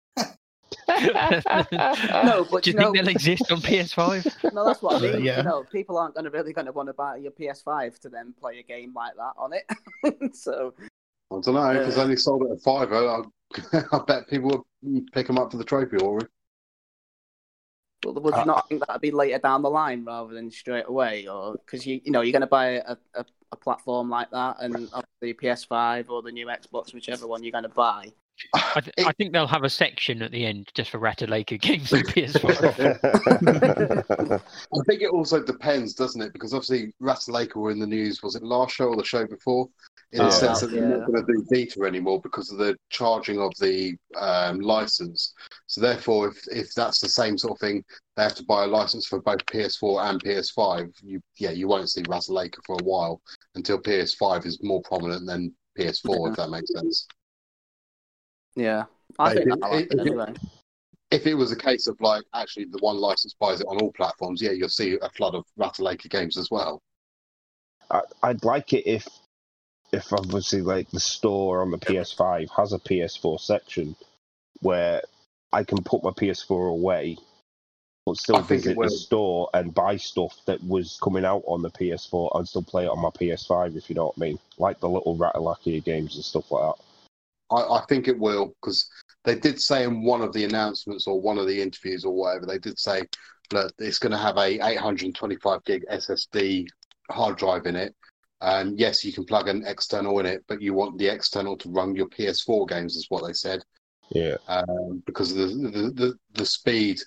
S6: no, but
S4: Do
S6: you
S4: you
S6: know,
S4: think they'll exist on PS5?
S6: no, that's what I mean.
S3: Yeah.
S6: You know, people aren't going to really going to want to buy your PS5 to then play a game like that on it. so
S7: I don't know because
S6: Yeah.
S7: only sold it at fiver. I, I bet people would pick them up for the trophy or
S6: Well, would
S7: Uh,
S6: you not think that'd be later down the line rather than straight away, or because you you know you're going to buy a, a, a platform like that, and obviously PS5 or the new Xbox, whichever one you're going to buy.
S4: I, th-
S7: It-
S4: I think they'll have a section at the end just for Ratalaker games on PS5.
S7: I think it also depends, doesn't it? Because obviously Rattlelaker were in the news. Was it last show or the show before? In
S5: Yeah.
S7: the sense that they're
S6: Yeah.
S7: not going to do beta anymore because of the charging of the um, license. So therefore, if if that's the same sort of thing, they have to buy a license for both PS4 and PS5. You yeah, you won't see Rattlelaker for a while until PS5 is more prominent than PS4. If that makes sense.
S6: Yeah, I
S7: Hey,
S6: think
S7: it-
S6: that'll happen
S7: it- it-
S6: anyway.
S7: if it was a case of like actually the one license buys it on all platforms, yeah, you'll see a flood of Rattlelaker games as well.
S5: I, I'd like it if, if obviously like the store on the PS5 has a PS4 section where I can put my PS4 away, but still
S7: I think it
S5: visit
S7: will.
S5: the store and buy stuff that was coming out on the PS4 and still play it on my PS5. If you know what I mean, like the little Ratalakia games and stuff like that.
S7: I, I think it will because they did say in one of the announcements or one of the interviews or whatever, they did say, look, it's going to have a 825 gig SSD hard drive in it. And yes, you can plug an external in it, but you want the external to run your PS4 games, is what they said,
S5: Yeah.
S7: um, because the the, the, the speed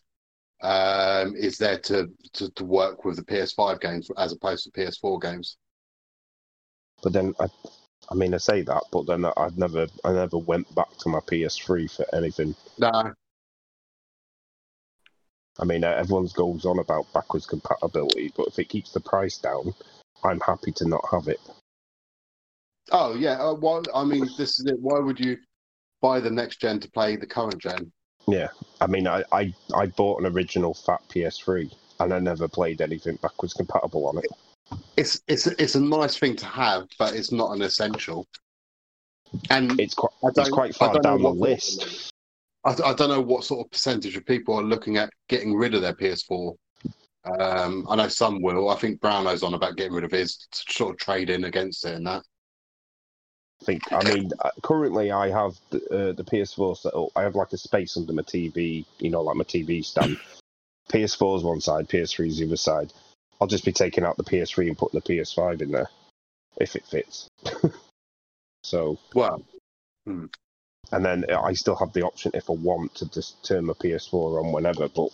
S7: um, is there to, to to work with the PS5 games as opposed to PS4 games.
S5: But then I, I mean, I say that, but then I, I've never, I never went back to my PS3 for anything.
S7: No,
S5: I mean, uh, everyone's goes on about backwards compatibility, but if it keeps the price down, I'm happy to not have it.
S7: Oh yeah. Uh, why, I mean, this is it. Why would you buy the next gen to play the current gen?
S5: I mean, I, I, I bought an original fat PS3 and I never played anything backwards compatible on it.
S7: It's it's it's a nice thing to have, but it's not an essential. And
S5: It's quite,
S7: Mm. I
S5: it's
S7: don't-
S5: quite
S7: I
S5: far
S7: don't know
S5: down the
S7: what-
S5: list.
S7: I, I don't know what sort of percentage of people are looking at getting rid of their PS4. Um, I know some will. I think Brownow's on about getting rid of his to sort of trade in against it and that.
S5: I think. I mean, uh, currently I have the, uh, the PS4 set up. I have like a space under my TV, you know, like my TV stand. PS4's one side, PS3's the other side. I'll just be taking out the PS3 and putting the PS5 in there if it fits. So,
S7: Well, hmm.
S5: and then I still have the option if I want to just turn my PS4 on whenever, but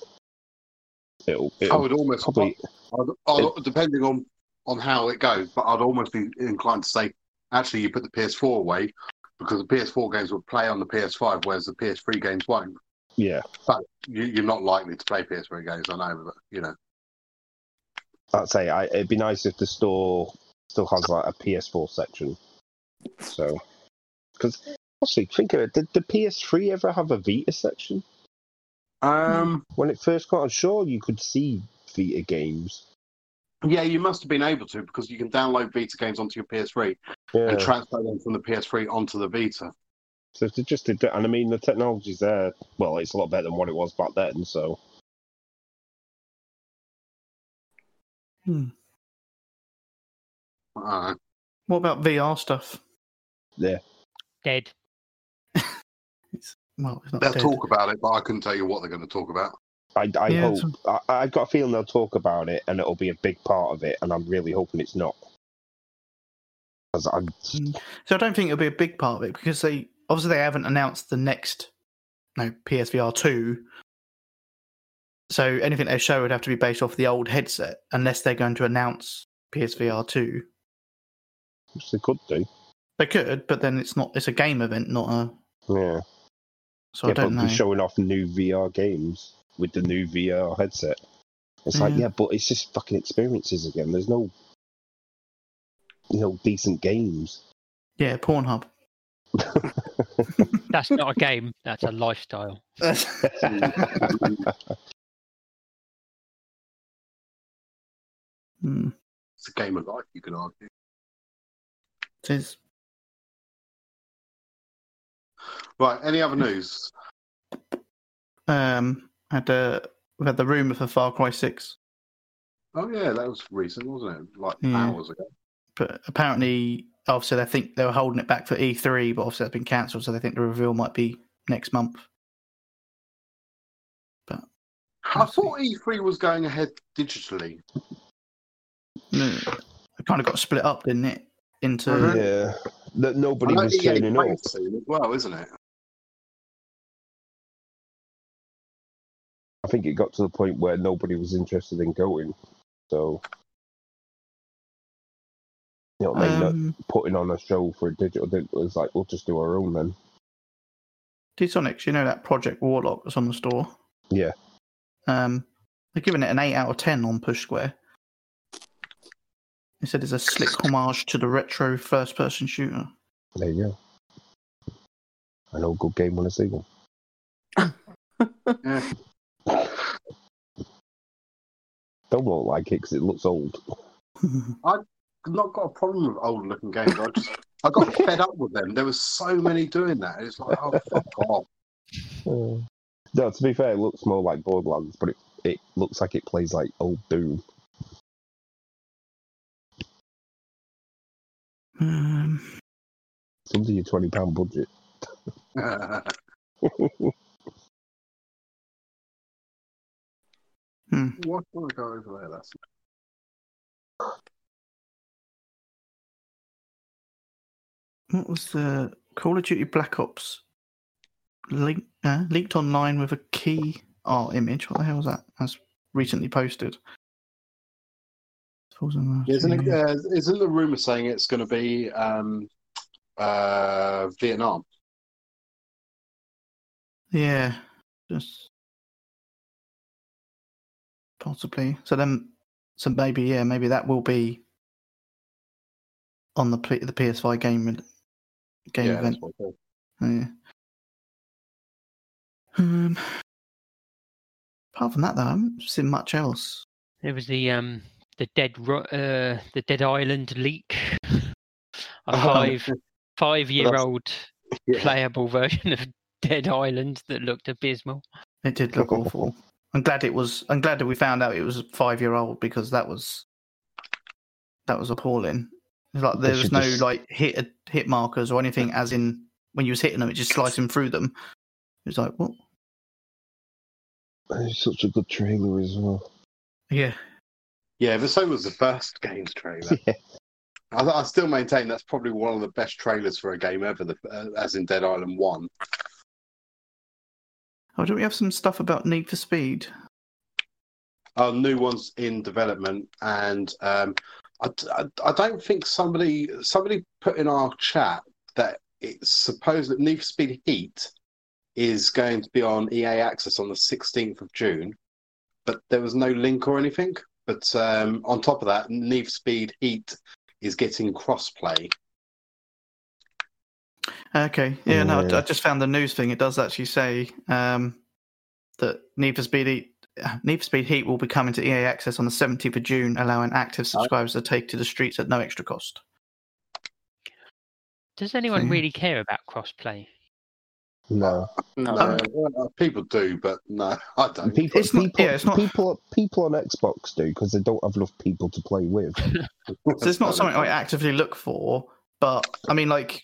S5: it'll,
S7: I
S5: it'll
S7: would almost
S5: probably
S7: I'd, I'd, depending on on how it goes, but I'd almost be inclined to say, actually, you put the PS4 away because the PS4 games will play on the PS5, whereas the PS3 games won't.
S5: yeah.
S7: You, you're not likely to play PS3 games, I know, but you know,
S5: I'd say I, it'd be nice if the store still has like a PS4 section. So, because actually, think of it, did the PS3 ever have a Vita section
S7: um,
S5: when it first got? I'm sure you could see Vita games.
S7: yeah, you must have been able to because you can download Vita games onto your PS3
S5: Yeah.
S7: and transfer them from the PS3 onto the Vita.
S5: so they just did that, and I mean the technology's there. Well, it's a lot better than what it was back then. So,
S7: Uh,
S3: What about VR stuff?
S4: Dead.
S3: Well, it's not
S7: they'll
S3: dead.
S7: talk about it, but I couldn't tell you what they're going to talk about.
S5: I, I
S3: Yeah,
S5: hope I, I've got a feeling they'll talk about it, and it'll be a big part of it. And I'm really hoping it's not. 'Cause I'm
S3: So I don't think it'll be a big part of it because they obviously they haven't announced the next no PSVR two. So anything they show would have to be based off the old headset, unless they're going to announce PSVR two.
S5: which they could do.
S3: They could, but then it's not. It's a game event, not a.
S5: Yeah.
S3: So
S5: yeah,
S3: I don't
S5: but
S3: know.
S5: they're showing off new VR games with the new VR headset. It's like,
S3: Yeah.
S5: yeah, but it's just fucking experiences again. There's no, you know, decent games.
S3: Yeah, Pornhub.
S4: That's not a game. That's a lifestyle.
S7: Mm.
S3: Hmm,
S7: It's a game of life, you can argue.
S3: it is.
S7: Right, any other news?
S3: Um, had uh, we had the rumor for Far Cry Six,
S7: Oh, yeah, that was recent, wasn't it? Like
S3: Yeah.
S7: hours ago.
S3: but apparently, obviously, they think they were holding it back for E3, but obviously that's been cancelled, so they think the reveal might be next month.
S7: I thought E3 was going ahead digitally.
S3: No, it kind of got split up, didn't it? Into
S7: Mhm.
S5: Hmm. Mm-hmm. yeah, that nobody
S7: I know E
S5: was
S7: EA
S5: turning up.
S7: plays soon as well, isn't it?
S5: I think it got to the point where nobody was interested in going. So, you know, maybe not
S3: um,
S5: putting on a show for a digital. It was like, we'll just do our own then.
S3: Sonics, you know that Project Warlock that's on the store.
S5: Yeah.
S3: Um, they're giving it an eight out of ten on Push Square. They said it's a slick homage to the retro first-person shooter.
S5: There you go. I know a good game when I see one.
S7: Yeah.
S5: Don't look like it because it looks old.
S3: Mm-hmm.
S7: I've not got a problem with old looking games. I just I got fed up with them. There was so many doing that. It's like, oh fuck off.
S5: Uh, no, to be fair, it looks more like Borderlands, but it, it looks like it plays like old Doom.
S3: um,
S5: It's under your twenty pound budget.
S7: what do I go over there? That's
S3: what was the Call of Duty Black Ops link, uh, linked online with a key art image? What the hell was that? That's recently posted. Falls in love,
S7: isn't it,
S3: yeah.
S7: uh, isn't the rumor saying it's going to be um, uh, Vietnam?
S3: Yeah, just possibly. So then, so maybe yeah, maybe that will be on the P- the PS5 game and- game
S7: yeah,
S3: event.
S7: that's what I thought.
S3: Oh, Yeah. Um. Apart from that, though, I haven't seen much else.
S4: There was the um the dead Ro- uh the Dead Island leak. A
S7: Oh.
S4: five five year
S5: that's-
S4: old
S7: Yeah.
S4: playable version of Dead Island that looked abysmal.
S3: It did look awful. I'm glad it was. I'm glad that we found out it was a five year old because that was that was appalling. It's Like
S5: They
S3: there was
S5: should
S3: no
S5: just-
S3: like hit hit markers or anything, as in when you was hitting them, it just slicing through them. It was like what?
S5: It's such a good trailer as well.
S3: Yeah,
S7: yeah, the same was the first game's trailer.
S5: Yeah.
S7: I, I still maintain that's probably one of the best trailers for a game ever, the, uh, as in Dead Island 1.
S3: Oh, don't we have some stuff about Need for Speed?
S7: Uh, new ones in development, and um, I, I, I don't think somebody somebody put in our chat that it's supposed that Need for Speed Heat is going to be on EA Access on the 16th of June, but there was no link or anything. But um, on top of that, Need for Speed Heat is getting crossplay.
S3: Okay. Yeah, no, I-
S5: Yeah.
S3: I just found the news thing. It does actually say um, that Need for Speed Heat, Need for Speed Heat will be coming to EA Access on the 17th of June, allowing
S5: Oh.
S3: active subscribers to take to the streets at no extra cost.
S4: Does anyone
S3: Hmm.
S4: really care about crossplay?
S5: No,
S6: No.
S7: No, uh, people do, but no, I don't.
S5: Um, people,
S3: It's not-
S5: people,
S3: yeah, it's not-
S5: people, people on Xbox do because they don't have enough people to play with.
S3: So it's not something I actively look for, but I mean, like,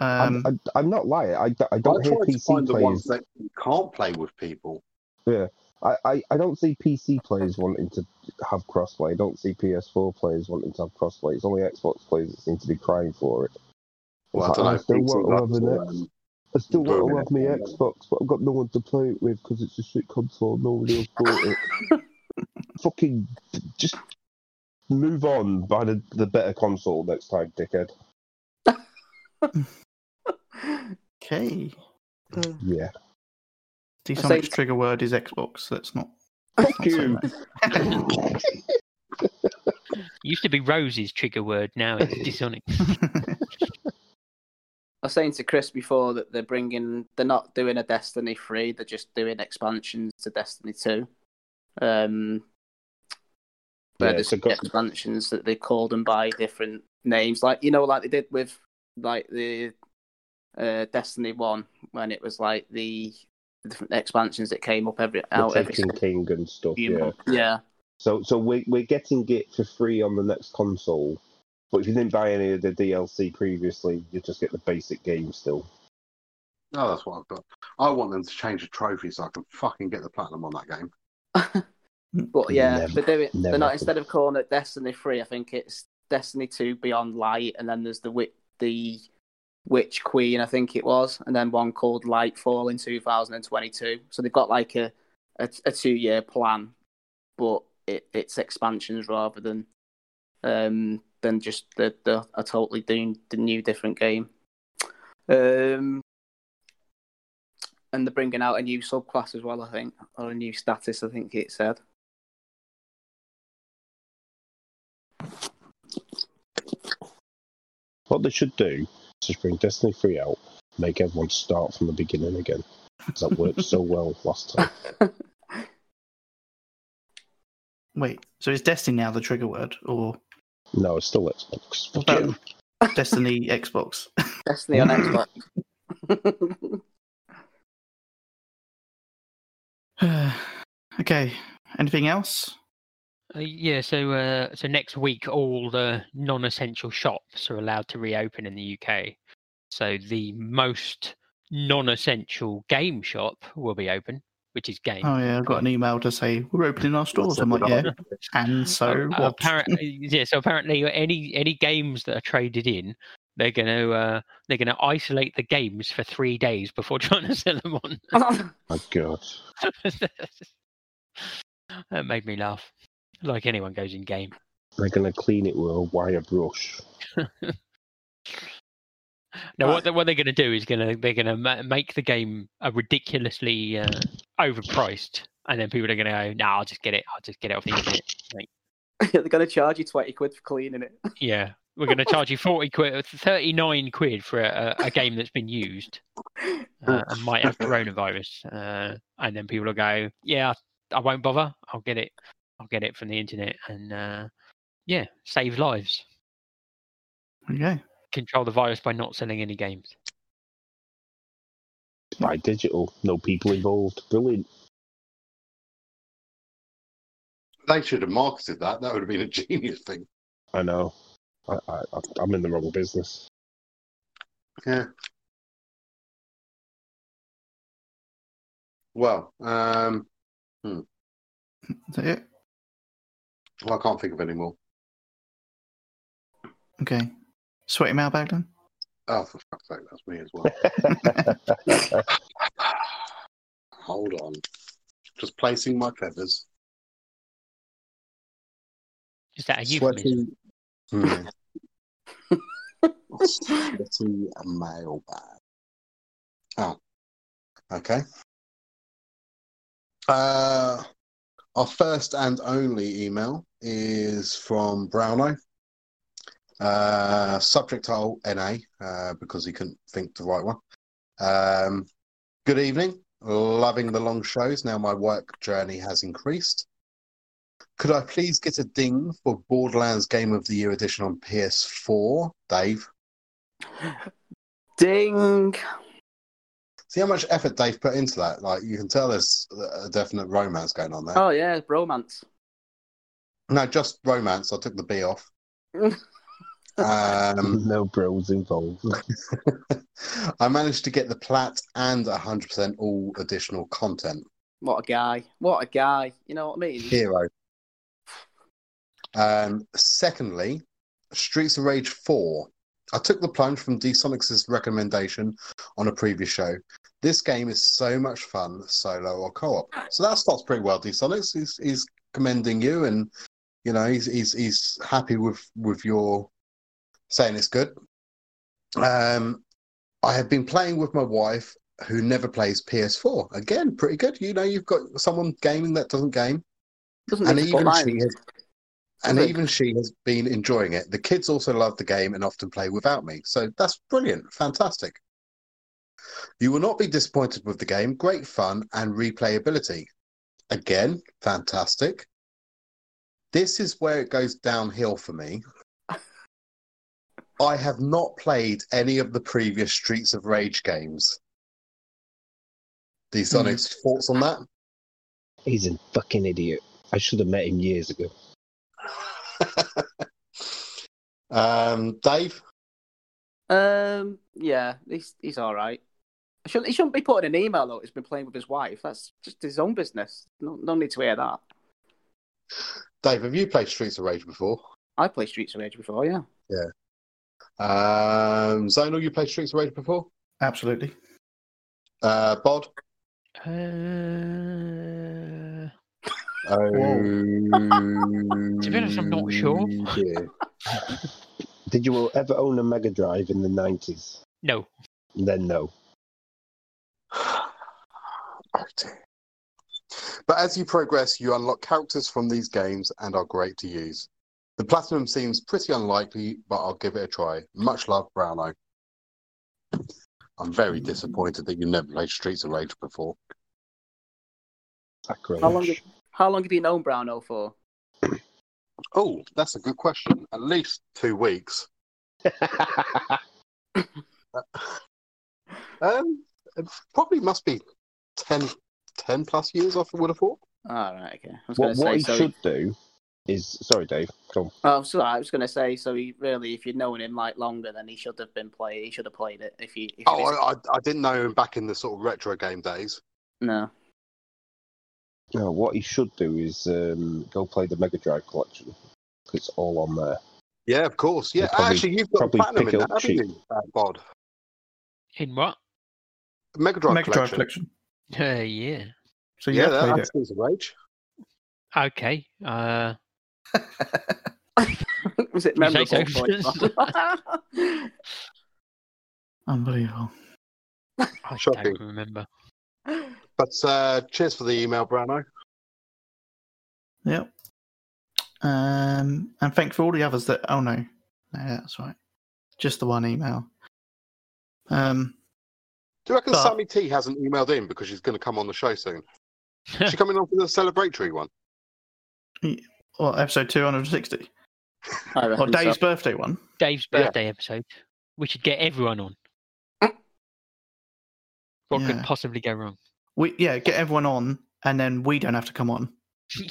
S3: um,
S5: I'm, I, I'm not lying. I, d- I
S7: I
S5: don't hear
S7: tried to
S5: PC
S7: find the ones
S5: players.
S7: that you can't play with people.
S5: I, I, I don't see PC players wanting to have crossplay. I don't see PS4 players wanting to have crossplay. It's only Xbox players that seem to be crying for it. It's
S7: Well, I
S5: like,
S7: don't know.
S5: I still
S7: things like
S5: want to have
S7: that,
S5: an X.
S7: um,
S5: I still want to
S7: Booming
S5: have my
S7: it.
S5: Xbox, but I've got no one to play it with because it's a shit console. Nobody else bought it. Fucking just move on. Buy the, the better console next time, dickhead.
S3: okay.
S5: Yeah.
S3: Decent
S6: think-
S3: trigger word is Xbox. That's not.
S5: Fuck
S3: not so bad.
S4: It used to be Rose's trigger word, now it's Dishonored.
S6: I was saying to Chris before that they're bringing, they're not doing a Destiny 3, they're just doing expansions to Destiny 2. Um, where
S5: Yeah,
S6: there's
S5: so got-
S6: expansions that they call them by different names, like you know, like they did with like the uh, Destiny One when it was like the, the different expansions that came up every
S5: The
S6: out every
S5: Taken King and stuff.
S6: few
S5: Yeah.
S6: months. Yeah,
S5: So so we're we're getting it for free on the next console. But if you didn't buy any of the DLC previously, you just get the basic game still.
S7: No, that's what I've got. I want them to change the trophy so I can fucking get the platinum on that game.
S6: but yeah,
S5: Never-
S6: they're doing.
S5: never
S6: They're not
S5: happened.
S6: instead of calling it Destiny Three. I think it's Destiny Two Beyond Light, and then there's the wit the Witch Queen, I think it was, and then one called Lightfall in 2022. So they've got like a a, a two year plan, but it, it's expansions rather than um than just the, the a totally doing the new different game. Um. And they're bringing out a new subclass as well, I think, or a new status. I think it said.
S5: What they should do is just bring Destiny 3 out, make everyone start from the beginning again. 'Cause That worked so well last time.
S3: Wait, so is Destiny now the trigger word or
S5: No, it's still Xbox.
S3: What
S5: Fuck
S3: about-
S5: you.
S3: Destiny Xbox?
S6: Destiny on Xbox.
S3: okay. Anything else?
S4: Uh, yeah, so uh, so next week all the non-essential shops are allowed to reopen in the UK. So the most non-essential game shop will be open, which is game.
S3: Oh yeah, I got an email to say we're opening our stores. I'm like, yeah. And so
S4: Uh,
S3: what?
S4: Apparently, yeah. So apparently, any any games that are traded in, they're gonna uh, they're gonna isolate the games for three days before trying to sell them on.
S5: My God.
S4: that made me laugh. Like anyone goes in game.
S5: They're going to clean it with a wire brush.
S4: Now,
S6: Right.
S4: what, they, what they're going to do is going to they're going to ma- make the game a ridiculously uh, overpriced, and then people are going to go, "Nah, I'll just get it. I'll just get it off the internet."
S6: They're gonna charge you twenty quid for cleaning it.
S4: yeah, we're going to charge you forty quid, thirty nine quid for a, a a game that's been used uh, and might have coronavirus, uh, and then people will go, "Yeah, I won't bother. I'll get it. I'll get it from the internet, and uh, yeah, save lives,
S3: Okay.
S4: control the virus by not selling any games."
S5: Buy digital. No people involved. Brilliant.
S7: They should have marketed that. That would have been a genius thing.
S5: I know. I, I, I- I'm in the wrong business.
S7: Yeah. Well, um,
S3: Is that it?
S7: well, I can't think of any more.
S3: Okay. Sweaty mailbag then?
S7: Oh, for fuck's sake, that's me as well. Hold on. Just placing my feathers.
S4: Is that a euphemism?
S7: Sweaty. Hmm. Sweaty mailbag. Oh. Okay. Uh, our first and only email is from Browno. Uh, subject hole NA uh, because he couldn't think the right one. Um, good evening. Loving the long shows. Now my work journey has increased. Could I please get a ding for Borderlands Game of the Year edition on PS4, Dave?
S6: Ding.
S7: See how much effort Dave put into that. Like you can tell, there's a definite romance going on there.
S6: Oh yeah, romance.
S7: No, just romance. I took the B off. um,
S5: no bros involved.
S7: I managed to get the plat and 100% all additional content.
S6: What a guy. What a guy. You know what I mean?
S7: Hero. Um, secondly, Streets of Rage 4. I took the plunge from Dsonics' recommendation on a previous show. This game is so much fun, solo or co-op. So that starts pretty well. Dsonics, he's, he's commending you, and you know he's he's he's happy with with your saying it's good. Um, I have been playing with my wife, who never plays PS4. Again, pretty good. You know, you've got someone gaming that doesn't game
S6: Doesn't
S7: and
S6: need to put
S7: even
S6: mine.
S7: she has, and
S6: Lovely.
S7: even she has been enjoying it. The kids also love the game and often play without me, so that's brilliant, fantastic. You will not be disappointed with the game. Great fun and replayability. Again, fantastic. This is where it goes downhill for me. I have not played any of the previous Streets of Rage games. The Sonic's
S6: Hmm.
S7: thoughts on that?
S5: He's a fucking idiot. I should have met him years ago.
S7: um, Dave,
S6: Um, yeah, he's he's all right. I shouldn't, he shouldn't be putting an email out. He's been playing with his wife. That's just his own business. No, no need to hear that.
S7: Dave, have you played Streets of Rage before?
S6: I played Streets of Rage before, yeah.
S7: Um, Zonal, you played Streets of Rage before?
S3: Absolutely.
S7: Uh, Bod?
S4: Uh,
S7: Oh,
S4: To be honest, I'm not sure.
S7: Oh, dear.
S5: Did you all ever own a Mega Drive in the 90s?
S4: no.
S5: Then no.
S7: Oh, dear. But as you progress, you unlock characters from these games and are great to use. The platinum seems pretty unlikely, but I'll give it a try. Much love, Browno. I'm very disappointed that you never played Streets of Rage before.
S5: Sacrilege.
S6: How long? Have, how long have you known Browno for?
S7: Oh, that's a good question. At least two weeks. Um, it probably must be 10, 10 plus years. I would have thought.
S6: All right, okay. I was
S5: what
S6: going to
S5: what
S6: say
S5: he
S6: so.
S5: should do is. Sorry, Dave. Come.
S6: Oh, so I was going to say so. He really, if you'd known him like longer, then he should have been played. He should have played it. If he, if he
S7: Oh,
S6: didn't-
S7: I, I, I didn't know him back in the sort of retro game days.
S6: no.
S5: No, what he should do is um, go play the Mega Drive collection. 'Cause It's all on there.
S7: Yeah, of course. Yeah,
S5: You'll probably-
S7: actually, you've got
S5: probably
S7: the platinum
S5: pick
S7: in
S5: it
S7: that,
S5: up
S7: haven't
S5: cheap.
S7: you, uh, Bod?
S4: In what?
S7: Mega Drive
S3: Mega Drive
S7: collection.
S3: collection.
S4: Uh, yeah.
S3: So you
S7: Yeah,
S3: have
S7: that,
S3: played
S7: that's Streets of Rage.
S4: Okay. Uh,
S6: was it
S4: You say
S6: memorable?
S4: so.
S6: for you?
S3: it. Unbelievable.
S4: I
S7: Shocking.
S4: don't remember.
S7: But uh, cheers for the email, Brano.
S3: Yep. Um, and thank for all the others that. Oh no, no, that's right. Just the one email. Um,
S7: Do you reckon
S3: But-
S7: Sammy T hasn't emailed in because she's going to come on the show soon? Is she coming on for the celebratory one?
S3: or episode two hundred and sixty,
S6: I
S3: or
S6: reckon so.
S3: Dave's birthday one.
S4: Dave's
S7: Yeah.
S4: birthday episode. We should get everyone on. What
S3: Yeah.
S4: could possibly go wrong?
S3: We yeah, get everyone on, and then we don't have to come on.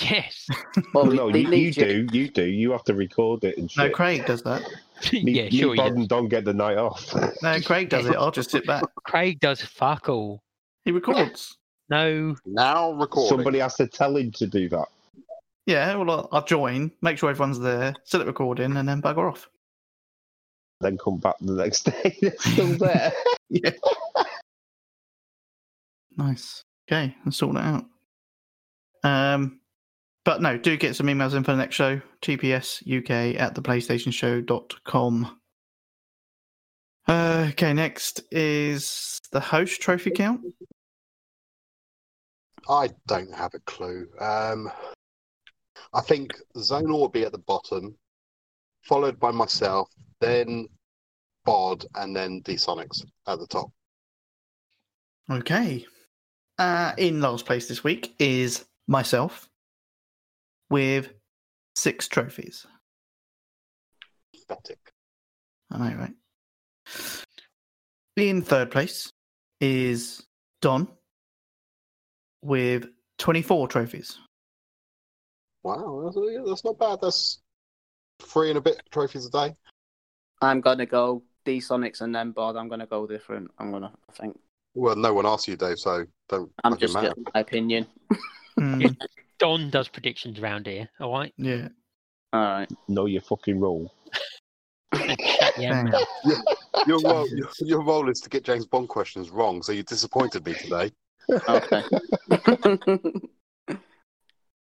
S4: Yes.
S6: Well,
S5: no,
S6: they
S5: you, you
S6: need
S5: do. You do. You have to record it and
S3: No,
S5: shit.
S3: Craig does that.
S5: Me,
S4: yeah,
S5: me,
S4: sure. he
S5: Bod
S4: does.
S5: and Don get the night off.
S3: No, Craig does it. I'll just sit back.
S4: Craig does fuck all.
S3: He records.
S4: No.
S7: Now recording.
S5: Somebody has to tell him to do that.
S3: Yeah, well, I'll, I'll join, make sure everyone's there, set it recording, and then bugger off.
S5: then come back the next day. They're still there.
S3: Nice. Okay, let's sort that out. Um, but no, do get some emails in for the next show. TPSUK at the PlayStationShow.com. Uh, okay, next is the host trophy count.
S7: I don't have a clue. Um, I think Zonor will be at the bottom, followed by myself, then Bod, and then D Sonics at the top.
S3: Okay. Uh, in last place this week is myself with six trophies.
S7: Pathetic.
S3: I know, right? In third place is Don with 24 trophies.
S7: Wow, that's, that's not bad. That's three and a bit trophies a day.
S6: I'm gonna go D Sonics and then Bod. I'm gonna go different. I'm gonna. I think
S7: Well, no one asked you, Dave, so don't
S6: I'm
S7: fucking
S6: just
S7: matter.
S6: getting my opinion.
S3: Mm,
S4: Don does predictions around here. All right.
S3: yeah.
S6: All right.
S5: know your fucking role.
S4: Shut your
S3: Bang.
S4: mouth.
S7: Your role, your, your role is to get James Bond questions wrong, so you disappointed me today.
S6: Okay.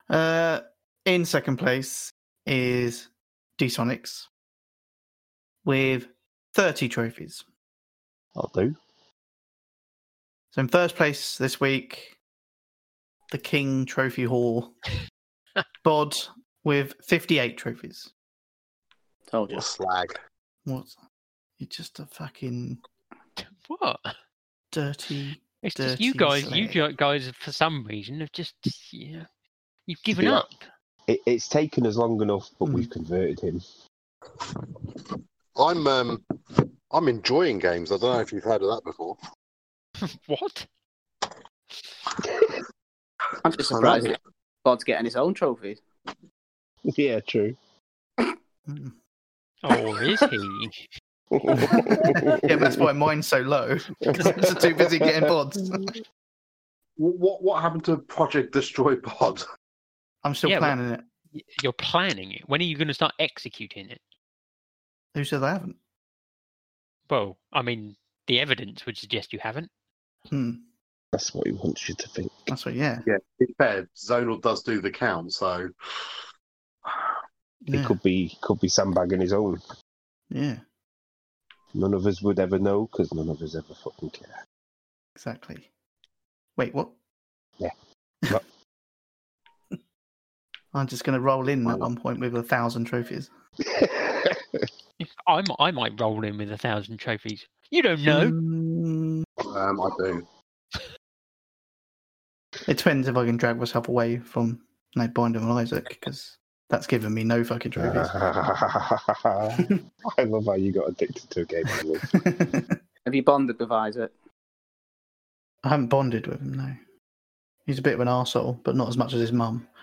S3: Uh, in second place is D Sonics with 30 trophies.
S5: I'll do.
S3: So in first place this week, the King Trophy Hall, Bod with 58 trophies.
S6: Told
S7: What
S6: you.
S7: a slag.
S3: What? You're just a fucking
S4: What?
S3: dirty.
S4: It's just you
S3: Dirty
S4: guys. You
S3: slag.
S4: gu- guys, for some reason, have just yeah, you've given
S5: Yeah.
S4: up.
S5: It, it's taken us long enough, but
S3: Mm.
S5: we've converted him.
S7: I'm um, I'm enjoying games. I don't know if you've heard of that before.
S4: What?
S6: I'm just surprised that Bod's getting his own trophy.
S5: yeah, true.
S3: Mm.
S4: Oh, is he?
S3: Yeah, but that's why mine's so low. 'cause I'm just too busy getting bods.
S7: What what, what happened to Project Destroy Pod?
S3: I'm still
S4: Yeah, but-
S3: planning it.
S4: Y- You're planning it. When are you going to start executing it?
S3: Who says I haven't?
S4: Well, I mean, the evidence would suggest you haven't.
S3: Hmm.
S5: That's what he wants you to think.
S3: That's what. Yeah.
S7: Yeah, it's fair. Zonal does do the count, so
S5: He
S3: Yeah.
S5: could be could be sandbagging his own.
S3: yeah.
S5: None of us would ever know because none of us ever fucking care.
S3: Exactly. Wait, what?
S5: Yeah. What?
S3: I'm just going to roll in at
S5: Wow.
S3: one point with a thousand trophies.
S4: I might, I might roll in with a thousand trophies. You don't know.
S3: Mm,
S7: um, I do.
S3: it depends if I can drag myself away from no Binder and Isaac because that's given me no fucking trophies.
S5: I love how you got addicted to a game. like this. Uh-huh.
S3: I
S6: Have you bonded with Isaac?
S3: haven't bonded with him. No, he's a bit of an arsehole, but not as much as his mum.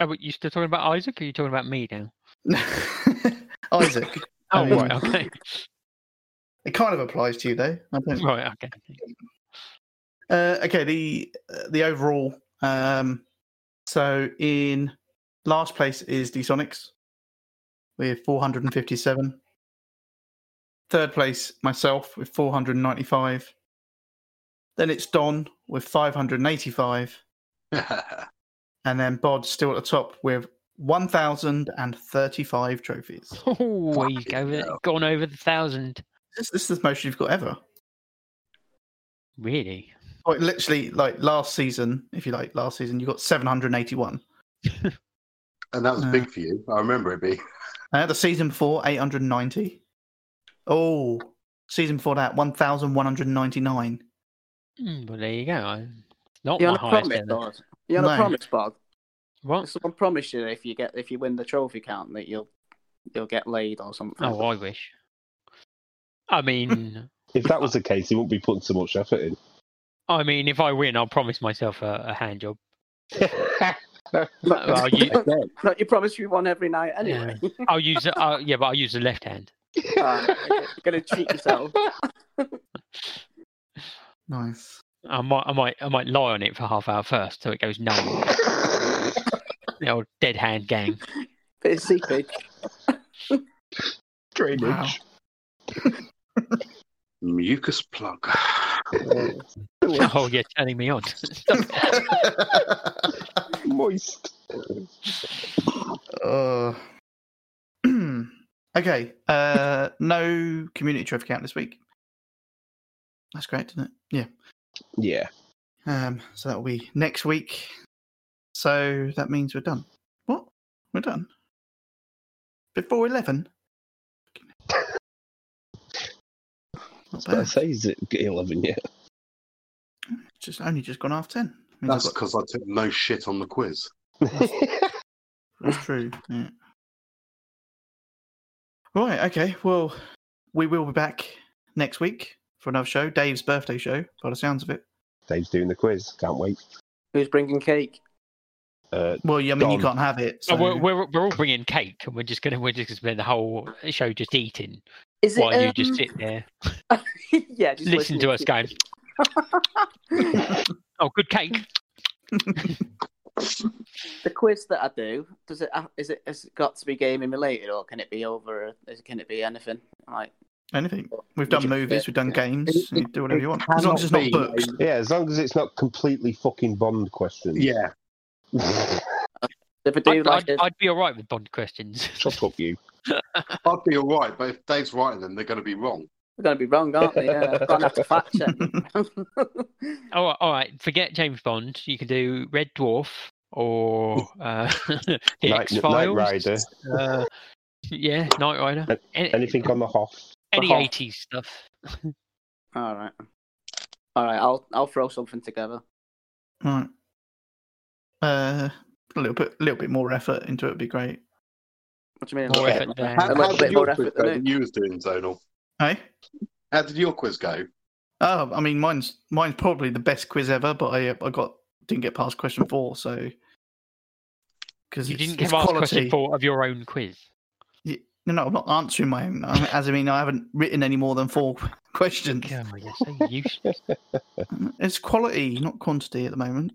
S4: Oh, but you still talking about Isaac? Or are you talking about me now?
S3: Isaac,
S4: Oh,
S3: mean-
S4: right, okay,
S3: it kind of applies to you though. I don't
S4: right, okay.
S3: Uh, okay, the uh, the overall. Um, so in last place is the Sonics with 457. Third place myself with 495. Then it's Don with 585, and then Bod still at the top with 1,035 trophies.
S4: Oh, there you
S7: Fucking
S4: go. with it.
S7: hell.
S4: Gone over the thousand.
S3: This, this is the most you've got ever.
S4: Really?
S3: Like literally, like last season, if you like, last season you got 781.
S7: and that was
S3: Uh.
S7: big for you. I remember it being.
S3: Uh, the season four, 890. Oh, season before that, 1,199.
S4: Mm, well, there you go. I- Not
S6: You
S4: my
S6: on a
S4: highest
S6: promise,
S4: ever.
S6: Bod? You on a
S3: No.
S6: promise, Bod?
S4: What?
S6: Someone promised you if you get if you win the trophy count that you'll you'll get laid or something.
S4: Oh, I wish. I mean,
S5: If that was the case, he wouldn't be putting so much effort in.
S4: I mean, if I win, I'll promise myself a, a hand job. Well, you,
S5: Again.
S6: Don't you promise you one every night anyway?
S4: I'll use the, uh, yeah, but I'll use the left hand.
S6: Uh, you're gonna treat yourself.
S3: Nice.
S4: I might, I might, I might lie on it for half hour first, so it goes numb. the old dead hand gang.
S6: Bit of seepage.
S5: Drainage.
S7: Mucus plug. Mm.
S4: oh, you're turning me on.
S5: Moist.
S3: Uh, okay. Uh, no community trivia count this week. That's great, isn't it? Yeah.
S5: Yeah.
S3: Um, so that will be next week. So that means we're done. What? We're done. Before eleven. Not
S5: I
S3: bad.
S5: say is it 11 yet?
S3: Just only just gone half ten. Means I've
S7: That's
S3: got-
S7: because I took no shit on the quiz.
S3: That's true. Yeah. Right. Okay. Well, we will be back next week for another show. Dave's birthday show, by the sounds of it.
S5: Dave's doing the quiz. Can't wait.
S6: Who's bringing cake?
S5: Uh,
S3: Well, yeah, I mean, you
S5: Gone.
S3: can't have it.
S4: Oh,
S3: So...
S4: we're, we're we're all bringing cake, and we're just gonna we're just gonna spend the whole show just eating
S6: Is um,
S4: while you just sit there,
S6: yeah, just
S4: listen to us going. oh, good cake.
S6: The quiz that I do does it is it has it got to be gaming related or can it be over? Is, can it be anything? Like
S3: Anything. We've
S6: We
S3: done
S6: just-
S3: movies, we've done games.
S7: It-
S3: You do whatever you want. As long as it's
S7: cannot
S3: not books.
S7: be.
S5: yeah, as long as it's not completely fucking Bond questions.
S7: Yeah.
S6: if I do
S4: I'd,
S6: like
S4: I'd, I'd be all right with Bond questions.
S5: Shut up, you.
S7: I'd be all right, but if Dave's writing them, they're going to be wrong.
S6: we're going to be wrong, aren't we? Yeah, I'm going to have to fact check.
S4: Oh, all right, all right. Forget James Bond. You can do Red Dwarf or uh, the
S5: Night,
S4: X
S5: Night
S4: Files.
S5: Rider.
S4: Uh, yeah, Night Rider.
S5: An-
S4: Any,
S5: Anything on the Hoff?
S4: any
S6: Hoff.
S4: 80s stuff.
S6: All right, all right. I'll I'll throw something together.
S3: Right. Uh, a little bit, little bit more effort into it would be great.
S6: What do you mean?
S4: More
S6: Okay.
S4: effort there.
S6: A
S7: How,
S6: little
S7: how
S6: bit
S7: did
S6: more
S7: your quiz
S6: effort
S7: go
S6: than
S7: than
S6: it.
S7: you was doing, Zonal?
S3: Hey.
S7: How did your quiz go?
S3: Oh, I mean, mine's mine's probably the best quiz ever, but I I got didn't get past question four, so because
S4: You didn't give us question four of your own quiz.
S3: No, no, I'm not answering my own. I- As I mean, I haven't written any more than four questions.
S4: Oh, you're so useless.
S3: It's quality, not quantity, at the moment.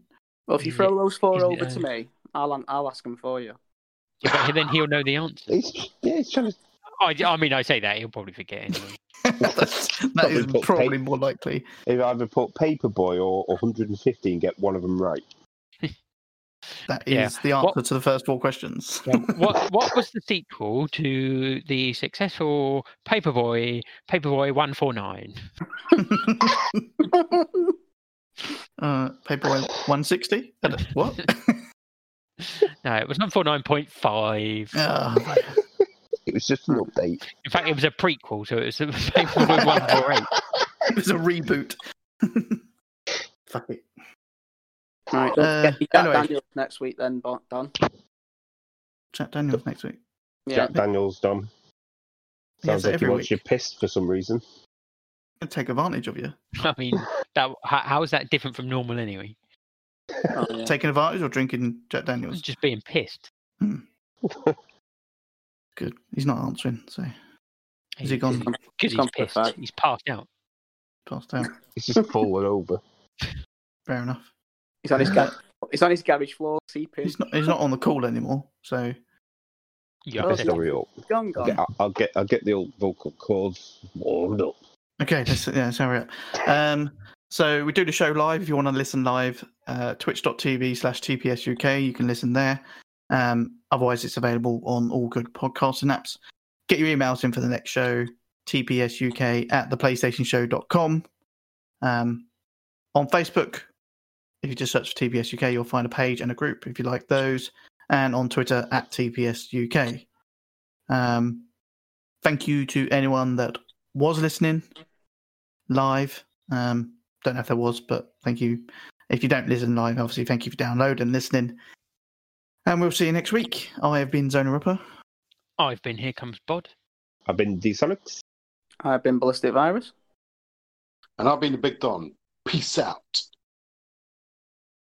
S6: Well, if you
S4: Is
S6: throw
S4: it-
S6: those four
S4: is it,
S6: over to
S4: uh,
S6: me, I'll an- I'll ask them for you.
S4: Yeah, but then he'll know the answer.
S5: It's, yeah, it's trying to.
S4: I, I mean, I say that he'll probably forget anyway.
S3: That's, that
S5: Probably
S3: is
S5: put
S3: probably
S5: tape.
S3: more likely.
S5: If I either put Paperboy or 150 and get one of them right.
S3: That is
S4: Yeah.
S3: the answer
S4: What-
S3: to the first four questions.
S4: what What was the sequel to the successful Paperboy Paperboy One Four Nine?
S3: Uh, Paperboy 160? I don't- What?
S4: No, it was One Four Nine Point Five.
S3: Oh,
S5: It was just an update.
S4: In fact, it was a prequel, so it was Paperboy One Four Eight.
S3: it was a reboot. Fuck it.
S6: Right,
S3: Uh,
S6: don't forget your Jack
S3: anyway.
S6: Daniels next week then, Bo- Don.
S3: Jack Daniels next week.
S6: Yeah,
S5: Jack Daniels, Dom.
S3: Yeah,
S5: Sounds
S3: so
S5: like he
S3: every
S5: wants
S3: week.
S5: you pissed for some reason.
S3: I'll take advantage of you.
S4: I mean, that how, how is that different from normal anyway?
S6: oh, yeah.
S3: Taking advantage or drinking Jack Daniels?
S4: Just being pissed.
S3: Good. He's not answering, so Has he gone?
S4: Because he's
S6: Gone for a
S4: pissed.
S6: fag.
S4: He's passed out.
S3: passed out.
S5: It's just fallen over.
S3: Fair enough.
S6: he's on his ga- he's on his garage floor, sleeping.
S3: He's not. He's not on the call anymore. So
S4: Yeah,
S6: Oh,
S4: I
S5: I'll
S4: said-
S5: story up.
S6: Gone,
S5: I'll
S6: gone.
S5: get, I'll get, I'll get the old vocal cords warmed up.
S3: okay, let's yeah, let's hurry up. Um, so we do the show live. If you want to listen live, uh, twitch.tv slash tpsuk. You can listen there. Um, otherwise, it's available on all good podcasts and apps. Get your emails in for the next show. tpsuk at theplaystationshow.com. Um, on Facebook, if you just search for TPS UK, you'll find a page and a group if you like those. And on Twitter at TPS UK. Um, thank you to anyone that was listening live. Um, don't know if there was, but thank you. If you don't listen live, obviously, thank you for downloading and listening. And we'll see you next week. I have been Zona Ripper.
S4: I've been here comes Bod.
S5: I've been D-Sonics.
S6: I've been ballistic virus.
S7: And I've been the Big Don. Peace out.